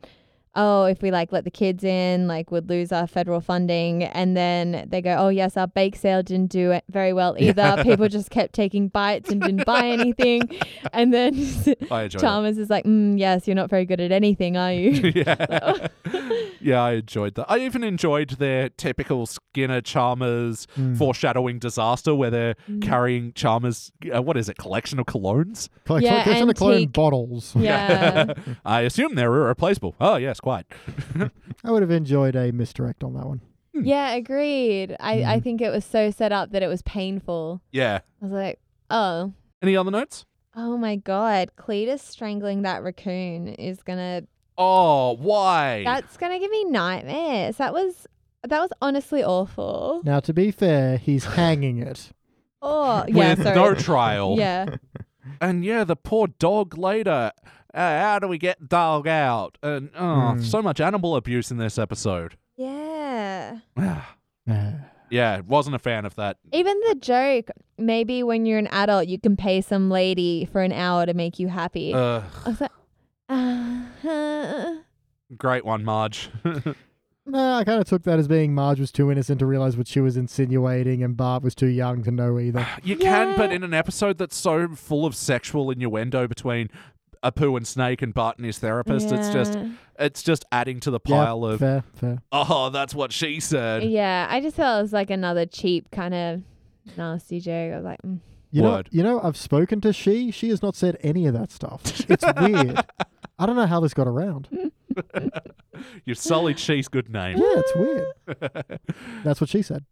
[SPEAKER 2] oh, if we like let the kids in, like would lose our federal funding. And then they go, oh, yes, our bake sale didn't do it very well either. People
[SPEAKER 1] *laughs*
[SPEAKER 2] just kept taking bites and didn't buy anything. And then
[SPEAKER 1] I *laughs* enjoy that.
[SPEAKER 2] Chalmers is like, mm, yes, you're not very good at anything, are you?
[SPEAKER 1] *laughs*
[SPEAKER 2] *laughs*
[SPEAKER 1] yeah. yeah, I enjoyed that. I even enjoyed their typical Skinner Chalmers
[SPEAKER 3] Hmm.
[SPEAKER 2] Hmm.
[SPEAKER 1] foreshadowing disaster where they're carrying Chalmers, uh, what is it, collection of colognes?
[SPEAKER 3] Collection,
[SPEAKER 2] Yeah,
[SPEAKER 3] collection of clone
[SPEAKER 2] antique.
[SPEAKER 1] *laughs*
[SPEAKER 3] bottles.
[SPEAKER 2] yeah.
[SPEAKER 1] I assume they're irreplaceable. Oh, yes, quite.
[SPEAKER 3] *laughs* I would have enjoyed a misdirect on that one.
[SPEAKER 2] Yeah, agreed. I,
[SPEAKER 1] Mm-hmm.
[SPEAKER 2] I think it was so set up that it was painful.
[SPEAKER 1] Yeah.
[SPEAKER 2] I was like, oh,
[SPEAKER 1] Any other notes?
[SPEAKER 2] oh my God. Cletus strangling that raccoon is going to
[SPEAKER 1] Oh, why?
[SPEAKER 2] That's gonna give me nightmares. That was that was honestly awful.
[SPEAKER 3] Now, to be
[SPEAKER 2] *laughs*
[SPEAKER 3] fair, he's hanging it.
[SPEAKER 2] Oh yeah,
[SPEAKER 1] With
[SPEAKER 2] sorry.
[SPEAKER 1] no trial.
[SPEAKER 2] *laughs* yeah,
[SPEAKER 1] And yeah, the poor dog later. Uh, how do we get dog out? And oh,
[SPEAKER 3] Hmm.
[SPEAKER 1] so much animal abuse in this episode. *sighs*
[SPEAKER 2] yeah.
[SPEAKER 1] yeah, wasn't a fan of that.
[SPEAKER 2] Even the joke. Maybe when you're an adult, you can pay some lady for an hour to make you happy. *laughs*
[SPEAKER 1] Ugh,
[SPEAKER 2] I was like, uh,
[SPEAKER 1] great one, Marge.
[SPEAKER 3] No, I kind of took that as being Marge was too innocent to realize what she was insinuating, and Bart was too young to know either.
[SPEAKER 1] You can, but
[SPEAKER 2] Yeah.
[SPEAKER 1] in an episode that's so full of sexual innuendo between Apu and Snake and Bart and his therapist, it's just
[SPEAKER 2] yeah.
[SPEAKER 1] it's just adding to the pile
[SPEAKER 3] yeah,
[SPEAKER 1] of
[SPEAKER 3] fair, fair.
[SPEAKER 1] oh, that's what she said.
[SPEAKER 2] yeah. I just felt it was like another cheap kind of nasty joke. I was like, mm.
[SPEAKER 3] You
[SPEAKER 1] Word.
[SPEAKER 3] know, you know, I've spoken to she. She has not said any of that stuff.
[SPEAKER 1] *laughs*
[SPEAKER 3] It's weird. I don't know how this got around. Yeah,
[SPEAKER 1] You sullied she's good name.
[SPEAKER 3] it's weird. That's what she said.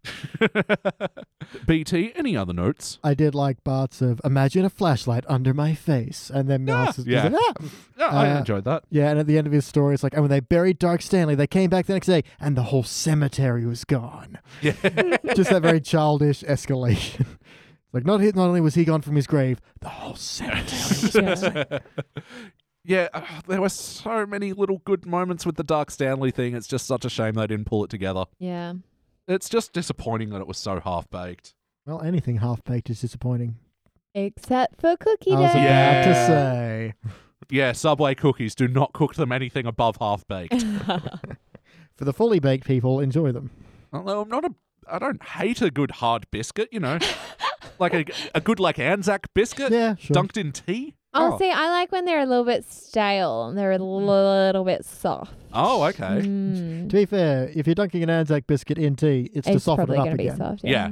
[SPEAKER 1] BT, any other notes?
[SPEAKER 3] I did like Bart's of imagine a flashlight under my face, and then Milhouse is
[SPEAKER 1] yeah.
[SPEAKER 3] yeah. like, ah!
[SPEAKER 1] Yeah, I
[SPEAKER 3] Uh,
[SPEAKER 1] enjoyed that.
[SPEAKER 3] yeah. And at the end of his story, it's like, and when they buried Dark Stanley, they came back the next day, and the whole cemetery was gone.
[SPEAKER 1] Yeah.
[SPEAKER 3] Just that very childish escalation. *laughs* It's like, not hit. Not only was he gone from his grave, the whole cemetery.
[SPEAKER 1] *laughs*
[SPEAKER 3] was
[SPEAKER 2] yeah.
[SPEAKER 1] *laughs* Yeah, uh, there were so many little good moments with the Dark Stanley thing. It's just such a shame they didn't pull it together.
[SPEAKER 2] yeah.
[SPEAKER 1] It's just disappointing that it was so half baked.
[SPEAKER 3] Well, anything half baked is disappointing.
[SPEAKER 2] Except for Cookie
[SPEAKER 3] I was
[SPEAKER 2] Day.
[SPEAKER 3] about to
[SPEAKER 1] Yeah.
[SPEAKER 3] say.
[SPEAKER 1] Yeah, Subway cookies do not cook them anything above half baked.
[SPEAKER 2] *laughs*
[SPEAKER 1] Oh.
[SPEAKER 3] For the fully baked people, enjoy them.
[SPEAKER 1] Although I'm not a, I don't hate a good hard biscuit, you know, like a, a good like Anzac biscuit
[SPEAKER 3] Yeah, sure.
[SPEAKER 1] dunked in tea.
[SPEAKER 2] I'll
[SPEAKER 1] Oh.
[SPEAKER 2] say I like when they're a little bit stale and they're a little bit soft.
[SPEAKER 1] Oh, okay.
[SPEAKER 2] Mm.
[SPEAKER 3] To be fair, if you're dunking an Anzac biscuit in tea, it's, to
[SPEAKER 2] It's
[SPEAKER 3] soften
[SPEAKER 2] probably
[SPEAKER 3] it up
[SPEAKER 2] gonna
[SPEAKER 3] again.
[SPEAKER 2] be soft.
[SPEAKER 1] Yeah.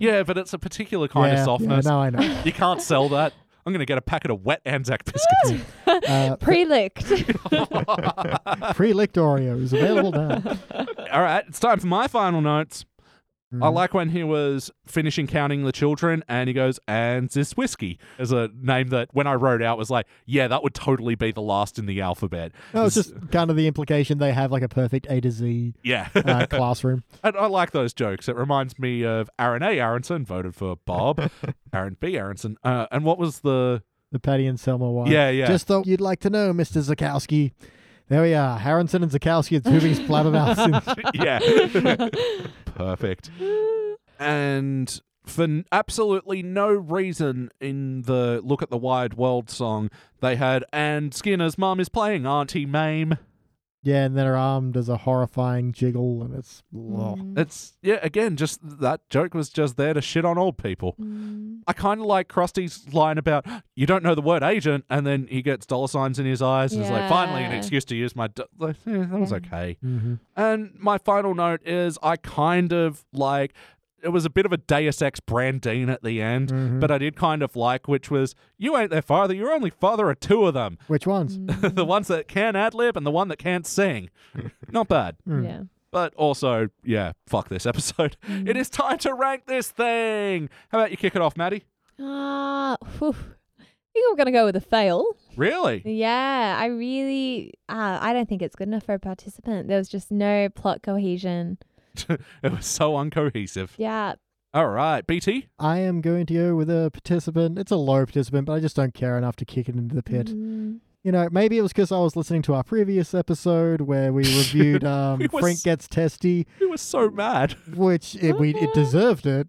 [SPEAKER 2] Yeah. *laughs*
[SPEAKER 1] Yeah, but it's a particular kind
[SPEAKER 3] yeah,
[SPEAKER 1] of softness.
[SPEAKER 3] Yeah, no, I
[SPEAKER 1] *laughs*
[SPEAKER 3] know.
[SPEAKER 1] You can't sell that. I'm going to get a packet of wet Anzac biscuits.
[SPEAKER 3] Uh,
[SPEAKER 2] Pre-licked.
[SPEAKER 3] *laughs* Pre-licked Oreos
[SPEAKER 2] *laughs*
[SPEAKER 3] available now.
[SPEAKER 1] All right, it's time for my final notes.
[SPEAKER 3] Mm.
[SPEAKER 1] I like when he was finishing counting the children and he goes, and this whiskey is a name that when I wrote out was like, yeah, that would totally be the last in the alphabet.
[SPEAKER 3] No, it's just kind of the implication they have like a perfect A to Z
[SPEAKER 1] Yeah. *laughs*
[SPEAKER 3] uh, classroom.
[SPEAKER 1] and I like those jokes. It reminds me of Aaron A. Aronson, voted for Bob, Aaron B. Aronson. Uh, and what was the.
[SPEAKER 3] The Patty and Selma one.
[SPEAKER 1] Yeah, yeah.
[SPEAKER 3] Just thought you'd like to know, Mr. Zakowski. There we are, Harrison and Zakowski at
[SPEAKER 2] *laughs*
[SPEAKER 3] Tubing's Blabbermouth.
[SPEAKER 1] yeah. Perfect. And for n- absolutely no reason in the Look at the Wide World song, they had, and Skinner's mum is playing Auntie Mame.
[SPEAKER 3] yeah, and then her arm does a horrifying jiggle, and it's.
[SPEAKER 2] Mm.
[SPEAKER 3] ugh.
[SPEAKER 1] It's, yeah, again, just that joke was just there to shit on old people.
[SPEAKER 2] Mm.
[SPEAKER 1] I kind of like Krusty's line about, you don't know the word agent, and then he gets dollar signs in his eyes and is like, finally an
[SPEAKER 2] Yeah.
[SPEAKER 1] excuse to use my. Do-. Like, eh, that was
[SPEAKER 2] Yeah.
[SPEAKER 1] okay.
[SPEAKER 3] Mhm.
[SPEAKER 1] And my final note is I kind of like it was a bit of a Deus Ex Brandine at the end,
[SPEAKER 2] Mm-hmm.
[SPEAKER 3] Mhm.
[SPEAKER 1] but uh, I did kind of like, which was you ain't their father, you're only father of two of them. *laughs*
[SPEAKER 3] Which ones?
[SPEAKER 1] the ones that can ad lib and the one that can't
[SPEAKER 2] *laughs*
[SPEAKER 1] sing. Not bad.
[SPEAKER 3] Mm.
[SPEAKER 2] Yeah.
[SPEAKER 1] But also, yeah, fuck this episode.
[SPEAKER 3] Mm.
[SPEAKER 2] Mm.
[SPEAKER 1] It is time to rank this thing. How about you kick it off, Maddie?
[SPEAKER 2] Ah, whew. I think I'm gonna go with a fail.
[SPEAKER 1] Really?
[SPEAKER 2] Yeah, I really, uh, I don't think it's good enough for a participant. There was just no plot cohesion.
[SPEAKER 1] *laughs* It was so uncohesive.
[SPEAKER 2] Yeah,
[SPEAKER 1] All right, BT.
[SPEAKER 3] I am going to go with a participant. It's a low participant, but I just don't care enough to kick it into the pit.
[SPEAKER 2] Mm.
[SPEAKER 3] You know, maybe it was because I was listening to our previous episode
[SPEAKER 1] *laughs*
[SPEAKER 3] where we reviewed um,
[SPEAKER 1] It was-
[SPEAKER 3] Frank Gets Testy,
[SPEAKER 1] You were so mad.
[SPEAKER 3] which it,
[SPEAKER 1] *laughs*
[SPEAKER 3] we it deserved it.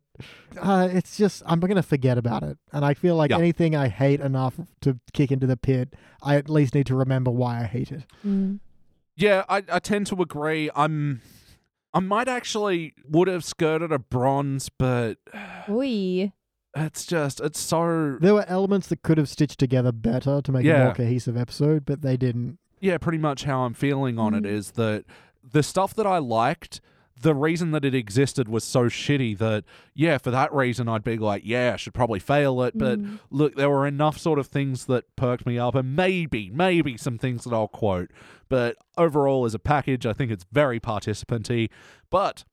[SPEAKER 3] Uh, it's just I'm going to forget about it, and I feel like
[SPEAKER 1] Yeah.
[SPEAKER 3] anything I hate enough to kick into the pit, I at least need to remember why I hate it.
[SPEAKER 2] Mm.
[SPEAKER 1] Yeah, I, I tend to agree. I'm. I might actually would have skirted a bronze, but
[SPEAKER 2] Mm. Oi.
[SPEAKER 1] it's just it's so
[SPEAKER 3] There were elements that could have stitched together better to make a
[SPEAKER 1] Yeah.
[SPEAKER 3] more cohesive episode, but they didn't.
[SPEAKER 1] yeah. Pretty much how I'm feeling on it
[SPEAKER 2] Mhm.
[SPEAKER 1] is that the stuff that I liked, the reason that it existed was so shitty that yeah, for that reason I'd be like yeah, I should probably fail it. But
[SPEAKER 2] Mm.
[SPEAKER 1] look, there were enough sort of things that perked me up, and maybe maybe some things that I'll quote. But overall, as a package, I think it's very participanty. But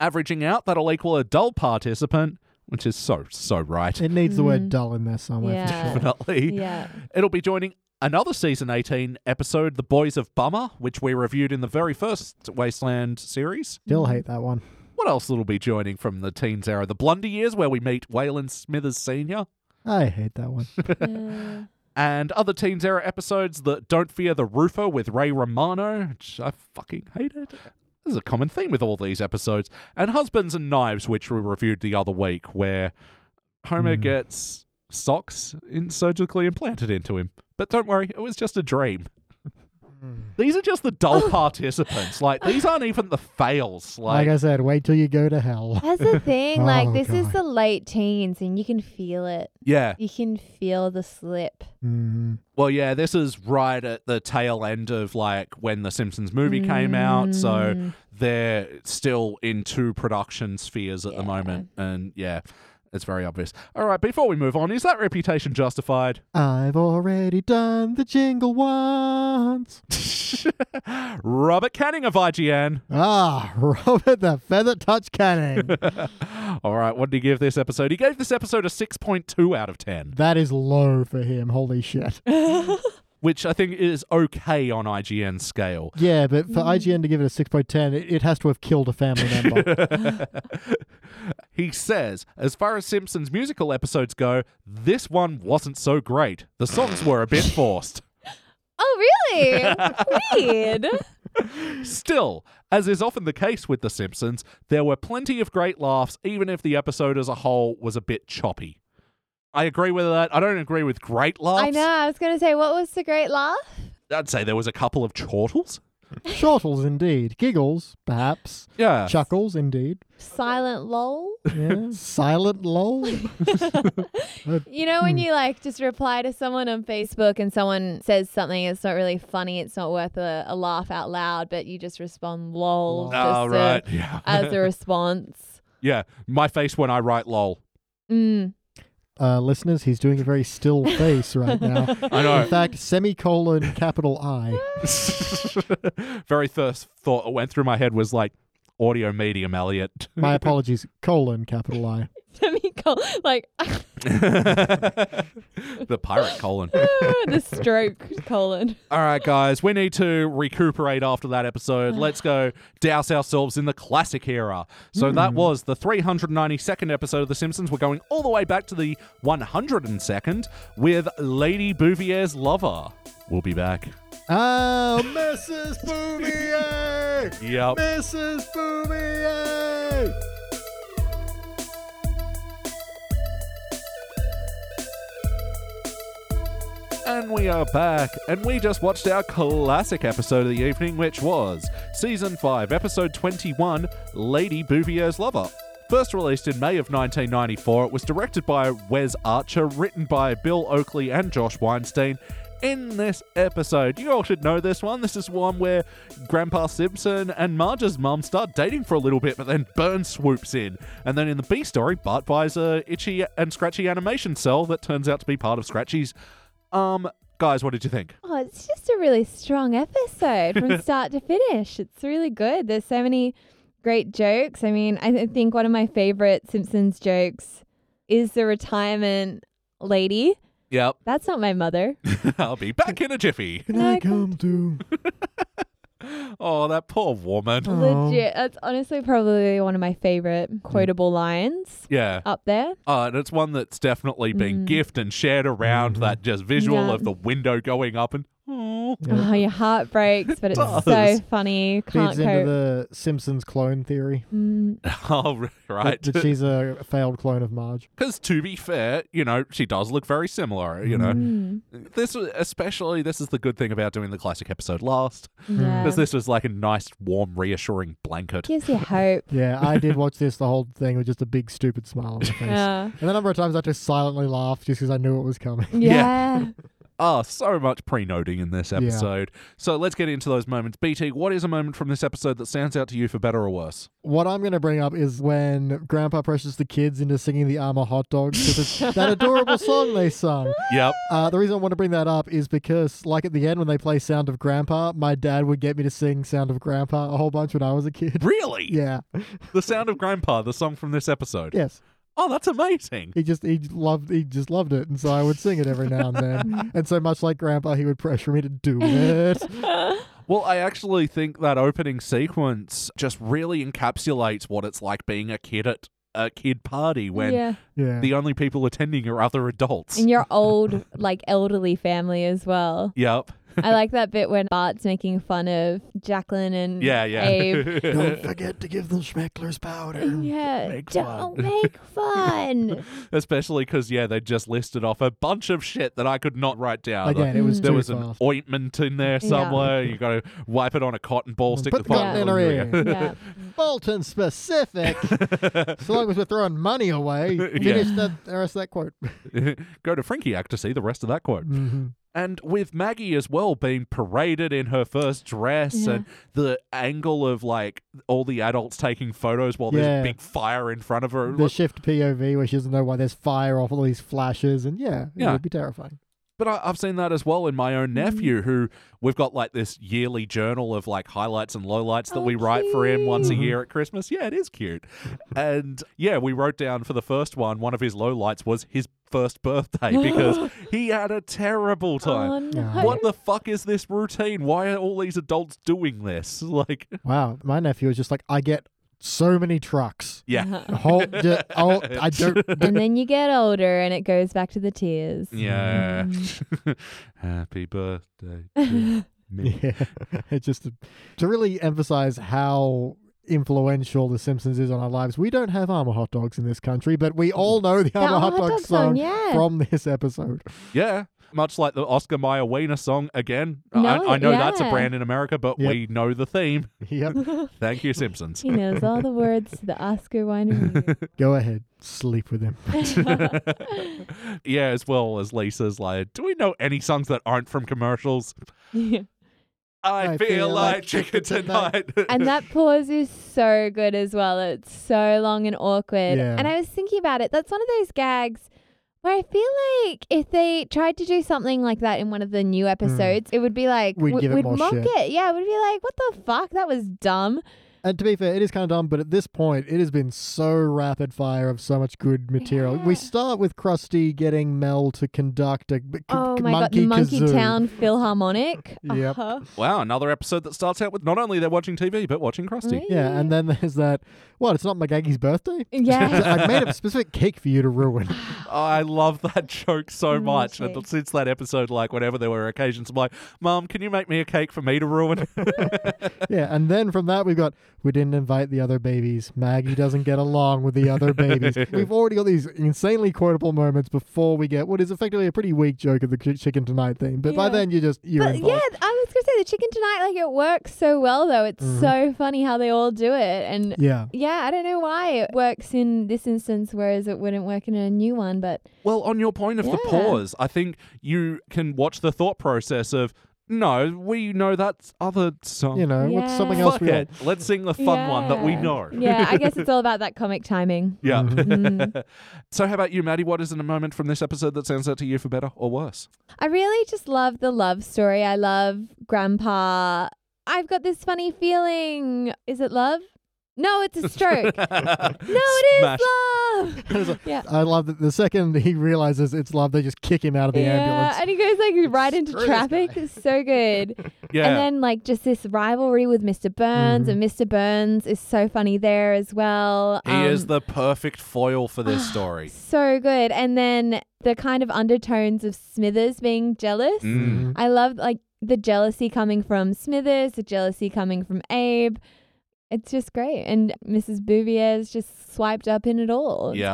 [SPEAKER 1] averaging out, that'll equal a dull participant, which is so so right.
[SPEAKER 3] It needs the
[SPEAKER 2] Mm.
[SPEAKER 3] word dull in there somewhere.
[SPEAKER 2] Yeah.
[SPEAKER 3] for sure.
[SPEAKER 1] Mm-hmm. Definitely.
[SPEAKER 2] Yeah.
[SPEAKER 3] *laughs*
[SPEAKER 1] It'll be joining another season 18 episode, The Boys of Bummer, which we reviewed in the very first Wasteland series.
[SPEAKER 3] Still hate that one.
[SPEAKER 1] What else it'll be joining from the teens era? The Blundy Years, where we meet Waylon Smithers Sr.,
[SPEAKER 3] I hate that
[SPEAKER 1] *laughs*
[SPEAKER 3] one.
[SPEAKER 2] Yeah.
[SPEAKER 1] and other teens era episodes that Don't Fear the Roofer with Ray Romano, which I fucking hated. This is a common theme with all these episodes. And Husbands and Knives, which we reviewed the other week, where Homer
[SPEAKER 3] Hmm.
[SPEAKER 1] gets socks in surgically implanted into him. But don't worry, it was just a dream. These are just the
[SPEAKER 3] *laughs*
[SPEAKER 1] dull participants. Like these aren't even the fails. Like,
[SPEAKER 3] Like I said, wait till you go to *laughs* hell.
[SPEAKER 2] That's the thing. Like,
[SPEAKER 3] Oh,
[SPEAKER 2] this is
[SPEAKER 3] God.
[SPEAKER 2] the late teens, and you can feel it.
[SPEAKER 1] yeah.
[SPEAKER 2] You can feel the slip.
[SPEAKER 3] Mm.
[SPEAKER 1] Well, yeah. This is right at the tail end of like when the Simpsons movie came out.
[SPEAKER 3] Hmm.
[SPEAKER 1] So
[SPEAKER 2] Mm.
[SPEAKER 1] they're still in two production spheres at the
[SPEAKER 2] Yeah.
[SPEAKER 1] moment, and yeah, it's very obvious. All right. Before we move on, is that reputation justified?
[SPEAKER 3] I've already done the jingle once.
[SPEAKER 1] Robert Canning of IGN.
[SPEAKER 3] Ah, *laughs* Robert the Feather Touch *laughs* Cannon.
[SPEAKER 1] All right. What did he give this episode? He gave this episode a six point two out of ten,
[SPEAKER 3] that is low for him. Holy shit.
[SPEAKER 1] which I think is okay on IGN scale.
[SPEAKER 3] Yeah, but for IGN to give it a 6.10, it, it has to have killed a family *laughs* member.
[SPEAKER 1] he says, as far as Simpsons musical episodes go, this one wasn't so great. The songs were a bit forced.
[SPEAKER 2] Oh, really? Weird.
[SPEAKER 1] Still, as is often the case with The Simpsons, there were plenty of great laughs, even if the episode as a whole was a bit choppy. I agree with that. I don't agree with great laughs.
[SPEAKER 2] I know. I was going to say, what was the great laugh?
[SPEAKER 1] I'd say there was a couple of chortles.
[SPEAKER 3] Chortles, indeed. Giggles, perhaps.
[SPEAKER 1] Yeah.
[SPEAKER 3] Chuckles, indeed.
[SPEAKER 2] Silent lol.
[SPEAKER 3] Yeah. *laughs* Silent lol.
[SPEAKER 2] You know, when you like just reply to someone on Facebook and someone says something, it's not really funny, it's not worth a, a laugh out loud, but you just respond lol.
[SPEAKER 3] Lol.
[SPEAKER 1] Ah,
[SPEAKER 2] just, uh,
[SPEAKER 1] right. Yeah.
[SPEAKER 2] as a response.
[SPEAKER 1] *laughs* yeah. My face when I write lol. *laughs*
[SPEAKER 2] Mm. *laughs*
[SPEAKER 3] Uh, listeners, he's doing a very still face right *laughs* now.
[SPEAKER 1] I know.
[SPEAKER 3] In fact, semicolon, capital I.
[SPEAKER 1] Very first thought that went through my head was like audio medium, Elliot. *laughs*
[SPEAKER 3] My apologies, colon, capital I.
[SPEAKER 2] Semicolon. Like, *laughs*
[SPEAKER 1] the pirate colon.
[SPEAKER 2] the stroke colon.
[SPEAKER 1] All right, guys, we need to recuperate after that episode. Let's go douse ourselves in the classic era. So that was the 392nd episode of The Simpsons. We're going all the way back to the 102nd with Lady Bouvier's lover. We'll be back.
[SPEAKER 3] Oh, Mrs. Boomier!
[SPEAKER 1] Yep.
[SPEAKER 3] Mrs. Boomier!
[SPEAKER 1] And we are back, and we just watched our classic episode of the evening, which was Season 5, Episode 21 Lady Bouvier's Lover. First released in May of 1994, it was directed by Wes Archer, written by Bill Oakley and Josh Weinstein. In this episode, you all should know this one. This is one where Grandpa Simpson and Marge's mum start dating for a little bit, but then Burns swoops in. And then in the B story, Bart buys a itchy and scratchy animation cell that turns out to be part of Scratchy's um, guys, what did you think?
[SPEAKER 2] Oh, it's just a really strong episode
[SPEAKER 3] *laughs*
[SPEAKER 2] from start to finish. It's really good. There's so many great jokes. I mean, I th- think one of my favorite Simpsons jokes is the retirement lady.
[SPEAKER 1] Yep.
[SPEAKER 2] That's not my mother.
[SPEAKER 1] *laughs* I'll be back in a jiffy.
[SPEAKER 3] Can
[SPEAKER 2] No,
[SPEAKER 3] I
[SPEAKER 2] I
[SPEAKER 3] come
[SPEAKER 2] *laughs*
[SPEAKER 3] too?
[SPEAKER 1] Oh, that poor woman.
[SPEAKER 3] Oh. Hmm.
[SPEAKER 2] Legit. That's honestly probably one of my favorite quotable lines
[SPEAKER 1] Yeah.
[SPEAKER 2] up there.
[SPEAKER 1] Uh, and it's one that's definitely been
[SPEAKER 2] Mm.
[SPEAKER 1] gifted and shared around that just visual
[SPEAKER 2] Yeah.
[SPEAKER 1] of the window going up and, oh, *laughs* now.
[SPEAKER 3] Yeah.
[SPEAKER 2] Oh, your heart breaks,
[SPEAKER 3] *laughs*
[SPEAKER 2] but it's so
[SPEAKER 1] does.
[SPEAKER 2] funny. You Can't
[SPEAKER 3] Feeds into
[SPEAKER 2] cope.
[SPEAKER 3] the Simpsons clone theory.
[SPEAKER 2] Mm,
[SPEAKER 1] Oh, right.
[SPEAKER 3] That, that she's a failed clone of Marge.
[SPEAKER 1] Because to be fair, you know, she does look very similar, you know.
[SPEAKER 2] mm,
[SPEAKER 3] *laughs*
[SPEAKER 1] This was- especially this is the good thing about doing the classic episode last.
[SPEAKER 2] yeah.
[SPEAKER 1] Because this was like a nice, warm, reassuring blanket.
[SPEAKER 2] Gives you hope.
[SPEAKER 3] Yeah, I did watch this the whole thing with just a big stupid smile on my face.
[SPEAKER 2] Yeah.
[SPEAKER 3] And the number of times I just silently laughed just because I knew it was coming.
[SPEAKER 1] Yeah.
[SPEAKER 2] Yeah.
[SPEAKER 1] Ah, so much pre-noting in this
[SPEAKER 3] Yeah.
[SPEAKER 1] episode. So let's get into those moments. BT, what is a moment from this episode that stands out to you for better or worse?
[SPEAKER 3] What I'm going to bring up is when Grandpa pressures the kids into singing the Armor Hot Dogs because it's that adorable song they sung.
[SPEAKER 1] Yep.
[SPEAKER 3] Uh, the reason I want to bring that up is because, like at the end when they play Sound of Grandpa, my dad would get me to sing Sound of Grandpa a whole bunch when I was a kid. *laughs*
[SPEAKER 1] Really?
[SPEAKER 3] Yeah.
[SPEAKER 1] The Sound of Grandpa, the song from this episode.
[SPEAKER 3] Yes.
[SPEAKER 1] Oh, that's amazing.
[SPEAKER 3] He just he loved he just loved it, and so I would sing it every now and then. and so much like Grandpa, he would pressure me to do it.
[SPEAKER 2] *laughs*
[SPEAKER 1] Well, I actually think that opening sequence just really encapsulates what it's like being a kid at a kid party when
[SPEAKER 2] yeah.
[SPEAKER 3] Yeah.
[SPEAKER 1] the only people attending are other adults.
[SPEAKER 2] *laughs* And your old, like, elderly family as well.
[SPEAKER 1] yep.
[SPEAKER 2] I like that bit when Bart's making fun of Jacqueline and
[SPEAKER 1] Yeah, yeah. *laughs*
[SPEAKER 2] Abe.
[SPEAKER 3] Don't forget to give them Schmeckler's powder.
[SPEAKER 2] Yeah,
[SPEAKER 1] Make
[SPEAKER 2] don't *laughs* make
[SPEAKER 3] *laughs*
[SPEAKER 2] fun.
[SPEAKER 1] Especially because, yeah, they just listed off a bunch of shit that I could not write down.
[SPEAKER 3] Again, it was
[SPEAKER 1] there
[SPEAKER 3] too
[SPEAKER 1] was an
[SPEAKER 3] fast.
[SPEAKER 1] ointment in there
[SPEAKER 2] Yeah.
[SPEAKER 1] somewhere. You got to wipe it on a cotton ball, stick
[SPEAKER 3] Put
[SPEAKER 1] the
[SPEAKER 3] the
[SPEAKER 1] cotton
[SPEAKER 2] cotton
[SPEAKER 1] ball
[SPEAKER 3] in
[SPEAKER 1] in *laughs*
[SPEAKER 3] her
[SPEAKER 1] there.
[SPEAKER 2] yeah.
[SPEAKER 1] *laughs*
[SPEAKER 3] Bolton specific. so long as we're throwing money away, finish that, the rest of
[SPEAKER 1] *laughs*
[SPEAKER 3] that quote.
[SPEAKER 1] Go to Frankie Act to see the rest of that quote.
[SPEAKER 3] Mm-hmm.
[SPEAKER 1] And with Maggie as well being paraded in her first dress
[SPEAKER 2] Yeah.
[SPEAKER 1] and the angle of like all the adults taking photos while
[SPEAKER 3] Yeah.
[SPEAKER 1] there's a big fire in front of her.
[SPEAKER 3] The shift POV where she doesn't know why there's fire off all these flashes, and yeah, it
[SPEAKER 1] Yeah.
[SPEAKER 3] would be terrifying.
[SPEAKER 1] But I, I've seen that as well in my own
[SPEAKER 2] Mm-hmm.
[SPEAKER 1] nephew, who we've got like this yearly journal of like highlights and lowlights that
[SPEAKER 2] Oh,
[SPEAKER 1] we write for him once a
[SPEAKER 3] cute.
[SPEAKER 1] year at Christmas. Yeah, it is cute. and yeah, we wrote down for the first one, one of his lowlights was his first
[SPEAKER 2] *gasps*
[SPEAKER 1] birthday because he had a terrible time.
[SPEAKER 2] Oh, no.
[SPEAKER 3] Yeah.
[SPEAKER 2] *laughs*
[SPEAKER 1] What the fuck is this routine? Why are all these adults doing this? *laughs* Like,
[SPEAKER 3] Wow, my nephew was just like, I get so many trucks.
[SPEAKER 2] *laughs*
[SPEAKER 1] yeah.
[SPEAKER 3] The Whole, ju- oh, I don't.
[SPEAKER 2] and then you get older and it goes back to the tears.
[SPEAKER 1] Yeah.
[SPEAKER 2] Mm.
[SPEAKER 1] *laughs* Happy birthday
[SPEAKER 2] *laughs*
[SPEAKER 1] to me.
[SPEAKER 3] Yeah, *laughs* it's just to, to really emphasize how influential The Simpsons is on our lives. We don't have armor hot dogs in this country, but we all know the
[SPEAKER 2] The
[SPEAKER 3] armor
[SPEAKER 2] Armor
[SPEAKER 3] hot
[SPEAKER 2] Hot
[SPEAKER 3] dog
[SPEAKER 2] Dog song,
[SPEAKER 3] song
[SPEAKER 2] yeah.
[SPEAKER 3] from this episode.
[SPEAKER 1] Yeah. Much like the Oscar Mayer Wiener song, again, I,
[SPEAKER 2] No,
[SPEAKER 1] I know that's a
[SPEAKER 2] yeah.
[SPEAKER 1] brand in America, but
[SPEAKER 3] Yep.
[SPEAKER 1] we know the theme. *laughs*
[SPEAKER 3] Yep.
[SPEAKER 1] Thank you, Simpsons.
[SPEAKER 2] *laughs* He knows all the words to the Oscar Winery.
[SPEAKER 3] Go ahead, sleep with him.
[SPEAKER 1] *laughs* yeah, as well as Lisa's like, do we know any songs that aren't from commercials?
[SPEAKER 2] *laughs*
[SPEAKER 1] *laughs* I, feel, like, chicken tonight.
[SPEAKER 2] *laughs* and
[SPEAKER 3] *laughs*
[SPEAKER 2] that pause is so good as well. It's so long and awkward.
[SPEAKER 3] Yeah.
[SPEAKER 2] And I was thinking about it. That's one of those gags where I feel like if they tried to do something like that in one of the new episodes, it would be like
[SPEAKER 3] Hmm. We'd give it more
[SPEAKER 2] mock
[SPEAKER 3] shit.
[SPEAKER 2] it. Yeah, we'd be like, "What the fuck? That was dumb."
[SPEAKER 3] And to be fair, it is kind of dumb, but at this point, it has been so rapid fire of so much good material. We
[SPEAKER 2] Yeah.
[SPEAKER 3] start with Krusty getting Mel to conduct a b- c-
[SPEAKER 2] Oh
[SPEAKER 3] c-
[SPEAKER 2] my god,
[SPEAKER 3] monkey
[SPEAKER 2] the Monkey
[SPEAKER 3] kazoo.
[SPEAKER 2] Town Philharmonic.
[SPEAKER 3] *laughs* Yep.
[SPEAKER 2] Uh-huh.
[SPEAKER 1] wow, another episode that starts out with not only they're watching TV, but watching Krusty.
[SPEAKER 3] Yeah, and then there's that. What? It's not McGaggie's birthday.
[SPEAKER 2] *laughs* yeah.
[SPEAKER 3] I made a specific cake for you
[SPEAKER 2] *laughs*
[SPEAKER 3] to ruin.
[SPEAKER 1] I love that *laughs* joke so
[SPEAKER 2] Me
[SPEAKER 1] much.
[SPEAKER 2] too.
[SPEAKER 1] And since that episode, like, whenever there were occasions, I'm like, Mom, can you make me a cake for me to ruin?
[SPEAKER 3] yeah, and then from that we've got we didn't invite the other babies. Maggie doesn't get along with the other
[SPEAKER 2] *laughs*
[SPEAKER 3] babies. We've already got these insanely quotable moments before we get what is effectively a pretty weak joke of the ch- chicken tonight thing. But by
[SPEAKER 2] Yeah.
[SPEAKER 3] then you just you're
[SPEAKER 2] But yeah,
[SPEAKER 3] involved.
[SPEAKER 2] I was gonna say the chicken tonight, like it works so well though. It's
[SPEAKER 3] Mm-hmm.
[SPEAKER 2] so funny how they all do it, and
[SPEAKER 3] Yeah.
[SPEAKER 2] yeah, I don't know why it works in this instance, whereas it wouldn't work in a new one. But
[SPEAKER 1] Well, on your point of the
[SPEAKER 2] Yeah.
[SPEAKER 1] pause, I think you can watch the thought process of no, we know that other song.
[SPEAKER 3] You know, what's something
[SPEAKER 2] Yeah.
[SPEAKER 3] else
[SPEAKER 1] Fuck
[SPEAKER 3] we
[SPEAKER 1] it. Let's sing the fun one that we
[SPEAKER 2] Yeah.
[SPEAKER 1] know.
[SPEAKER 2] *laughs* yeah, I guess it's all about that comic timing.
[SPEAKER 1] *laughs* Yeah. Mm-hmm.
[SPEAKER 2] Mm.
[SPEAKER 1] so, how about you, Maddie? What is in a moment from this episode that sounds out to you for better or worse?
[SPEAKER 2] I really just love the love story. I love Grandpa. I've got this funny feeling. Is it love? No,
[SPEAKER 1] *laughs*
[SPEAKER 2] it's a stroke.
[SPEAKER 1] no,
[SPEAKER 2] no, it
[SPEAKER 1] *laughs*
[SPEAKER 2] is love. yeah.
[SPEAKER 3] I love that the second he realizes it's love, they just kick him out of the ambulance.
[SPEAKER 2] and he goes like right into
[SPEAKER 3] Screw this
[SPEAKER 2] traffic. It's so good.
[SPEAKER 1] Yeah. Mm-hmm.
[SPEAKER 2] And then like just this rivalry with Mr. Burns, and Mr. Burns is so funny there as well.
[SPEAKER 1] he is the perfect foil for
[SPEAKER 2] *sighs*
[SPEAKER 1] this story.
[SPEAKER 2] so good. And then the kind of undertones of Smithers being jealous.
[SPEAKER 1] Mm.
[SPEAKER 2] I love like the jealousy coming from Smithers, the jealousy coming from Abe. It's just great. And Mrs. Bouvier's just swiped up in it all. It's
[SPEAKER 1] Yep.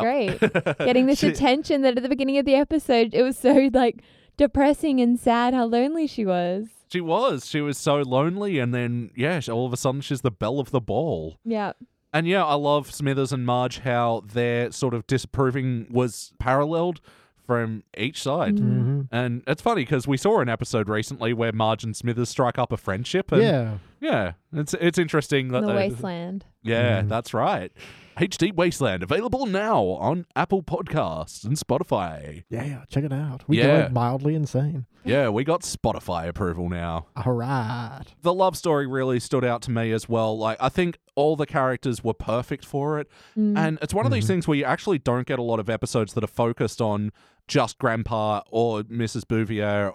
[SPEAKER 1] *laughs*
[SPEAKER 2] great. Getting this
[SPEAKER 1] She-
[SPEAKER 2] attention that at the beginning of the episode, it was so like depressing and sad how lonely she was.
[SPEAKER 1] She was. She was so lonely, and then yeah, she- all of a sudden she's the belle of the ball.
[SPEAKER 2] Yeah.
[SPEAKER 1] And yeah, I love Smithers and Marge how their sort of disapproving was paralleled from each side.
[SPEAKER 3] hmm
[SPEAKER 1] And it's funny because we saw an episode recently where Marge and Smithers strike up a friendship. And
[SPEAKER 3] Yeah.
[SPEAKER 1] yeah, it's it's interesting that
[SPEAKER 2] the
[SPEAKER 1] they-
[SPEAKER 2] wasteland.
[SPEAKER 1] Yeah,
[SPEAKER 3] Mm.
[SPEAKER 1] that's right. HD Wasteland available now on Apple Podcasts and Spotify.
[SPEAKER 3] Yeah. Check it out. We
[SPEAKER 1] Yeah.
[SPEAKER 3] go mildly insane.
[SPEAKER 1] Yeah, we got Spotify approval now.
[SPEAKER 3] All right.
[SPEAKER 1] the love story really stood out to me as well. Like, I think all the characters were perfect for it.
[SPEAKER 2] Mm.
[SPEAKER 1] And it's one of these
[SPEAKER 3] Mhm.
[SPEAKER 1] things where you actually don't get a lot of episodes that are focused on just Grandpa or Mrs. Bouvier.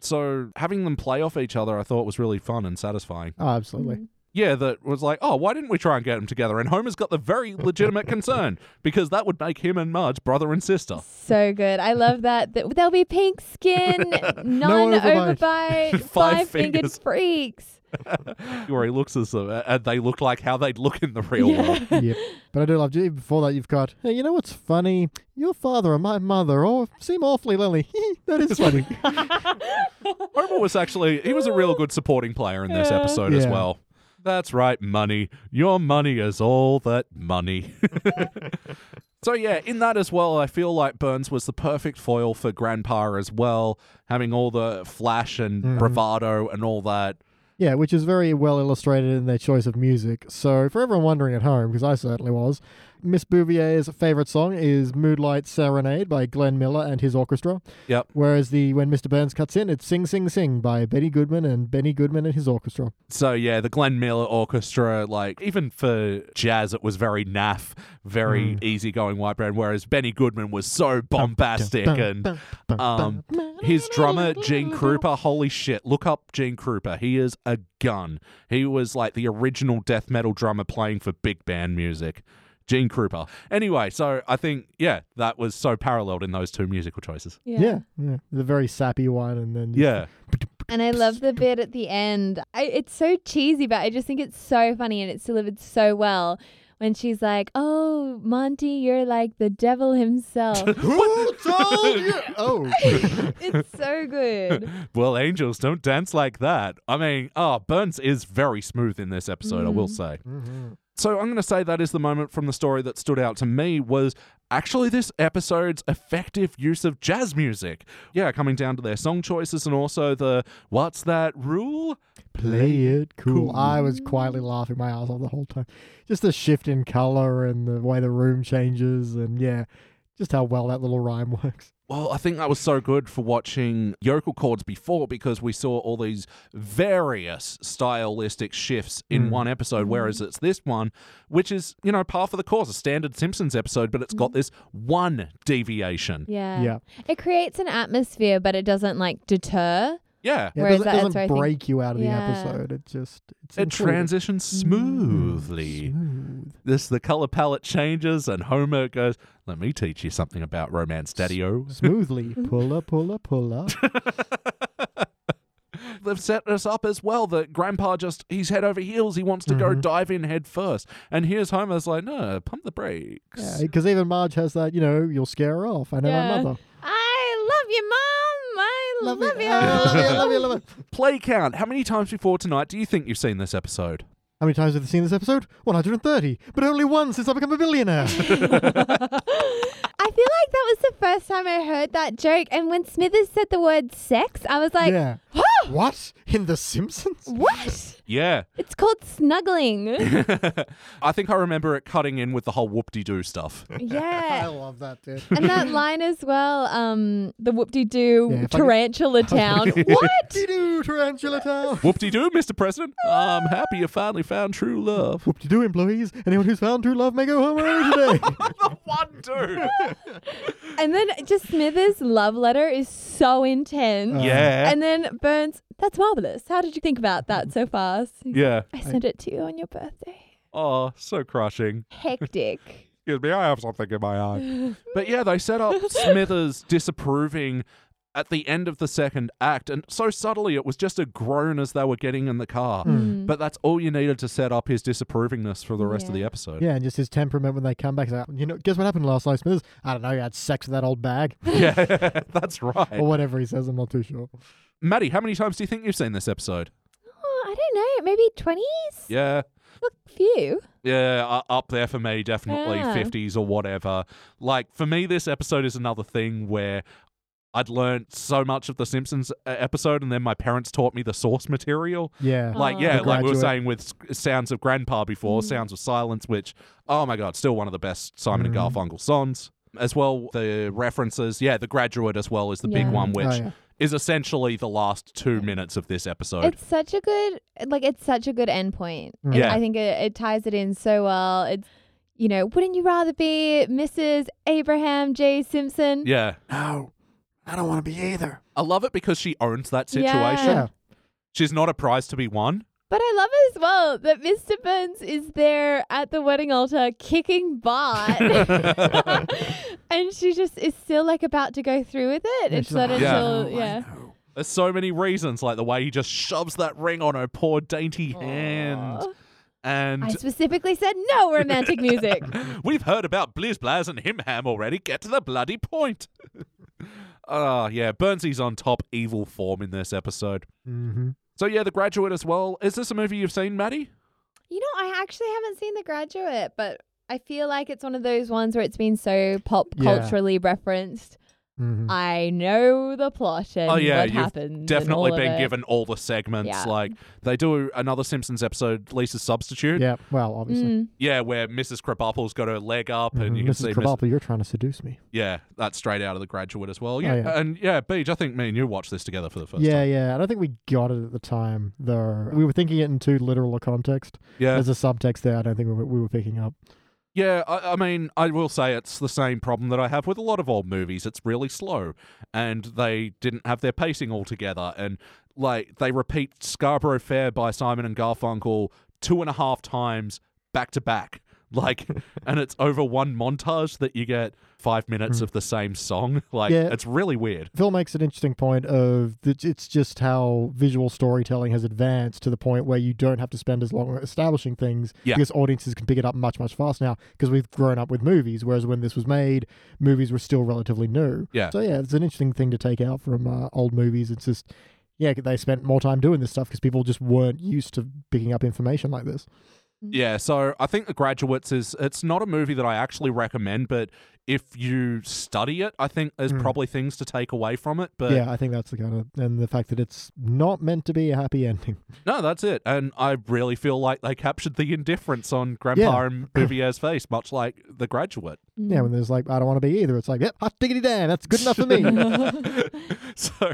[SPEAKER 1] So having them play off each other, I thought was really fun and satisfying.
[SPEAKER 2] *laughs*
[SPEAKER 3] Oh, absolutely.
[SPEAKER 2] Mm-hmm.
[SPEAKER 1] Yeah, that was like, oh, why didn't we try and get them together? And Homer's got the very legitimate concern because that would make him and Marge brother and sister.
[SPEAKER 2] So good. I love that. Th- There'll be pink
[SPEAKER 1] *laughs*
[SPEAKER 2] skin, non
[SPEAKER 3] overbite.
[SPEAKER 2] overbite,
[SPEAKER 1] Five
[SPEAKER 2] five fingered
[SPEAKER 1] fingers.
[SPEAKER 2] freaks.
[SPEAKER 1] Where he looks as them, and they look like how they'd look in the real world.
[SPEAKER 3] yep. But I do love even before that you've got hey, you know what's funny? Your father and my mother all seem awfully lonely. *laughs* that is funny.
[SPEAKER 1] Homer was actually he was a real good supporting player in this
[SPEAKER 2] Yeah.
[SPEAKER 1] episode as
[SPEAKER 3] Yeah.
[SPEAKER 1] well. That's right, money. Your money is all that money. so yeah, in that as well, I feel like Burns was the perfect foil for Grandpa as well, having all the flash and
[SPEAKER 3] Mhm.
[SPEAKER 1] bravado and all that.
[SPEAKER 3] yeah, which is very well illustrated in their choice of music. So for everyone wondering at home, because I certainly was, Miss Bouvier's favorite song is Moonlight Serenade by Glenn Miller and his orchestra.
[SPEAKER 1] Yep.
[SPEAKER 3] Whereas the when Mr. Burns cuts in, it's Sing Sing Sing by Benny Goodman and Benny Goodman and his orchestra.
[SPEAKER 1] So yeah, the Glenn Miller Orchestra, like even for jazz, it was very naff, very easygoing white band. Whereas Benny Goodman was so bombastic and um, His drummer, Gene Krupa, holy shit, look up Gene Krupa. He is a gun. He was like the original death metal drummer playing for big band music. Gene Krupa. Anyway, so I think, yeah, that was so paralleled in those two musical choices.
[SPEAKER 2] Yeah.
[SPEAKER 3] Yeah. yeah. The very sappy one and then
[SPEAKER 1] Yeah.
[SPEAKER 2] And I love the bit at the end. I, it's so cheesy, but I just think it's so funny and it's delivered so well. When she's like, "Oh, Monty, you're like the devil himself."
[SPEAKER 3] *laughs* Who told you? *laughs* Oh,
[SPEAKER 2] it's so good.
[SPEAKER 1] *laughs* Well, angels don't dance like that. I mean, oh, Burns is very smooth in this episode, I
[SPEAKER 3] Mm.
[SPEAKER 1] will say. So I'm going to say that is the moment from the story that stood out to me was actually this episode's effective use of jazz music. Yeah, coming down to their song choices and also the what's that rule?
[SPEAKER 3] play it cool.
[SPEAKER 1] Cool.
[SPEAKER 3] I was quietly laughing my ass off the whole time. Just the shift in color and the way the room changes, and yeah, just how well that little rhyme *laughs* works.
[SPEAKER 1] Well, I think that was so good for watching Yokel Chords before because we saw all these various stylistic shifts in
[SPEAKER 3] Mm.
[SPEAKER 1] one episode, whereas it's this one, which is, you know, par for the course, a standard Simpsons episode, but it's got this one deviation.
[SPEAKER 2] Yeah.
[SPEAKER 3] Yeah.
[SPEAKER 2] It creates an atmosphere, but it doesn't like deter.
[SPEAKER 1] Yeah.
[SPEAKER 3] Yeah,
[SPEAKER 2] Whereas
[SPEAKER 3] it doesn't,
[SPEAKER 2] that-
[SPEAKER 3] doesn't
[SPEAKER 2] that's where I think-
[SPEAKER 3] break you out of
[SPEAKER 2] Yeah.
[SPEAKER 3] the episode. It just it's
[SPEAKER 1] It
[SPEAKER 3] included.
[SPEAKER 1] transitions smoothly.
[SPEAKER 3] Smooth.
[SPEAKER 1] this the color palette changes and homer goes let me teach you something about romance daddy o
[SPEAKER 3] Smoothly. Pull up, pull up, pull up.
[SPEAKER 1] they've set us up as well that grandpa just he's head over heels he wants to go
[SPEAKER 3] Mhm.
[SPEAKER 1] dive in head first and here's homer's like no pump the brakes
[SPEAKER 3] Because even Marge has that, you know, you'll scare her off. I know
[SPEAKER 2] Yeah.
[SPEAKER 3] my mother.
[SPEAKER 2] I love you, mom. I love, you.
[SPEAKER 3] Ah, *laughs* love you, love you, *laughs* love you.
[SPEAKER 1] play count how many times before tonight do you think you've seen this episode
[SPEAKER 3] How many times have you seen this episode? 130, but only once since I become a *laughs* billionaire.
[SPEAKER 2] I feel like that was the first time I heard that joke. And when Smithers said the word sex, I was like,
[SPEAKER 3] yeah. what? In The *laughs* Simpsons?
[SPEAKER 2] what?
[SPEAKER 1] yeah
[SPEAKER 2] It's called snuggling.
[SPEAKER 3] *laughs*
[SPEAKER 1] i think i remember it cutting in with the whole whoop-de-doo stuff
[SPEAKER 3] I
[SPEAKER 2] yeah.
[SPEAKER 3] love that, dude.
[SPEAKER 2] And
[SPEAKER 3] *laughs*
[SPEAKER 2] that line as well, um, the whoop de doo
[SPEAKER 3] Yeah, if I could-
[SPEAKER 2] tarantula town. what?
[SPEAKER 3] Whoop-de-doo, tarantula town.
[SPEAKER 1] whoop-de-doo mr president i'm happy you finally found true love
[SPEAKER 3] Whoop-de-doo, employees. Anyone who's found true love may go home early today. *laughs*
[SPEAKER 1] the one dude
[SPEAKER 2] And then just Smithers' love letter is so
[SPEAKER 3] Oh,
[SPEAKER 1] *laughs*
[SPEAKER 2] intense.
[SPEAKER 1] yeah
[SPEAKER 2] And then Burns, that's marvelous. How did you think about that so fast?
[SPEAKER 1] yeah
[SPEAKER 2] I sent it to you on your birthday.
[SPEAKER 1] oh so crushing
[SPEAKER 3] *laughs*
[SPEAKER 2] Hectic. *laughs*
[SPEAKER 1] Excuse me, I have something in my eye. but yeah, they set up Smithers disapproving at the end of the second act. And so subtly, it was just a groan as they were getting in the car.
[SPEAKER 3] Hmm.
[SPEAKER 2] Mm.
[SPEAKER 1] But that's all you needed to set up his disapprovingness for the rest of
[SPEAKER 2] Yeah.
[SPEAKER 1] the episode.
[SPEAKER 3] Yeah, and just his temperament when they come back. He's like, you know, guess what happened last night, Smithers? I don't know. You had sex with that old bag
[SPEAKER 1] *laughs* Yeah, that's right.
[SPEAKER 3] or whatever he says. I'm not too sure.
[SPEAKER 1] Maddie, how many times do you think you've seen this episode?
[SPEAKER 2] Oh, I don't know. Maybe twenties.
[SPEAKER 1] Yeah.
[SPEAKER 2] Look, few.
[SPEAKER 1] Yeah, u- up there for me, definitely
[SPEAKER 2] Yeah.
[SPEAKER 1] 50s or whatever. Like, for me, this episode is another thing where I'd learned so much of the Simpsons uh, episode, and then my parents taught me the source material.
[SPEAKER 3] Yeah.
[SPEAKER 2] Oh.
[SPEAKER 1] Like, yeah,
[SPEAKER 3] The
[SPEAKER 1] like we were
[SPEAKER 3] Graduate.
[SPEAKER 1] saying with S- Sounds of Grandpa before,
[SPEAKER 2] Mm.
[SPEAKER 1] Sounds of Silence, which, oh my God, still one of the best Simon
[SPEAKER 3] Mm.
[SPEAKER 1] and Garfunkel songs. As well, the references. Yeah, The Graduate as well is the big
[SPEAKER 2] Yeah.
[SPEAKER 1] one, which
[SPEAKER 3] Oh, yeah.
[SPEAKER 1] is essentially the last two minutes of this episode.
[SPEAKER 2] It's such a good, like, it's such a good endpoint.
[SPEAKER 3] Mm.
[SPEAKER 2] And
[SPEAKER 1] Yeah.
[SPEAKER 2] I think it, it ties it in so well. It's, you know, wouldn't you rather be Mrs. Abraham J. Simpson?
[SPEAKER 1] yeah.
[SPEAKER 3] No, I don't want to be either.
[SPEAKER 1] I love it because she owns that situation.
[SPEAKER 2] Yeah.
[SPEAKER 3] Yeah.
[SPEAKER 1] She's not a prize to be won. *laughs*
[SPEAKER 2] But I love as well that Mr. Burns is there at the wedding altar kicking butt.
[SPEAKER 3] *laughs*
[SPEAKER 2] and she just is still like about to go through with it.
[SPEAKER 3] Yeah,
[SPEAKER 2] it's
[SPEAKER 3] she's like,
[SPEAKER 2] not
[SPEAKER 1] "I
[SPEAKER 2] until, yeah.
[SPEAKER 1] There's so many reasons, like the way he just shoves that ring on her poor dainty hand.
[SPEAKER 2] Aw.
[SPEAKER 1] And
[SPEAKER 2] I specifically said no romantic
[SPEAKER 3] *laughs*
[SPEAKER 2] music.
[SPEAKER 1] we've heard about Blizz Blaz and Him Ham already. Get to the bloody point. *laughs* Ah, yeah. Burnsy's on top evil form in this episode.
[SPEAKER 3] Mm-hmm.
[SPEAKER 1] So, yeah, The Graduate as well. Is this a movie you've seen, Maddie?
[SPEAKER 2] You know, I actually haven't seen The Graduate, but I feel like it's one of those ones where it's been so pop
[SPEAKER 3] Yeah.
[SPEAKER 2] culturally referenced.
[SPEAKER 3] Mm-hmm.
[SPEAKER 2] I know the plot and
[SPEAKER 1] Oh, yeah,
[SPEAKER 2] what
[SPEAKER 1] you've
[SPEAKER 2] happens. and
[SPEAKER 1] Definitely
[SPEAKER 2] all of
[SPEAKER 1] been
[SPEAKER 2] it.
[SPEAKER 1] given all the segments.
[SPEAKER 2] Yeah.
[SPEAKER 1] Like, they do another Simpsons episode, Lisa's Substitute.
[SPEAKER 3] Yeah. Well, obviously.
[SPEAKER 2] Mm.
[SPEAKER 1] Yeah, where Mrs. Krabappel's got her leg up and
[SPEAKER 3] Mhm.
[SPEAKER 1] you can see
[SPEAKER 3] Mrs.
[SPEAKER 1] Mrs.
[SPEAKER 3] Krabappel, you're trying to seduce me.
[SPEAKER 1] Yeah, that's straight out of The Graduate as well.
[SPEAKER 3] Oh,
[SPEAKER 1] Yeah,
[SPEAKER 3] yeah.
[SPEAKER 1] and yeah, Beej, I think me and you watched this together for the first
[SPEAKER 3] yeah,
[SPEAKER 1] time.
[SPEAKER 3] yeah. I don't think we got it at the time, though. We were thinking it in too literal a context.
[SPEAKER 1] Yeah,
[SPEAKER 3] There's a subtext there. I don't think we were, we were picking up.
[SPEAKER 1] yeah. I, I mean, I will say it's the same problem that I have with a lot of old movies. It's really slow, and they didn't have their pacing all together, and like they repeat Scarborough Fair by Simon and Garfunkel two and a half times back to back. *laughs* Like, and it's over one montage that you get five minutes of the same song. *laughs* Like,
[SPEAKER 3] Hmm. Yeah.
[SPEAKER 1] it's really weird.
[SPEAKER 3] Phil makes an interesting point of that it's just how visual storytelling has advanced to the point where you don't have to spend as long establishing things
[SPEAKER 1] Yeah.
[SPEAKER 3] because audiences can pick it up much, much faster now because we've grown up with movies. Whereas when this was made, movies were still relatively new.
[SPEAKER 1] Yeah.
[SPEAKER 3] So, yeah, it's an interesting thing to take out from uh, old movies. It's just, yeah, they spent more time doing this stuff because people just weren't used to picking up information like this.
[SPEAKER 1] Yeah, so I think The Graduates is it's not a movie that I actually recommend, but if you study it, I think there's
[SPEAKER 3] Mm.
[SPEAKER 1] probably things to take away from it. But
[SPEAKER 3] yeah, I think that's the kind of, and the fact that it's not meant to be a happy ending.
[SPEAKER 1] no, that's it. And I really feel like they captured the indifference on Grandpa
[SPEAKER 3] Yeah.
[SPEAKER 1] and Bouvier's face, much like The Graduate. *laughs*
[SPEAKER 3] Yeah,
[SPEAKER 2] mm.
[SPEAKER 3] when there's like, I don't want to be either. It's like, yep, hot diggity damn, that's good enough
[SPEAKER 1] *laughs*
[SPEAKER 3] for me.
[SPEAKER 1] so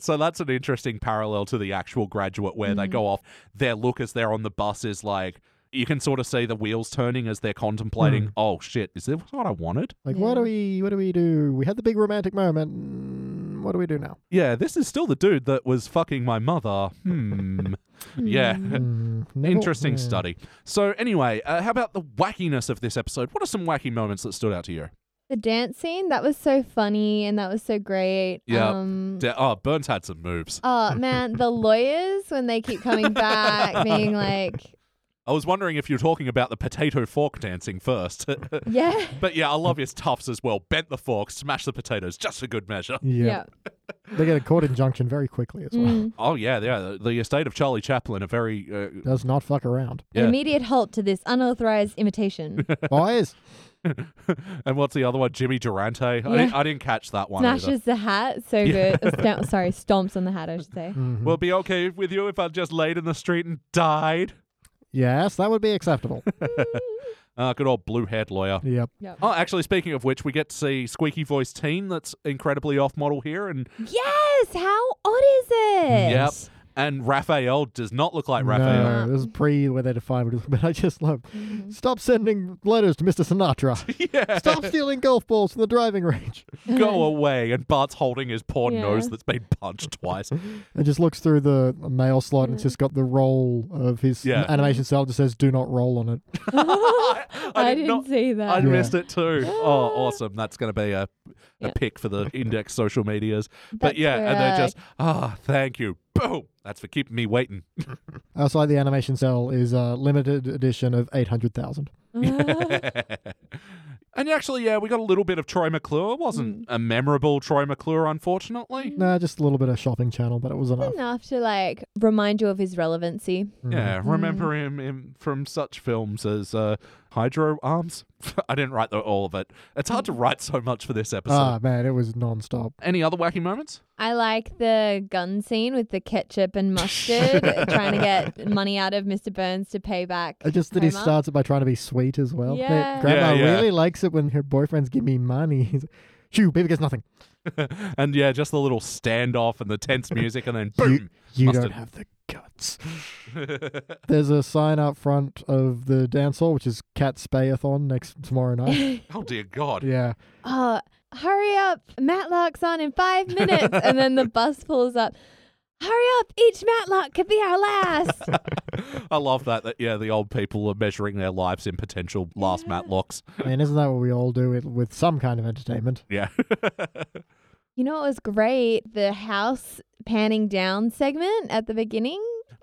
[SPEAKER 1] so that's an interesting parallel to the actual graduate where they go off their look as they're on the bus is like you can sort of see the wheels turning as they're contemplating,
[SPEAKER 3] Hmm.
[SPEAKER 1] oh shit, is this what I wanted?
[SPEAKER 3] Like, what
[SPEAKER 2] Yeah.
[SPEAKER 3] do we? What do we do? We had the big romantic moment. mm, What do we do now?
[SPEAKER 1] Yeah, this is still the dude that was fucking my mother. Hmm. yeah.
[SPEAKER 3] Mm, *laughs* never-
[SPEAKER 1] Interesting
[SPEAKER 3] yeah.
[SPEAKER 1] study. So, anyway, uh, how about the wackiness of this episode? What are some wacky moments that stood out to you?
[SPEAKER 2] The dance scene, that was so funny and that was so great.
[SPEAKER 1] Yeah.
[SPEAKER 2] Um,
[SPEAKER 1] Da- oh, Burns had some moves. *laughs*
[SPEAKER 2] oh, man, the lawyers, when they keep coming back,
[SPEAKER 1] *laughs*
[SPEAKER 2] being like,
[SPEAKER 1] I was wondering if you're talking about the potato fork dancing first. *laughs*
[SPEAKER 2] yeah.
[SPEAKER 1] but yeah, I love his tufts as well. Bent the fork, smash the potatoes, just for good measure. *laughs*
[SPEAKER 3] Yeah. they get a court injunction very quickly as well.
[SPEAKER 2] Mm.
[SPEAKER 1] Oh, yeah, yeah. The, the estate of Charlie Chaplin, a very. Uh,
[SPEAKER 3] Does not fuck around.
[SPEAKER 2] An
[SPEAKER 1] yeah.
[SPEAKER 2] immediate halt to this unauthorized
[SPEAKER 1] *laughs*
[SPEAKER 2] imitation.
[SPEAKER 3] Boys,
[SPEAKER 1] and what's the other one? Jimmy Durante. I, didn't, I didn't catch that one. either.
[SPEAKER 2] Smashes the hat, so good. Uh,
[SPEAKER 1] *laughs*
[SPEAKER 2] stomp- sorry, stomps on the hat, I should say.
[SPEAKER 1] Will it be okay with you if I just laid in the street and died?
[SPEAKER 3] yes, that would be
[SPEAKER 1] *laughs*
[SPEAKER 3] acceptable.
[SPEAKER 1] Ah, good old blue haired lawyer.
[SPEAKER 3] yep.
[SPEAKER 2] *laughs* Yep.
[SPEAKER 1] Oh, actually, speaking of which, we get to see squeaky voiced teen that's incredibly off model here, and
[SPEAKER 2] Yes, how odd is it?
[SPEAKER 1] yep, and Raphael does not look like Raphael.
[SPEAKER 3] No, this is pre where they define it, *laughs* but I just love. Stop sending letters to Mr. Sinatra.
[SPEAKER 1] *laughs* Yeah,
[SPEAKER 3] Stop stealing golf balls from the driving range.
[SPEAKER 1] go away. And Bart's holding his poor
[SPEAKER 2] Yeah.
[SPEAKER 1] nose that's been punched
[SPEAKER 2] *laughs*
[SPEAKER 1] twice.
[SPEAKER 3] It just looks through the mail slot and it's just got the roll of his
[SPEAKER 1] Yeah.
[SPEAKER 3] animation cell. It just says "Do not roll" on it.
[SPEAKER 2] I,
[SPEAKER 1] I did
[SPEAKER 2] didn't
[SPEAKER 1] not-
[SPEAKER 2] see that.
[SPEAKER 1] I
[SPEAKER 2] *gasps*
[SPEAKER 3] Yeah.
[SPEAKER 1] missed it too. Oh, awesome! That's going to be a a
[SPEAKER 2] Yeah.
[SPEAKER 1] pick for the index social medias. But
[SPEAKER 2] That's
[SPEAKER 1] yeah,
[SPEAKER 2] where,
[SPEAKER 1] and they're
[SPEAKER 2] uh,
[SPEAKER 1] just, ah, thank you. Boom. That's for keeping me waiting.
[SPEAKER 3] Outside the animation cell is a limited edition of 800,000.
[SPEAKER 2] *laughs* Ah.
[SPEAKER 1] and actually, yeah, we got a little bit of Troy McClure. Wasn't
[SPEAKER 2] Mm.
[SPEAKER 1] a memorable Troy McClure, unfortunately.
[SPEAKER 3] Nah, just a little bit of shopping channel, but it was enough.
[SPEAKER 2] enough to like remind you of his relevancy.
[SPEAKER 1] Yeah,
[SPEAKER 3] Mm.
[SPEAKER 1] remember him, him from such films as uh, Hydro Arms. *laughs* I didn't write the, all of it. It's
[SPEAKER 2] Mm.
[SPEAKER 1] hard to write so much for this episode.
[SPEAKER 3] Ah, man, it was non-stop.
[SPEAKER 1] Any other wacky moments?
[SPEAKER 2] I like the gun scene with the ketchup and
[SPEAKER 3] *laughs*
[SPEAKER 2] mustard, trying to get money out of Mr. Burns to pay back.
[SPEAKER 3] Uh, Just that he
[SPEAKER 2] Homer.
[SPEAKER 3] starts it by trying to be sweet as well. Hey,
[SPEAKER 2] Yeah.
[SPEAKER 1] Yeah,
[SPEAKER 3] Grandma
[SPEAKER 1] yeah.
[SPEAKER 3] really likes it when her boyfriends give me money. *laughs* He's like, Shoo, baby gets nothing.
[SPEAKER 1] And yeah, just the little standoff and the tense music, and then boom.
[SPEAKER 3] *laughs* You
[SPEAKER 1] Mustard.
[SPEAKER 3] don't have the guts. There's a sign out front of the dance hall, which is Cat Spayathon next
[SPEAKER 2] *laughs*
[SPEAKER 3] tomorrow night.
[SPEAKER 1] oh dear God!
[SPEAKER 3] yeah.
[SPEAKER 2] oh, hurry up, Matlock's on in five minutes. and then the bus pulls up. Hurry up, each Matlock could be our last.
[SPEAKER 3] *laughs*
[SPEAKER 1] I love that. That yeah, the old people are measuring their lives in potential last
[SPEAKER 2] Yeah.
[SPEAKER 1] matlocks.
[SPEAKER 3] I mean, isn't that what we all do with, with some kind of entertainment?
[SPEAKER 1] Yeah, *laughs*
[SPEAKER 2] you know, it was great. The house panning down segment at the beginning.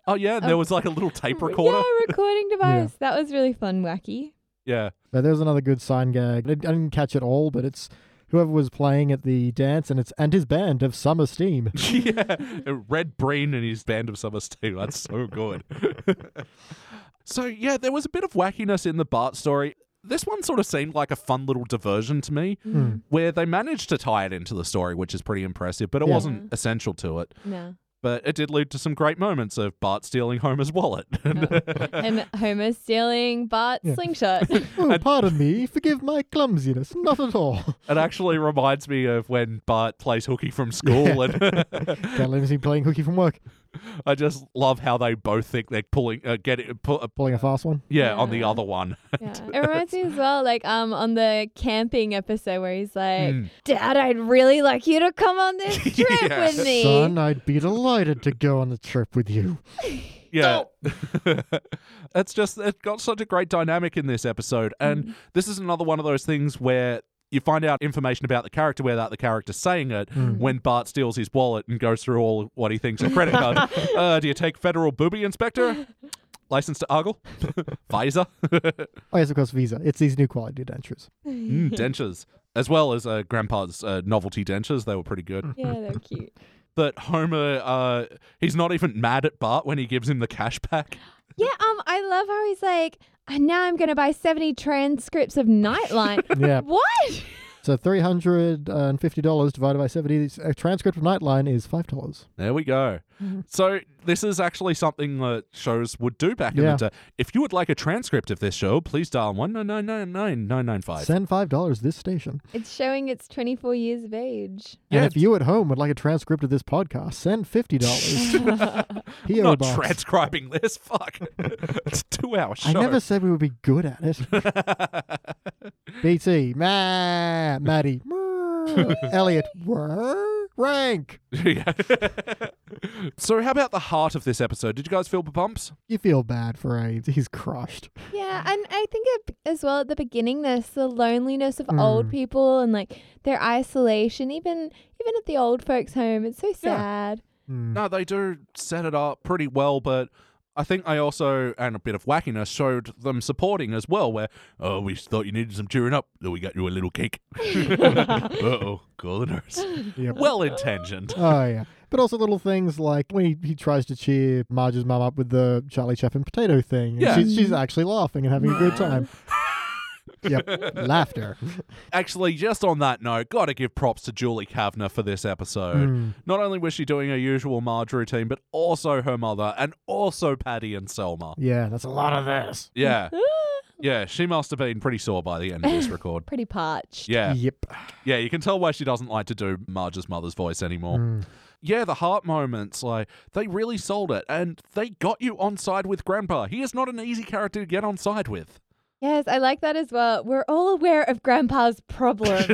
[SPEAKER 1] oh yeah, and there was like a little tape recorder.
[SPEAKER 2] Um, *laughs* Yeah, recording device. That was really fun, wacky.
[SPEAKER 1] Yeah, *laughs*
[SPEAKER 3] But there's another good sign gag. I didn't- I didn't catch it all, but it's whoever was playing at the dance and it's and his band of Summer
[SPEAKER 1] *laughs*
[SPEAKER 3] Steam.
[SPEAKER 1] yeah. Red Breen and his band of summers too. That's so good. *laughs* so yeah, there was a bit of wackiness in the Bart story. This one sort of seemed like a fun little diversion to me,
[SPEAKER 3] Hmm.
[SPEAKER 1] where they managed to tie it into the story, which is pretty impressive, but it
[SPEAKER 2] Mm-hmm.
[SPEAKER 3] Yeah.
[SPEAKER 1] wasn't essential to it. *laughs*
[SPEAKER 2] No.
[SPEAKER 1] But it did lead to some great moments of Bart stealing Homer's wallet. *laughs*
[SPEAKER 2] and Homer stealing Bart's
[SPEAKER 3] Yeah. *laughs*
[SPEAKER 2] slingshot.
[SPEAKER 3] Oh, pardon me, forgive my clumsiness. Not at all.
[SPEAKER 1] *laughs* It actually reminds me of when Bart plays hooky from school, and *laughs*
[SPEAKER 3] Can't let me playing hooky from work.
[SPEAKER 1] I just love how they both think they're pulling, uh, get it, pu- uh,
[SPEAKER 3] Pulling a fast one.
[SPEAKER 1] yeah, on the
[SPEAKER 2] Yeah.
[SPEAKER 1] other one.
[SPEAKER 2] Yeah. It reminds me as well, like um on the camping episode where he's like,
[SPEAKER 1] Mm.
[SPEAKER 2] Dad, I'd really like you to come on this trip
[SPEAKER 1] Yeah.
[SPEAKER 2] with me.
[SPEAKER 3] Son, I'd be delighted to go on the trip with you.
[SPEAKER 1] Yeah, *laughs* it's just it got such a great dynamic in this episode, and this is another one of those things where. You find out information about the character without the character saying it when Bart steals his wallet and goes through all what he thinks are credit cards. uh, do you take federal booby inspector? License to *laughs* ogle? Visa?
[SPEAKER 3] Oh yes, of course, Visa. It's these new quality dentures.
[SPEAKER 1] Mm, dentures, as well as uh, Grandpa's uh, novelty dentures. They were pretty good.
[SPEAKER 2] *laughs* Yeah, they're cute.
[SPEAKER 1] But Homer, uh, he's not even mad at Bart when he gives him the cash back.
[SPEAKER 2] Yeah, um, I love how he's like, and now I'm gonna buy seventy transcripts of Nightline. *laughs*
[SPEAKER 3] Yeah.
[SPEAKER 2] what?
[SPEAKER 3] So three hundred and fifty dollars divided by seventy. A transcript of Nightline is five dollars.
[SPEAKER 1] There we go. So this is actually something that shows would do back in
[SPEAKER 3] Yeah.
[SPEAKER 1] the day. If you would like a transcript of this show, please dial one nine nine nine nine nine nine
[SPEAKER 3] *laughs*
[SPEAKER 1] five.
[SPEAKER 3] Send five dollars this station.
[SPEAKER 2] It's showing it's twenty four years of age.
[SPEAKER 1] Yeah,
[SPEAKER 3] and if you at home would like a transcript of this podcast, send fifty
[SPEAKER 1] *laughs*
[SPEAKER 3] dollars. PO
[SPEAKER 1] Not
[SPEAKER 3] box.
[SPEAKER 1] transcribing this. *laughs* Fuck. it's a two hour show.
[SPEAKER 3] I never said we would be good at
[SPEAKER 1] *laughs*
[SPEAKER 3] it. BT, Ma, Maddie, *laughs* Mer, Elliot, Wer, Rank.
[SPEAKER 1] Yeah. *laughs* so how about the heart of this episode? Did you guys feel the bumps?
[SPEAKER 3] You feel bad for AIDS. He's crushed.
[SPEAKER 2] Yeah, and I think it, as well at the beginning, there's the loneliness of old people and like their isolation, even even at the old folks' home. It's so sad.
[SPEAKER 3] Hmm.
[SPEAKER 1] No, they do set it up pretty well, but I think I also, and a bit of wackiness, showed them supporting as well, where, oh, we thought you needed some cheering up, then we got you a little *laughs* cake. uh oh, call the nurse.
[SPEAKER 3] Yep.
[SPEAKER 1] Well intentioned.
[SPEAKER 3] Oh yeah. But also little things like when he, he tries to cheer Marge's mum up with the Charlie Chaplin potato thing. and
[SPEAKER 1] Yeah.
[SPEAKER 3] She's, she's actually laughing and having a
[SPEAKER 1] *laughs*
[SPEAKER 3] good time. yep. Laughter.
[SPEAKER 1] Actually, just on that note, gotta give props to Julie Kavner for this episode. Not only was she doing her usual Marge routine, but also her mother, and also Patty and Selma.
[SPEAKER 3] Yeah, that's a lot of this.
[SPEAKER 1] Yeah, yeah, she must have been pretty sore by the end of this record.
[SPEAKER 2] Pretty parched.
[SPEAKER 1] Yeah.
[SPEAKER 3] Yep.
[SPEAKER 1] Yeah, you can tell why she doesn't like to do Marge's mother's voice anymore. Yeah, the heart moments, like, they really sold it, and they got you on side with Grandpa. He is not an easy character to get on side with.
[SPEAKER 2] Yes, I like that as well. We're all aware of
[SPEAKER 1] *laughs*
[SPEAKER 2] Grandpa's problems.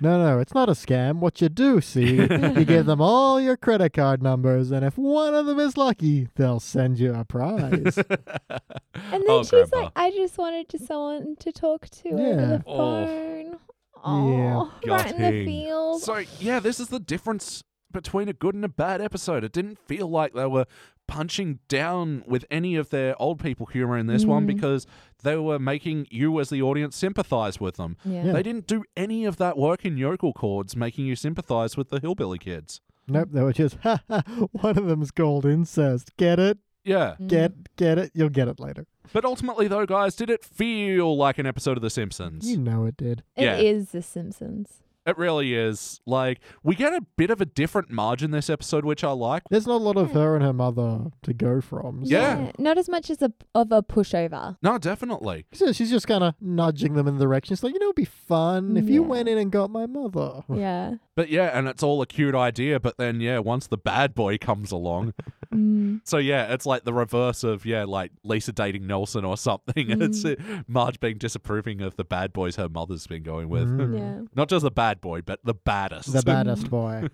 [SPEAKER 3] No, no, it's not a scam. What you do, see, you
[SPEAKER 2] *laughs*
[SPEAKER 3] give them all your credit card numbers, and if one of them is lucky, they'll send you
[SPEAKER 2] *laughs*
[SPEAKER 3] a prize.
[SPEAKER 2] And then
[SPEAKER 1] Oh,
[SPEAKER 2] she's
[SPEAKER 1] Grandpa.
[SPEAKER 2] like, I just wanted to someone to talk to over
[SPEAKER 3] Yeah.
[SPEAKER 2] the
[SPEAKER 1] Oh.
[SPEAKER 2] phone. Oh. Oh, right in the
[SPEAKER 1] Gutting.
[SPEAKER 2] field.
[SPEAKER 1] So yeah, this is the difference between a good and a bad episode. It didn't feel like they were punching down with any of their old people humor in this one
[SPEAKER 2] Mm.
[SPEAKER 1] because they were making you as the audience sympathize with them.
[SPEAKER 2] yeah.
[SPEAKER 1] They didn't do any of that work in yokel chords, making you sympathize with the hillbilly kids.
[SPEAKER 3] Nope, they were just *laughs* ha ha. One of them's called incest. Get it?
[SPEAKER 1] Yeah.
[SPEAKER 2] Mm.
[SPEAKER 3] Get get it? You'll get it later.
[SPEAKER 1] But ultimately though, guys, did it feel like an episode of The Simpsons?
[SPEAKER 3] You know it did.
[SPEAKER 2] It is
[SPEAKER 1] Yeah.
[SPEAKER 2] The Simpsons.
[SPEAKER 1] It really is. Like we get a bit of a different margin this episode, which I like.
[SPEAKER 3] There's not a lot of her and her mother to go from. so-
[SPEAKER 1] Yeah.
[SPEAKER 2] Not as much as a of a pushover.
[SPEAKER 1] No, definitely.
[SPEAKER 3] So she's just kind of nudging them in the direction. It's like, you know, it'd be fun if you
[SPEAKER 2] Yeah.
[SPEAKER 3] went in and got my mother.
[SPEAKER 2] yeah.
[SPEAKER 1] *laughs* But yeah, and it's all a cute idea, but then yeah, once the bad boy comes
[SPEAKER 3] *laughs*
[SPEAKER 1] along,
[SPEAKER 2] Mm.
[SPEAKER 1] so yeah, it's like the reverse of yeah, like Lisa dating Nelson or something. *laughs* It's
[SPEAKER 3] Mm.
[SPEAKER 1] uh, Marge being disapproving of the bad boys her mother's been going with.
[SPEAKER 3] Mm.
[SPEAKER 2] Yeah.
[SPEAKER 1] *laughs* Not just the bad boy, but the baddest.
[SPEAKER 3] The baddest boy.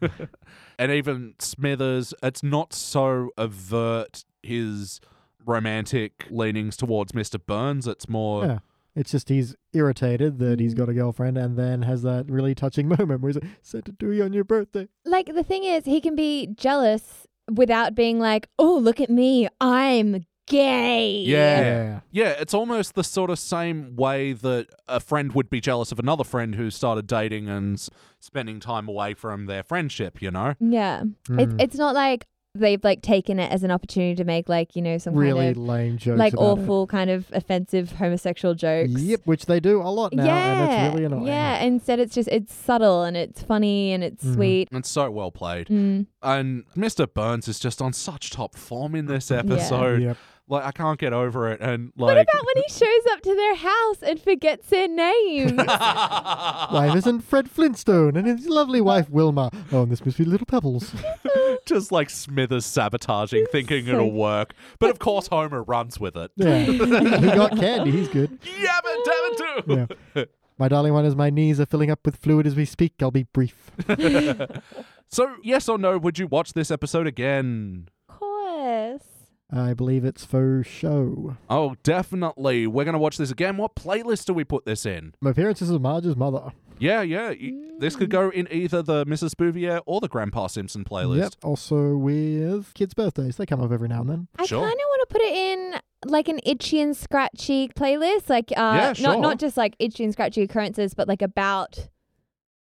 [SPEAKER 1] and even Smithers, it's not so overt his romantic leanings towards Mr. Burns. It's more
[SPEAKER 3] Yeah. It's just he's irritated that
[SPEAKER 2] Mm-hmm.
[SPEAKER 3] he's got a girlfriend and then has that really touching *laughs* moment where he's like, said to do you on your birthday.
[SPEAKER 2] Like the thing is, he can be jealous without being like, "Oh, look at me, I'm gay."
[SPEAKER 1] Yeah. Yeah, it's almost the sort of same way that a friend would be jealous of another friend who started dating and s- spending time away from their friendship, you know?
[SPEAKER 2] Yeah. It's
[SPEAKER 3] Mm.
[SPEAKER 2] it's not like they've like taken it as an opportunity to make like you know some
[SPEAKER 3] really
[SPEAKER 2] kind
[SPEAKER 3] lame
[SPEAKER 2] of
[SPEAKER 3] jokes.
[SPEAKER 2] like
[SPEAKER 3] about it.
[SPEAKER 2] awful kind of offensive homosexual jokes.
[SPEAKER 3] Yep, which they do a lot now, and it's really annoying.
[SPEAKER 2] Yeah, instead it's just it's subtle and it's funny and it's
[SPEAKER 3] Mhm.
[SPEAKER 2] sweet.
[SPEAKER 1] It's so well played.
[SPEAKER 2] Mm.
[SPEAKER 1] And Mr. Burns is just on such top form in this episode.
[SPEAKER 3] Yep.
[SPEAKER 1] Like, I can't get over it. And,
[SPEAKER 2] What
[SPEAKER 1] like. *laughs*
[SPEAKER 2] about when he shows up to their house and forgets their
[SPEAKER 3] *laughs*
[SPEAKER 2] name?
[SPEAKER 3] Why isn't Fred Flintstone and his lovely wife Wilma? Oh, and this must be Little
[SPEAKER 2] *laughs*
[SPEAKER 3] Pebbles.
[SPEAKER 1] just like Smithers sabotaging, thinking
[SPEAKER 2] so-
[SPEAKER 1] it'll work. But of course, Homer runs with it.
[SPEAKER 3] Yeah, he got candy. He's good.
[SPEAKER 1] Yabba dabba do!
[SPEAKER 3] Yeah. My darling one, as my knees are filling up with fluid as we speak, I'll be brief.
[SPEAKER 1] So, yes or no, would you watch this episode again?
[SPEAKER 2] of course.
[SPEAKER 3] I believe it's for show.
[SPEAKER 1] Oh, definitely. We're going to watch this again. What playlist do we put this in?
[SPEAKER 3] My appearances of Marge's mother.
[SPEAKER 1] Yeah, yeah. y- This
[SPEAKER 2] Mm.
[SPEAKER 1] could go in either the Mrs. Bouvier or the Grandpa Simpson playlist.
[SPEAKER 3] Yep. Also with kids' birthdays. They come up every now and then.
[SPEAKER 2] I
[SPEAKER 1] Sure.
[SPEAKER 2] kind of want to put it in like an itchy and scratchy playlist, like uh,
[SPEAKER 1] Yeah,
[SPEAKER 2] not
[SPEAKER 1] sure.
[SPEAKER 2] not just like itchy and scratchy occurrences, but like about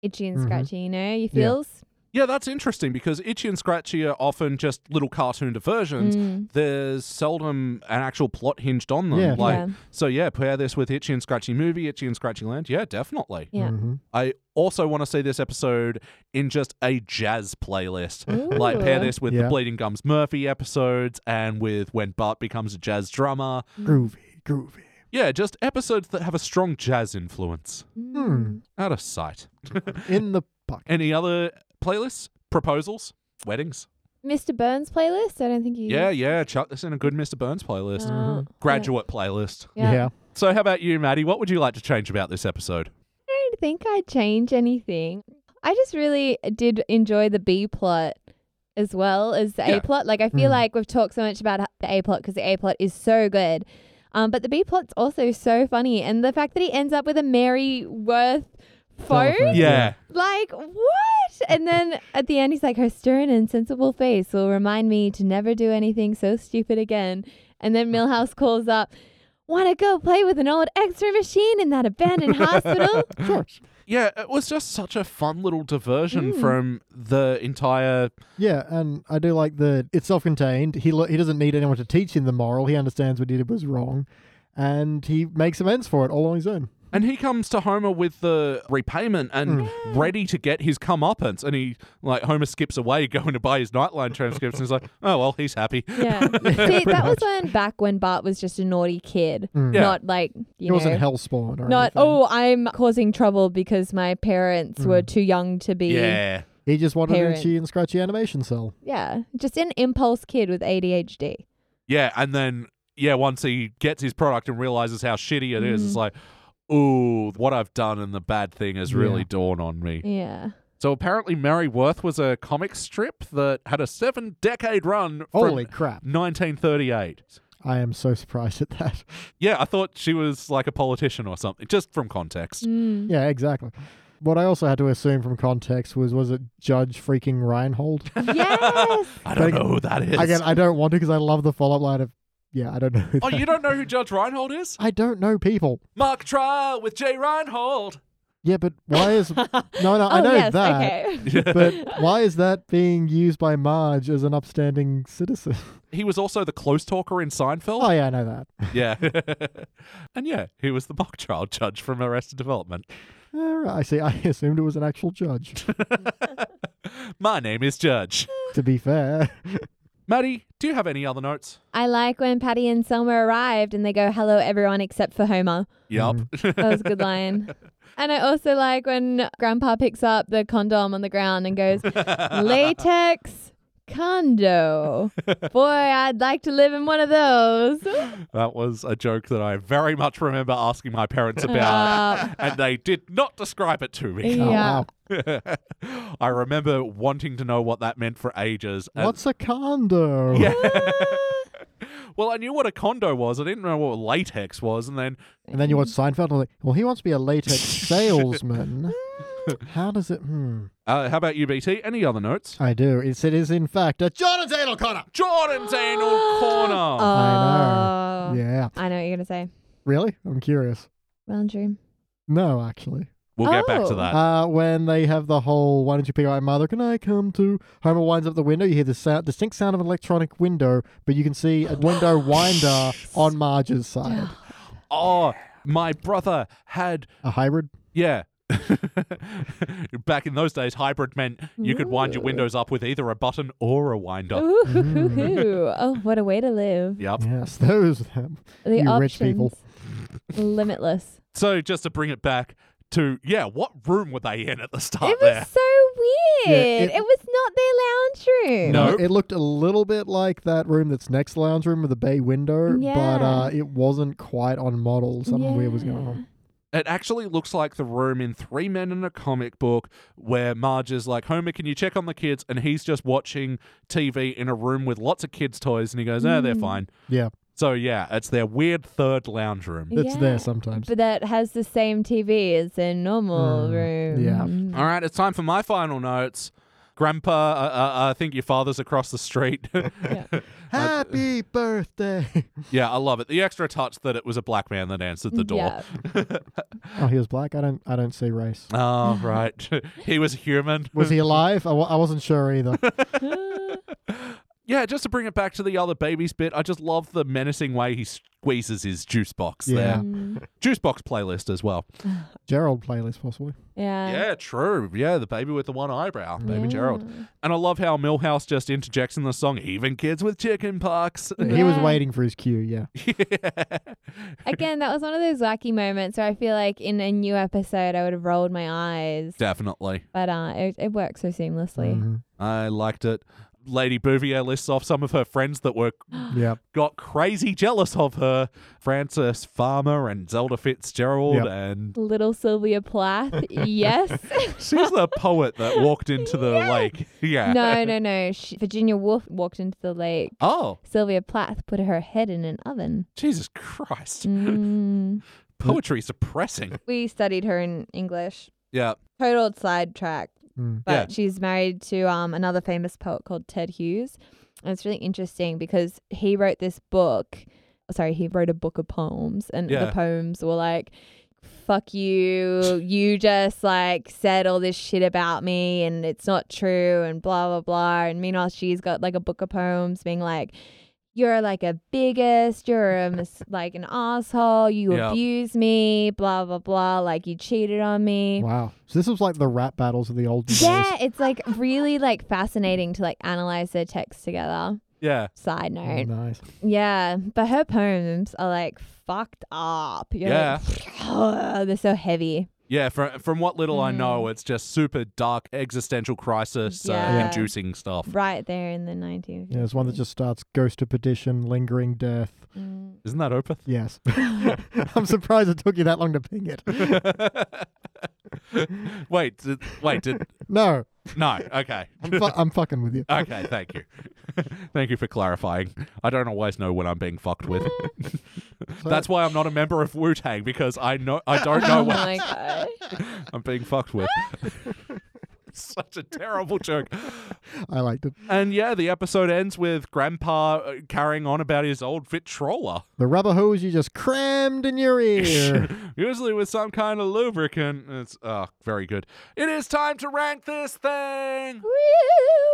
[SPEAKER 2] itchy and
[SPEAKER 3] Mhm.
[SPEAKER 2] scratchy. You know, you feels.
[SPEAKER 1] Yeah, that's interesting because Itchy and Scratchy are often just little cartoon diversions.
[SPEAKER 2] Mm.
[SPEAKER 1] There's seldom an actual plot hinged on them.
[SPEAKER 3] Yeah.
[SPEAKER 1] Like,
[SPEAKER 2] Yeah.
[SPEAKER 1] So, yeah, pair this with Itchy and Scratchy movie, Itchy and Scratchy Land. Yeah, definitely.
[SPEAKER 2] Yeah.
[SPEAKER 3] Mm-hmm.
[SPEAKER 1] I also want to see this episode in just a jazz playlist. Like pair
[SPEAKER 2] Ooh.
[SPEAKER 1] this with the
[SPEAKER 3] Yeah.
[SPEAKER 1] Bleeding Gums Murphy episodes and with When Bart Becomes a Jazz Drummer.
[SPEAKER 3] Groovy, groovy.
[SPEAKER 1] Yeah, just episodes that have a strong jazz influence.
[SPEAKER 3] Hmm.
[SPEAKER 2] Mm.
[SPEAKER 1] Out of sight.
[SPEAKER 3] In the pocket.
[SPEAKER 1] Any other playlists? Proposals? Weddings?
[SPEAKER 2] Mr. Burns playlist. I don't think you.
[SPEAKER 1] Yeah, Mm-hmm. yeah. Chuck this in a good Mr. Burns playlist.
[SPEAKER 2] Oh,
[SPEAKER 1] Graduate playlist.
[SPEAKER 2] Yeah.
[SPEAKER 3] yeah.
[SPEAKER 1] So, how about you, Maddie? What would you like to change about this episode?
[SPEAKER 2] I don't think I'd change anything. I just really did enjoy the B plot as well as the
[SPEAKER 1] Yeah.
[SPEAKER 2] A plot. Like I feel
[SPEAKER 3] Mm.
[SPEAKER 2] like we've talked so much about h- the A plot because the A plot is so good. Um, but the B plot's also so funny, and the fact that he ends up with a Mary Worth phone,
[SPEAKER 1] Yeah.
[SPEAKER 3] Telephone. Yeah.
[SPEAKER 2] like what? And then at the end, he's like, "Her stern and sensible face will remind me to never do anything so stupid again." And then Millhouse calls up, "Want to go play with an old X-ray machine in that
[SPEAKER 3] *laughs*
[SPEAKER 2] abandoned hospital?"
[SPEAKER 3] Sure.
[SPEAKER 1] Yeah, it was just such a fun little diversion
[SPEAKER 2] Mm.
[SPEAKER 1] from the entire
[SPEAKER 3] Yeah, and I do like that it's self-contained. He lo- he doesn't need anyone to teach him the moral. He understands what he did was wrong, and he makes amends for it all on his own.
[SPEAKER 1] And he comes to Homer with the repayment and
[SPEAKER 3] Mm.
[SPEAKER 1] ready to get his comeuppance. And he, like, Homer skips away *laughs* going to buy his Nightline transcripts and he's like, oh, well, he's happy.
[SPEAKER 3] *laughs*
[SPEAKER 2] Yeah. See, that was when back when Bart was just a naughty kid,
[SPEAKER 3] Mm.
[SPEAKER 1] Yeah.
[SPEAKER 2] not like you
[SPEAKER 3] He
[SPEAKER 2] know,
[SPEAKER 3] wasn't hellspawn or
[SPEAKER 2] not
[SPEAKER 3] anything.
[SPEAKER 2] oh, I'm causing trouble because my parents
[SPEAKER 3] Mm.
[SPEAKER 2] were too young to be.
[SPEAKER 1] Yeah.
[SPEAKER 3] He just wanted
[SPEAKER 2] Parent.
[SPEAKER 3] an itchy and scratchy animation cell.
[SPEAKER 2] Yeah, just an impulse kid with ADHD.
[SPEAKER 1] Yeah. And then, yeah, once he gets his product and realizes how shitty it is,
[SPEAKER 3] Mm-hmm.
[SPEAKER 1] it's like, ooh, what I've done and the bad thing has really
[SPEAKER 3] Yeah.
[SPEAKER 1] dawned on me.
[SPEAKER 2] Yeah.
[SPEAKER 1] So apparently, Mary Worth was a comic strip that had a seven decade run from
[SPEAKER 3] Holy crap!
[SPEAKER 1] 1938.
[SPEAKER 3] I am so surprised at that. *laughs* *laughs*
[SPEAKER 1] Yeah, I thought she was like a politician or something, just from context.
[SPEAKER 2] Mm.
[SPEAKER 3] yeah, exactly. What I also had to assume from context was was it Judge freaking Reinhold?
[SPEAKER 2] yes.
[SPEAKER 1] I don't
[SPEAKER 3] But
[SPEAKER 1] know who that is.
[SPEAKER 3] Again, I don't want to because I love the follow up line of, yeah, I don't know. Who
[SPEAKER 1] oh,
[SPEAKER 3] that-
[SPEAKER 1] you don't know who Judge Reinhold is?
[SPEAKER 3] *laughs* I don't know people.
[SPEAKER 1] Mark Trial with Jay Reinhold.
[SPEAKER 3] Yeah, but why is no, no,
[SPEAKER 2] *laughs* oh,
[SPEAKER 3] I know
[SPEAKER 2] yes.
[SPEAKER 3] that.
[SPEAKER 2] Okay.
[SPEAKER 3] But why is that being used by Marge as an upstanding citizen?
[SPEAKER 1] *laughs*
[SPEAKER 3] *laughs*
[SPEAKER 1] He was also the close talker in Seinfeld.
[SPEAKER 3] Oh yeah, I know that.
[SPEAKER 1] Yeah. *laughs* and yeah, he was the mock trial judge from Arrested Development.
[SPEAKER 3] All right, I see. I assumed it was an
[SPEAKER 2] *laughs*
[SPEAKER 3] actual judge.
[SPEAKER 1] My name is Judge.
[SPEAKER 3] to be fair,
[SPEAKER 1] Maddie, do you have any other notes?
[SPEAKER 2] I like when Patty and Selma arrived and they go, hello, everyone except for Homer.
[SPEAKER 1] Yup.
[SPEAKER 2] That was a good line. And I also like when Grandpa picks up the condom on the ground and goes, latex condo. Boy, I'd like to live in one of those.
[SPEAKER 1] *laughs* that was a joke that I very much remember asking my parents about,
[SPEAKER 2] *laughs* Uh,
[SPEAKER 1] and they did not describe it to me.
[SPEAKER 3] Oh,
[SPEAKER 2] yeah.
[SPEAKER 3] wow.
[SPEAKER 1] *laughs* I remember wanting to know what that meant for ages. and-
[SPEAKER 3] what's a condo?
[SPEAKER 1] Yeah. well, I knew what a condo was. I didn't know what latex was, and then
[SPEAKER 3] *laughs* And then you *laughs* watch Seinfeld and like, well, he wants to be a latex salesman. How does it? Hmm.
[SPEAKER 1] uh, how about you, BT? Any other notes?
[SPEAKER 3] I do. It's, it is in fact a Jonathan O'Connor.
[SPEAKER 1] Jordan's
[SPEAKER 2] *gasps*
[SPEAKER 1] anal corner.
[SPEAKER 3] I
[SPEAKER 2] Oh.
[SPEAKER 3] Yeah.
[SPEAKER 2] I know what you're going to say.
[SPEAKER 3] Really? I'm curious.
[SPEAKER 2] Round dream.
[SPEAKER 3] No, actually.
[SPEAKER 1] we'll get back to
[SPEAKER 2] Oh.
[SPEAKER 1] that.
[SPEAKER 3] Uh, when they have the whole "Why don't you pick up my mother? Can I come to?" Homer winds up the window. You hear the sound, distinct sound of an electronic window, but you can see *gasps* a window winder on Marge's side.
[SPEAKER 1] oh, my brother had
[SPEAKER 3] A hybrid.
[SPEAKER 1] yeah. *laughs* Back in those days, hybrid meant you could wind your windows up with either a button or a winder.
[SPEAKER 2] Ooh,
[SPEAKER 3] Mm.
[SPEAKER 2] oh, what a way to live.
[SPEAKER 1] Yep.
[SPEAKER 3] Yes, *laughs* those.
[SPEAKER 2] The
[SPEAKER 3] You rich
[SPEAKER 2] options.
[SPEAKER 3] people.
[SPEAKER 2] Limitless.
[SPEAKER 1] So just to bring it back to yeah, what room were they in at the start
[SPEAKER 2] It
[SPEAKER 1] there?
[SPEAKER 2] was so
[SPEAKER 3] Yeah,
[SPEAKER 2] weird.
[SPEAKER 3] it-
[SPEAKER 2] it, was not their lounge room.
[SPEAKER 1] No.
[SPEAKER 3] It looked a little bit like that room that's next to the lounge room with the bay window, but
[SPEAKER 2] Yeah.
[SPEAKER 3] uh, it wasn't quite on model. Something weird was going on.
[SPEAKER 1] It actually looks like the room in Three Men in a Comic Book where Marge is like, Homer, can you check on the kids? And he's just watching TV in a room with lots of kids' toys and he goes, Oh, they're fine.
[SPEAKER 3] Mm. Yeah,
[SPEAKER 1] So yeah, it's their weird third lounge room.
[SPEAKER 3] it's
[SPEAKER 2] Yeah.
[SPEAKER 3] there sometimes. Mm.
[SPEAKER 2] But that has the same TV as their normal room.
[SPEAKER 3] yeah.
[SPEAKER 1] All right, it's time for my final notes. Grandpa, uh, uh, I think your father's across the street.
[SPEAKER 3] *laughs*
[SPEAKER 1] *laughs*
[SPEAKER 3] Happy birthday!
[SPEAKER 1] yeah, I love it. The extra touch that it was a black man that answered
[SPEAKER 3] Mm,
[SPEAKER 1] the door.
[SPEAKER 2] Yeah.
[SPEAKER 3] oh, he was black. I don't. I don't see *laughs* race.
[SPEAKER 1] Oh, right. *laughs* he was human.
[SPEAKER 3] Was he alive? I, w- I wasn't sure *laughs* either.
[SPEAKER 1] Yeah, just to bring it back to the other babies bit, I just love the menacing way he squeezes his juice box
[SPEAKER 3] Yeah.
[SPEAKER 1] there. Juice box playlist as well.
[SPEAKER 3] Gerald playlist possibly.
[SPEAKER 2] *laughs* Yeah.
[SPEAKER 1] yeah, true. Yeah, the baby with the one eyebrow, baby
[SPEAKER 2] Yeah.
[SPEAKER 1] Gerald. And I love how Millhouse just interjects in the song, even kids with chicken pox.
[SPEAKER 3] *laughs* He
[SPEAKER 1] *laughs*
[SPEAKER 3] was
[SPEAKER 2] Yeah.
[SPEAKER 3] waiting for his cue. Yeah.
[SPEAKER 2] *laughs* Again, that was one of those wacky moments where I feel like in a new episode I would have rolled my eyes,
[SPEAKER 1] Definitely.
[SPEAKER 2] but uh, it, it worked so seamlessly.
[SPEAKER 3] Mhm.
[SPEAKER 1] I liked it. Lady Bouvier lists off some of her friends that
[SPEAKER 2] *gasps*
[SPEAKER 1] were
[SPEAKER 3] Yeah.
[SPEAKER 1] got crazy jealous of her. Frances Farmer and Zelda Fitzgerald
[SPEAKER 3] Yep.
[SPEAKER 1] and
[SPEAKER 2] Little
[SPEAKER 1] *laughs*
[SPEAKER 2] Sylvia Plath, yes.
[SPEAKER 1] she's the poet that walked into
[SPEAKER 2] *laughs*
[SPEAKER 1] the lake. Yeah.
[SPEAKER 2] no, no, no. She, Virginia Woolf walked into the lake.
[SPEAKER 1] Oh,
[SPEAKER 2] Sylvia Plath put her head in an oven.
[SPEAKER 1] Jesus
[SPEAKER 2] *laughs*
[SPEAKER 1] Christ.
[SPEAKER 2] Mm.
[SPEAKER 1] Poetry's depressing.
[SPEAKER 2] we studied her in English.
[SPEAKER 1] *laughs* Yeah.
[SPEAKER 2] Total sidetrack.
[SPEAKER 3] Mm.
[SPEAKER 2] but she's married to um, another famous poet called Ted Hughes. And it's really interesting because he wrote this book. Sorry, he wrote a book of poems, and
[SPEAKER 1] Yeah.
[SPEAKER 2] the poems were like, fuck you. You just like said all this shit about me, and it's not true, and blah, blah, blah. And meanwhile, she's got like a book of poems being like, you're like a biggest, you're a mis- like an asshole, you
[SPEAKER 1] Yeah.
[SPEAKER 2] abuse me, blah, blah, blah. Like you cheated on me.
[SPEAKER 3] Wow. So this was like the rap battles of the old days. *laughs*
[SPEAKER 2] Yeah, it's like really like fascinating to like analyze their text together.
[SPEAKER 1] Yeah.
[SPEAKER 2] Side note.
[SPEAKER 3] Oh, Nice.
[SPEAKER 2] Yeah, but her poems are like fucked up. You're like, they're so heavy.
[SPEAKER 1] Yeah, from from what little I know,
[SPEAKER 3] Mm.
[SPEAKER 1] it's just super dark existential crisis uh,
[SPEAKER 2] Yeah.
[SPEAKER 1] inducing stuff.
[SPEAKER 2] Right there in the 19th.
[SPEAKER 3] Yeah, there's one that just starts ghost to petition, lingering death.
[SPEAKER 2] Mm.
[SPEAKER 1] Isn't that Opeth?
[SPEAKER 3] Yes. *laughs* I'm surprised it took you that long to ping it. *laughs*
[SPEAKER 1] wait, did, wait, did
[SPEAKER 3] No,
[SPEAKER 1] no? Okay, *laughs*
[SPEAKER 3] I'm, fu- I'm fucking with you.
[SPEAKER 1] okay, thank you. *laughs* Thank you for clarifying. I don't always know when I'm being fucked
[SPEAKER 3] *laughs*
[SPEAKER 1] with. That's why I'm not a member of Wu Tang because I know I don't know
[SPEAKER 2] Oh
[SPEAKER 3] *laughs*
[SPEAKER 1] when
[SPEAKER 2] my god.
[SPEAKER 1] I'm being fucked with. *laughs* Such a terrible joke.
[SPEAKER 3] I liked it.
[SPEAKER 1] And yeah, the episode ends with Grandpa uh, carrying on about his old Victrola,
[SPEAKER 3] The rubber hose you just crammed in your ear.
[SPEAKER 1] *laughs* usually with some kind of lubricant. It's uh, very good. It is time to rank this thing.
[SPEAKER 2] Woo!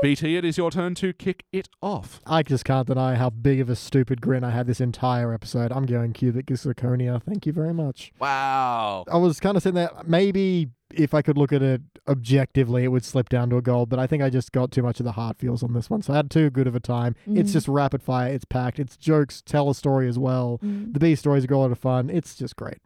[SPEAKER 1] BT, it is your turn to kick it off.
[SPEAKER 3] I just can't deny how big of a stupid grin I had this entire episode. I'm going cubic zirconia. Thank you very much.
[SPEAKER 1] Wow.
[SPEAKER 3] I was kind of saying that maybe if I could look at it objectively, it would slip down to a gold, but I think I just got too much of the heart feels on this one. So I had too good of a time. It's
[SPEAKER 2] Mm.
[SPEAKER 3] just rapid fire. It's packed. It's jokes. Tell a story as well.
[SPEAKER 2] Mm.
[SPEAKER 3] The B stories are a lot of fun. It's just great.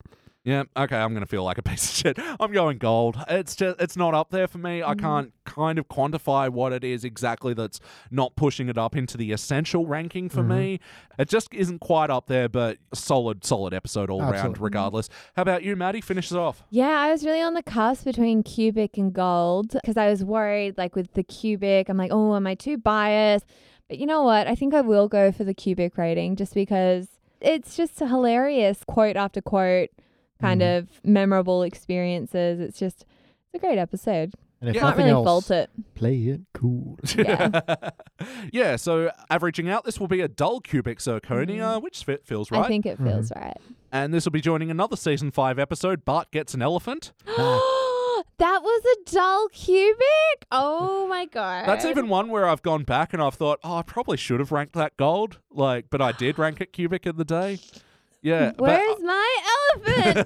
[SPEAKER 1] Yeah, okay, I'm gonna feel like a *laughs* piece of shit. I'm going gold. It's just it's not up there for me.
[SPEAKER 2] Mm-hmm.
[SPEAKER 1] I can't kind of quantify what it is exactly that's not pushing it up into the essential ranking for
[SPEAKER 2] Mm-hmm.
[SPEAKER 1] me. It just isn't quite up there, but solid, solid episode all round,
[SPEAKER 3] Absolutely.
[SPEAKER 1] regardless. How about you, Maddie? Finishes off.
[SPEAKER 2] Yeah, I was really on the cusp between cubic and gold because I was worried, like with the cubic, I'm like, oh, am I too biased? But you know what? I think I will go for the cubic rating just because it's just hilarious, quote after quote, kind
[SPEAKER 3] Mhm.
[SPEAKER 2] of memorable experiences. It's just it's a great episode.
[SPEAKER 3] And if
[SPEAKER 1] Yeah.
[SPEAKER 2] Can't
[SPEAKER 3] nothing
[SPEAKER 2] really
[SPEAKER 3] else,
[SPEAKER 2] fault it.
[SPEAKER 3] play it
[SPEAKER 2] *gasps*
[SPEAKER 3] cool. *laughs*
[SPEAKER 2] Yeah.
[SPEAKER 1] *laughs* yeah, so averaging out, this will be a dull cubic zirconia, which fit, feels right.
[SPEAKER 2] Mm-hmm. I think it feels right.
[SPEAKER 1] and this will be joining another season five episode, Bart Gets an Elephant.
[SPEAKER 2] *gasps* that was a dull cubic. Oh my god.
[SPEAKER 1] That's even one where I've gone back and I've thought, oh, I probably should have ranked that gold. Like, but I did rank it cubic in the day. Yeah.
[SPEAKER 2] Where's my elephant?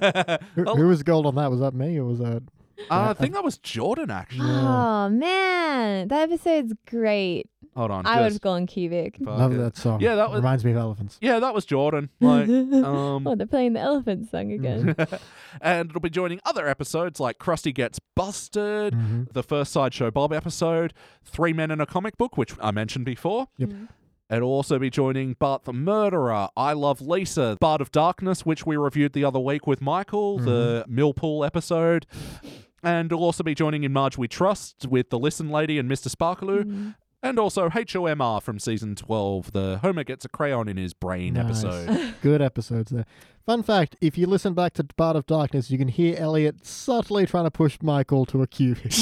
[SPEAKER 1] *laughs* but, Oh,
[SPEAKER 3] Who, who uh, was gold on that? Was that me or was that?
[SPEAKER 1] uh, I think that was Jordan,
[SPEAKER 2] *gasps*
[SPEAKER 1] actually.
[SPEAKER 2] Oh man, that episode's great.
[SPEAKER 1] Hold on.
[SPEAKER 2] I would
[SPEAKER 1] just
[SPEAKER 2] have gone cubic.
[SPEAKER 1] fuck
[SPEAKER 3] Love
[SPEAKER 1] it.
[SPEAKER 3] that song.
[SPEAKER 1] Yeah, that was-
[SPEAKER 3] reminds me of elephants.
[SPEAKER 1] Yeah, that was Jordan.
[SPEAKER 2] *laughs*
[SPEAKER 1] Like,
[SPEAKER 2] oh,
[SPEAKER 1] um,
[SPEAKER 2] they're playing the
[SPEAKER 1] *laughs*
[SPEAKER 2] elephant song again.
[SPEAKER 3] *laughs*
[SPEAKER 1] and it'll be joining other episodes like Krusty Gets Busted,
[SPEAKER 3] hmm
[SPEAKER 1] the first Sideshow Bob episode, Three Men in a Comic Book, which I mentioned before.
[SPEAKER 3] Yep.
[SPEAKER 1] It'll also be joining Bart the Murderer, I Love Lisa, Bart of Darkness, which we reviewed the other week with Michael, the
[SPEAKER 3] Mm-hmm.
[SPEAKER 1] Millpool episode. And it'll also be joining in Marge We Trust with The Listen Lady and Mr. Sparkaloo.
[SPEAKER 3] Mm-hmm.
[SPEAKER 2] Mm.
[SPEAKER 1] *laughs* And also HOMR from season 12, the Homer Gets a Crayon in His Brain
[SPEAKER 3] Nice. *laughs*
[SPEAKER 1] episode. Uh,
[SPEAKER 3] Good episodes there. Fun fact if you listen back to Part of Darkness, you can hear Elliot subtly trying to push Michael to a cubic.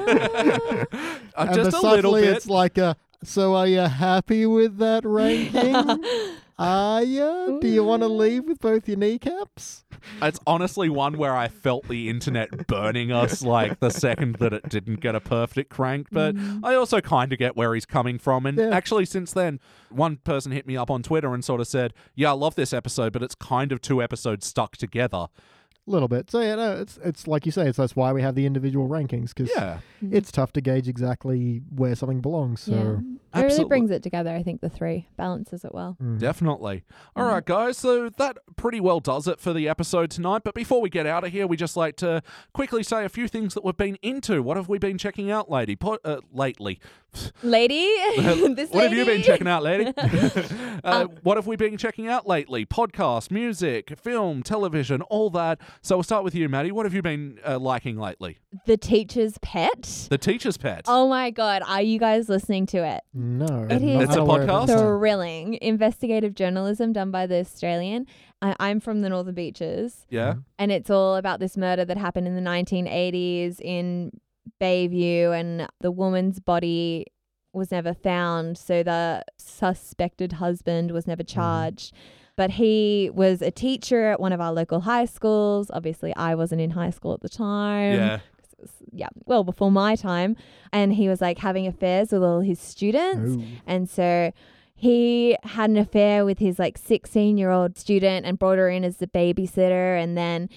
[SPEAKER 2] Ah.
[SPEAKER 1] Uh,
[SPEAKER 3] and
[SPEAKER 1] just
[SPEAKER 3] the
[SPEAKER 1] a little
[SPEAKER 3] subtly,
[SPEAKER 1] bit.
[SPEAKER 3] it's like a. So are you happy
[SPEAKER 1] *laughs*
[SPEAKER 3] with that ranking? are you? Do you want to leave with both your kneecaps?
[SPEAKER 1] It's honestly one where I felt the internet burning us like the second that it didn't get a perfect rank. But I also kind of get where he's coming from. And
[SPEAKER 3] Yeah.
[SPEAKER 1] actually, since then, one person hit me up on Twitter and sort of said, Yeah, I love this episode, but it's kind of two episodes stuck together.
[SPEAKER 3] A little bit. So yeah, no, it's it's like you say. It's that's why we have the individual rankings because
[SPEAKER 1] Yeah.
[SPEAKER 3] it's tough to gauge exactly where something belongs. So.
[SPEAKER 2] yeah. It really
[SPEAKER 1] Absolute-
[SPEAKER 2] brings it together, I think, the three. Balances it well.
[SPEAKER 3] mm.
[SPEAKER 1] Definitely. All right, guys. So that pretty well does it for the episode tonight. But before we get out of here, we just like to quickly say a few things that we've been into. What have we been checking out, lady? Po- uh, lately,
[SPEAKER 2] Lady, *laughs*
[SPEAKER 1] *laughs*
[SPEAKER 2] this
[SPEAKER 1] what have you been
[SPEAKER 2] lady?
[SPEAKER 1] checking out,
[SPEAKER 2] *laughs*
[SPEAKER 1] lady? uh,
[SPEAKER 2] Um,
[SPEAKER 1] what have we been checking out lately? Podcast, music, film, television, all that. So we'll start with you, Maddie. What have you been uh, liking lately?
[SPEAKER 2] The teacher's pet.
[SPEAKER 1] The Teacher's Pet.
[SPEAKER 2] Oh my god, are you guys listening to it?
[SPEAKER 3] No,
[SPEAKER 1] It
[SPEAKER 2] is-
[SPEAKER 3] I'm not
[SPEAKER 2] It's a
[SPEAKER 3] aware of
[SPEAKER 1] podcast?
[SPEAKER 3] this.
[SPEAKER 2] Thrilling investigative journalism done by the Australian. I- I'm from the Northern Beaches.
[SPEAKER 1] Yeah.
[SPEAKER 2] and it's all about this murder that happened in the 1980s in Bayview, and the woman's body was never found. So the suspected husband was never charged. But he was a teacher at one of our local high schools. Obviously, I wasn't in high school at the time
[SPEAKER 1] yeah.
[SPEAKER 2] yeah, well before my time, and he was like having affairs with all his students,
[SPEAKER 3] Oh.
[SPEAKER 2] and so he had an affair with his like 16 year old student and brought her in as the babysitter, and then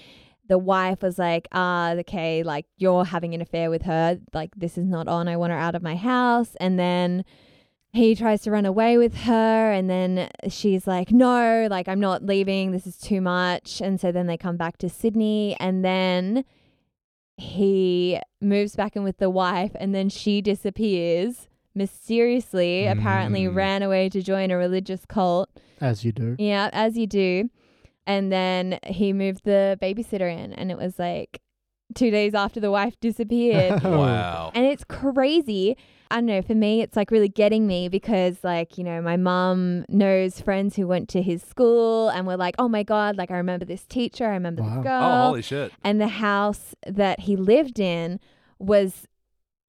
[SPEAKER 2] the wife was like, "Ah, okay, like you're having an affair with her, like this is not on. I want her out of my house," and then. He tries to run away with her, and then she's like, No, like, I'm not leaving. This is too much. And so then they come back to Sydney, and then he moves back in with the wife and then she disappears mysteriously apparently
[SPEAKER 1] Mm.
[SPEAKER 2] ran away to join a religious cult
[SPEAKER 3] As
[SPEAKER 2] *laughs*
[SPEAKER 3] you do.
[SPEAKER 2] yeah as you do and then he moved the babysitter in and it was like two days after the wife disappeared.
[SPEAKER 1] *laughs* Wow.
[SPEAKER 2] And oh. it's crazy. I don't know. For me, it's like really getting me because, like, you know, my mum knows friends who went to his school and were like, oh my God, like, I remember this teacher. I remember
[SPEAKER 3] Wow.
[SPEAKER 2] this
[SPEAKER 3] Oh,
[SPEAKER 2] girl.
[SPEAKER 1] Oh, holy shit.
[SPEAKER 2] and the house that he lived in was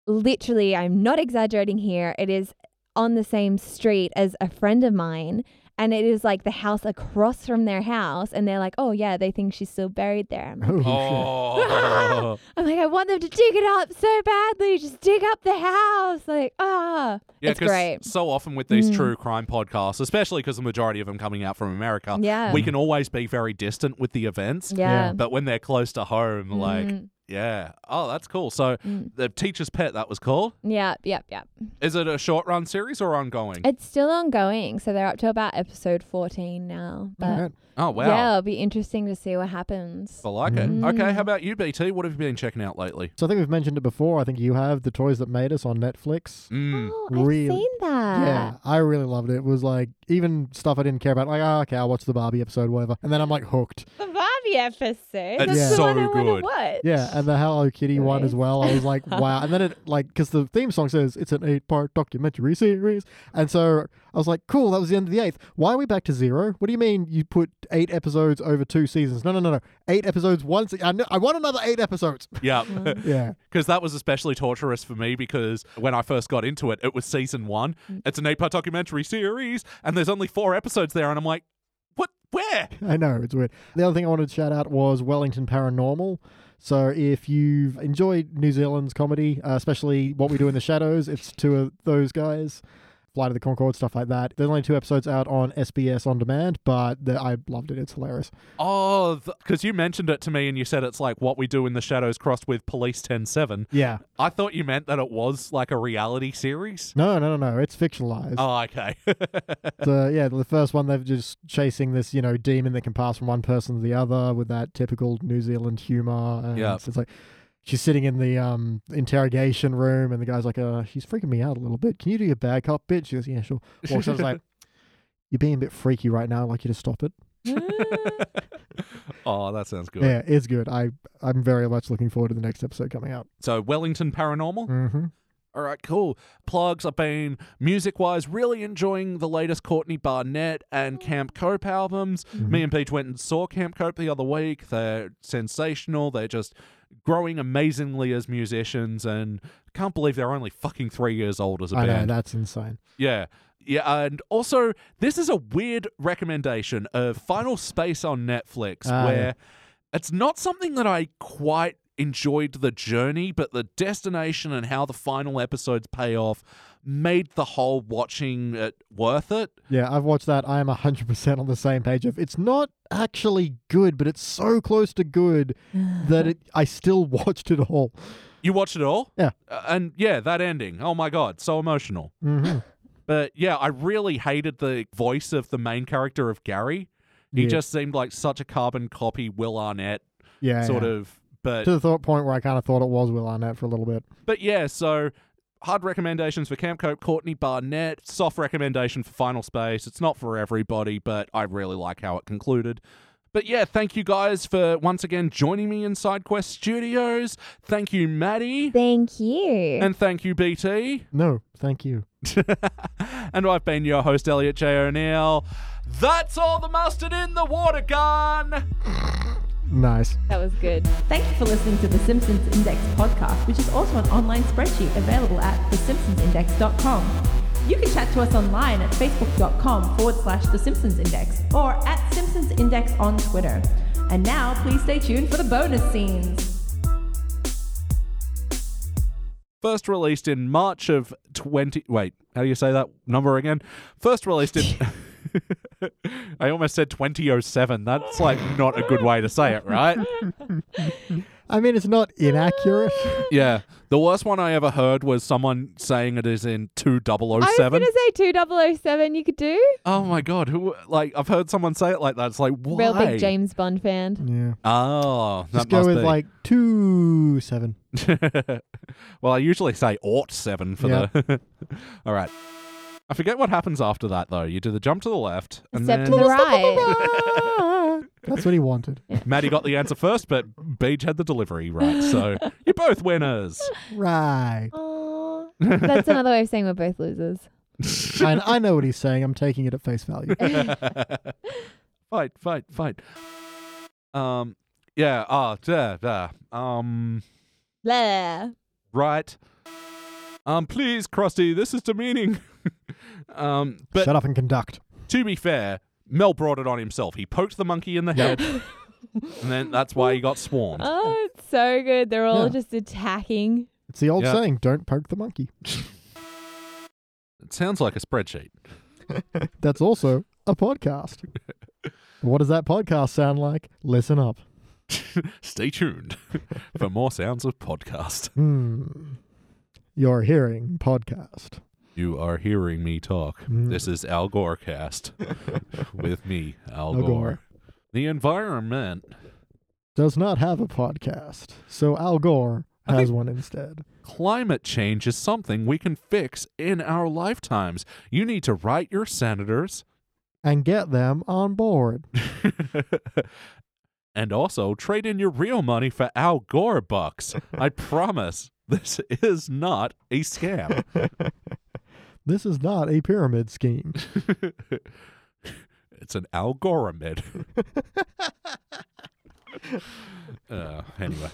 [SPEAKER 2] literally, I'm not exaggerating here, it is on the same street as a friend of mine. And it is like the house across from their house. And they're like, oh, yeah, they think she's still buried there.
[SPEAKER 1] *laughs*
[SPEAKER 2] I'm like,
[SPEAKER 3] Holy shit.
[SPEAKER 1] Oh.
[SPEAKER 2] I'm like, I want them to dig it up so badly. Just dig up the house. Like, ah.
[SPEAKER 1] Yeah,
[SPEAKER 2] it's great.
[SPEAKER 1] so often with these
[SPEAKER 2] Mm.
[SPEAKER 1] true crime podcasts, especially because the majority of them coming out from America,
[SPEAKER 2] Yeah.
[SPEAKER 1] Oh, we can always be very distant with the events.
[SPEAKER 2] Yeah.
[SPEAKER 1] But when they're close to home, like,
[SPEAKER 2] Mhm.
[SPEAKER 1] yeah. Oh, that's cool. So
[SPEAKER 2] Mm.
[SPEAKER 1] the teacher's pet, that was called.
[SPEAKER 2] Yep, yep, yep.
[SPEAKER 1] Is it a short run series or ongoing?
[SPEAKER 2] It's still ongoing. So they're up to about episode 14 now. But
[SPEAKER 3] Alright.
[SPEAKER 1] oh, wow.
[SPEAKER 2] yeah, it'll be interesting to see what happens.
[SPEAKER 1] I like it.
[SPEAKER 2] Mm.
[SPEAKER 1] Okay, how about you, BT? What have you been checking out lately?
[SPEAKER 3] So I think we've mentioned it before. I think you have the toys that made us on Netflix.
[SPEAKER 2] *laughs*
[SPEAKER 1] Mm.
[SPEAKER 2] Oh, I've
[SPEAKER 3] Really?
[SPEAKER 2] seen that.
[SPEAKER 3] Yeah, I really loved it. It was like even stuff I didn't care about, like oh, okay, I'll watch the Barbie episode, whatever, and then I'm like hooked.
[SPEAKER 2] The Barbie episode.
[SPEAKER 1] That's
[SPEAKER 2] That's the
[SPEAKER 1] so
[SPEAKER 2] one I wanna
[SPEAKER 1] good.
[SPEAKER 2] Watch.
[SPEAKER 3] Yeah, and
[SPEAKER 2] *laughs*
[SPEAKER 3] the Hello Kitty one as
[SPEAKER 2] Nice.
[SPEAKER 3] well. I was like, wow. And then it like because the theme song says it's an eight-part documentary series, and so I was like, cool. That was the end of the eighth. Why are we back to zero? What do you mean you put eight episodes over two seasons? No, no, no, no. Eight episodes once. I, know, I want another eight episodes.
[SPEAKER 1] Yeah. *laughs*
[SPEAKER 3] Yeah,
[SPEAKER 1] Because that was especially torturous for me because when I first got into it, it was season one. It's an eight part documentary series, and there's only four episodes there, and I'm like, what? Where?
[SPEAKER 3] *laughs* I know it's weird. The other thing I wanted to shout out was Wellington Paranormal. So if you've enjoyed New Zealand's comedy, uh, especially What We Do in the Shadows, it's two of those guys. Flight of the Concorde, stuff like that. There's only two episodes out on SBS On Demand, but the, I loved it. It's hilarious.
[SPEAKER 1] Oh, *laughs* because you mentioned it to me and you said it's like what we do in the shadows crossed with Police 10 7.
[SPEAKER 3] Yeah.
[SPEAKER 1] I thought you meant that it was like a reality series.
[SPEAKER 3] No, no, no, no. It's fictionalized.
[SPEAKER 1] Oh, okay. *laughs*
[SPEAKER 3] So, yeah, the first one, they're just chasing this, you know, demon that can pass from one person to the other with that typical New Zealand humor. And
[SPEAKER 1] Yeah.
[SPEAKER 3] it's like, she's sitting in the um, interrogation room, and the guy's like, uh, she's freaking me out a little bit. Can you do your bad cop bit? She goes, yeah, sure. Well, so
[SPEAKER 1] *laughs*
[SPEAKER 3] it's like, you're being a bit freaky right now. I'd like you to stop it.
[SPEAKER 2] Ah.
[SPEAKER 1] oh, that sounds good.
[SPEAKER 3] Yeah, it's good. I, I'm very much looking forward to the next episode coming out.
[SPEAKER 1] So, Wellington Paranormal.
[SPEAKER 3] Mm-hmm.
[SPEAKER 1] All right, cool. Plugs. I've been music wise really enjoying the latest Courtney Barnett and Camp Cope albums.
[SPEAKER 3] Mm-hmm.
[SPEAKER 1] Me and Pete went and saw Camp Cope the other week. They're sensational. They're just growing amazingly as musicians and can't believe they're only fucking three years old as a
[SPEAKER 3] I know,
[SPEAKER 1] band.
[SPEAKER 3] that's insane.
[SPEAKER 1] Yeah. Yeah, and also this is a weird recommendation of Final Space on Netflix
[SPEAKER 3] Ah,
[SPEAKER 1] where
[SPEAKER 3] yeah.
[SPEAKER 1] it's not something that I quite enjoyed the journey, but the destination and how the final episodes pay off made the whole watching it worth it.
[SPEAKER 3] Yeah, I've watched that. I am 100% on the same page of it's not actually good, but it's so close to good that it, I still *laughs* watched it all.
[SPEAKER 1] You watched it all?
[SPEAKER 3] Yeah.
[SPEAKER 1] Uh, And yeah, that ending. Oh my god, so emotional.
[SPEAKER 3] Mm-hmm.
[SPEAKER 1] But yeah, I really hated the voice of the main character of Gary. He
[SPEAKER 3] Yeah.
[SPEAKER 1] just seemed like such a carbon copy Will Arnett
[SPEAKER 3] Yeah.
[SPEAKER 1] sort
[SPEAKER 3] Ah, yeah.
[SPEAKER 1] of but
[SPEAKER 3] To the thought point where I kind of thought it was Will Arnett for a little bit.
[SPEAKER 1] But yeah, so hard recommendations for Camp Cope, Courtney Barnett, soft recommendation for Final Space. It's not for everybody, but I really like how it concluded. But yeah, thank you guys for once again joining me in SideQuest Studios. Thank you, Maddie.
[SPEAKER 2] Thank you.
[SPEAKER 1] And thank you, BT.
[SPEAKER 3] No, thank you.
[SPEAKER 1] And I've been your host, Elliot J. O'Neill. That's all the mustard in the water gun.
[SPEAKER 3] Nice.
[SPEAKER 2] that was good.
[SPEAKER 4] Thank you for listening to the Simpsons Index podcast, which is also an online spreadsheet available at thesimpsonsindex.com. You can chat to us online at facebook.com forward slash the Simpsons Index or at Simpsons Index on Twitter. And now, please stay tuned for the bonus scenes.
[SPEAKER 1] First released in March of 20. Wait, how do you say that number again? First released in. *laughs* I almost said 2007. That's like not a good way to say it,
[SPEAKER 2] *laughs*
[SPEAKER 1] right?
[SPEAKER 3] I mean, it's not inaccurate.
[SPEAKER 2] Ah.
[SPEAKER 1] Yeah. The worst one I ever heard was someone saying it is in
[SPEAKER 2] I was
[SPEAKER 1] 2007.
[SPEAKER 2] going to say 2007 you could do.
[SPEAKER 1] Oh my God. Who, like, I've heard someone say it like that. It's like, why?
[SPEAKER 2] Real big James Bond fan.
[SPEAKER 3] yeah.
[SPEAKER 1] Oh, that
[SPEAKER 3] Just go
[SPEAKER 1] must
[SPEAKER 3] with
[SPEAKER 1] be.
[SPEAKER 3] like two seven.
[SPEAKER 1] *laughs* well, I usually say aught seven for the. *laughs* All right. I forget what happens after that though. You do the jump to the left, and
[SPEAKER 2] Step to
[SPEAKER 1] then *laughs*
[SPEAKER 2] the right.
[SPEAKER 3] That's what he wanted.
[SPEAKER 1] Maddie got the answer first, but Beach had the delivery right.
[SPEAKER 2] *laughs*
[SPEAKER 1] So you're both winners.
[SPEAKER 3] Right.
[SPEAKER 2] Aw. That's another way of saying we're both losers.
[SPEAKER 3] I, I know what he's saying. I'm taking it at face value.
[SPEAKER 1] *laughs* fight, fight, fight. Um, yeah. Ah, duh, duh. Um,
[SPEAKER 2] *laughs* Blah.
[SPEAKER 1] right. Um, please, Krusty, this is demeaning. *laughs* um, *laughs* but
[SPEAKER 3] Shut up and conduct.
[SPEAKER 1] to be fair, Mel brought it on himself. He poked the monkey in the head, and then that's why he got swarmed.
[SPEAKER 2] Oh, it's so good. They're all
[SPEAKER 3] Yeah.
[SPEAKER 2] just attacking.
[SPEAKER 3] It's the old
[SPEAKER 1] Yeah.
[SPEAKER 3] saying: "Don't poke the monkey."
[SPEAKER 1] *laughs* It sounds like a spreadsheet. *laughs*
[SPEAKER 3] *laughs* That's also a podcast. what does that podcast sound like? Listen up.
[SPEAKER 1] Stay tuned *laughs* for more sounds of podcast.
[SPEAKER 3] Hmm. You're hearing podcast.
[SPEAKER 1] You are hearing me talk.
[SPEAKER 3] Mm.
[SPEAKER 1] This is Al Gore *laughs* cast with me, Al,
[SPEAKER 3] Al
[SPEAKER 1] Gore.
[SPEAKER 3] Gore.
[SPEAKER 1] The environment.
[SPEAKER 3] Does not have a podcast, so Al Gore
[SPEAKER 1] I
[SPEAKER 3] has
[SPEAKER 1] think-
[SPEAKER 3] one instead.
[SPEAKER 1] Climate change is something we can fix in our lifetimes. You need to write your *laughs* senators
[SPEAKER 3] And get them on board.
[SPEAKER 1] and also trade in your real money for Al Gore bucks. I *laughs* promise this is not a scam.
[SPEAKER 3] This is not a
[SPEAKER 1] *laughs*
[SPEAKER 3] pyramid scheme.
[SPEAKER 1] It's an algorithm. uh, anyway.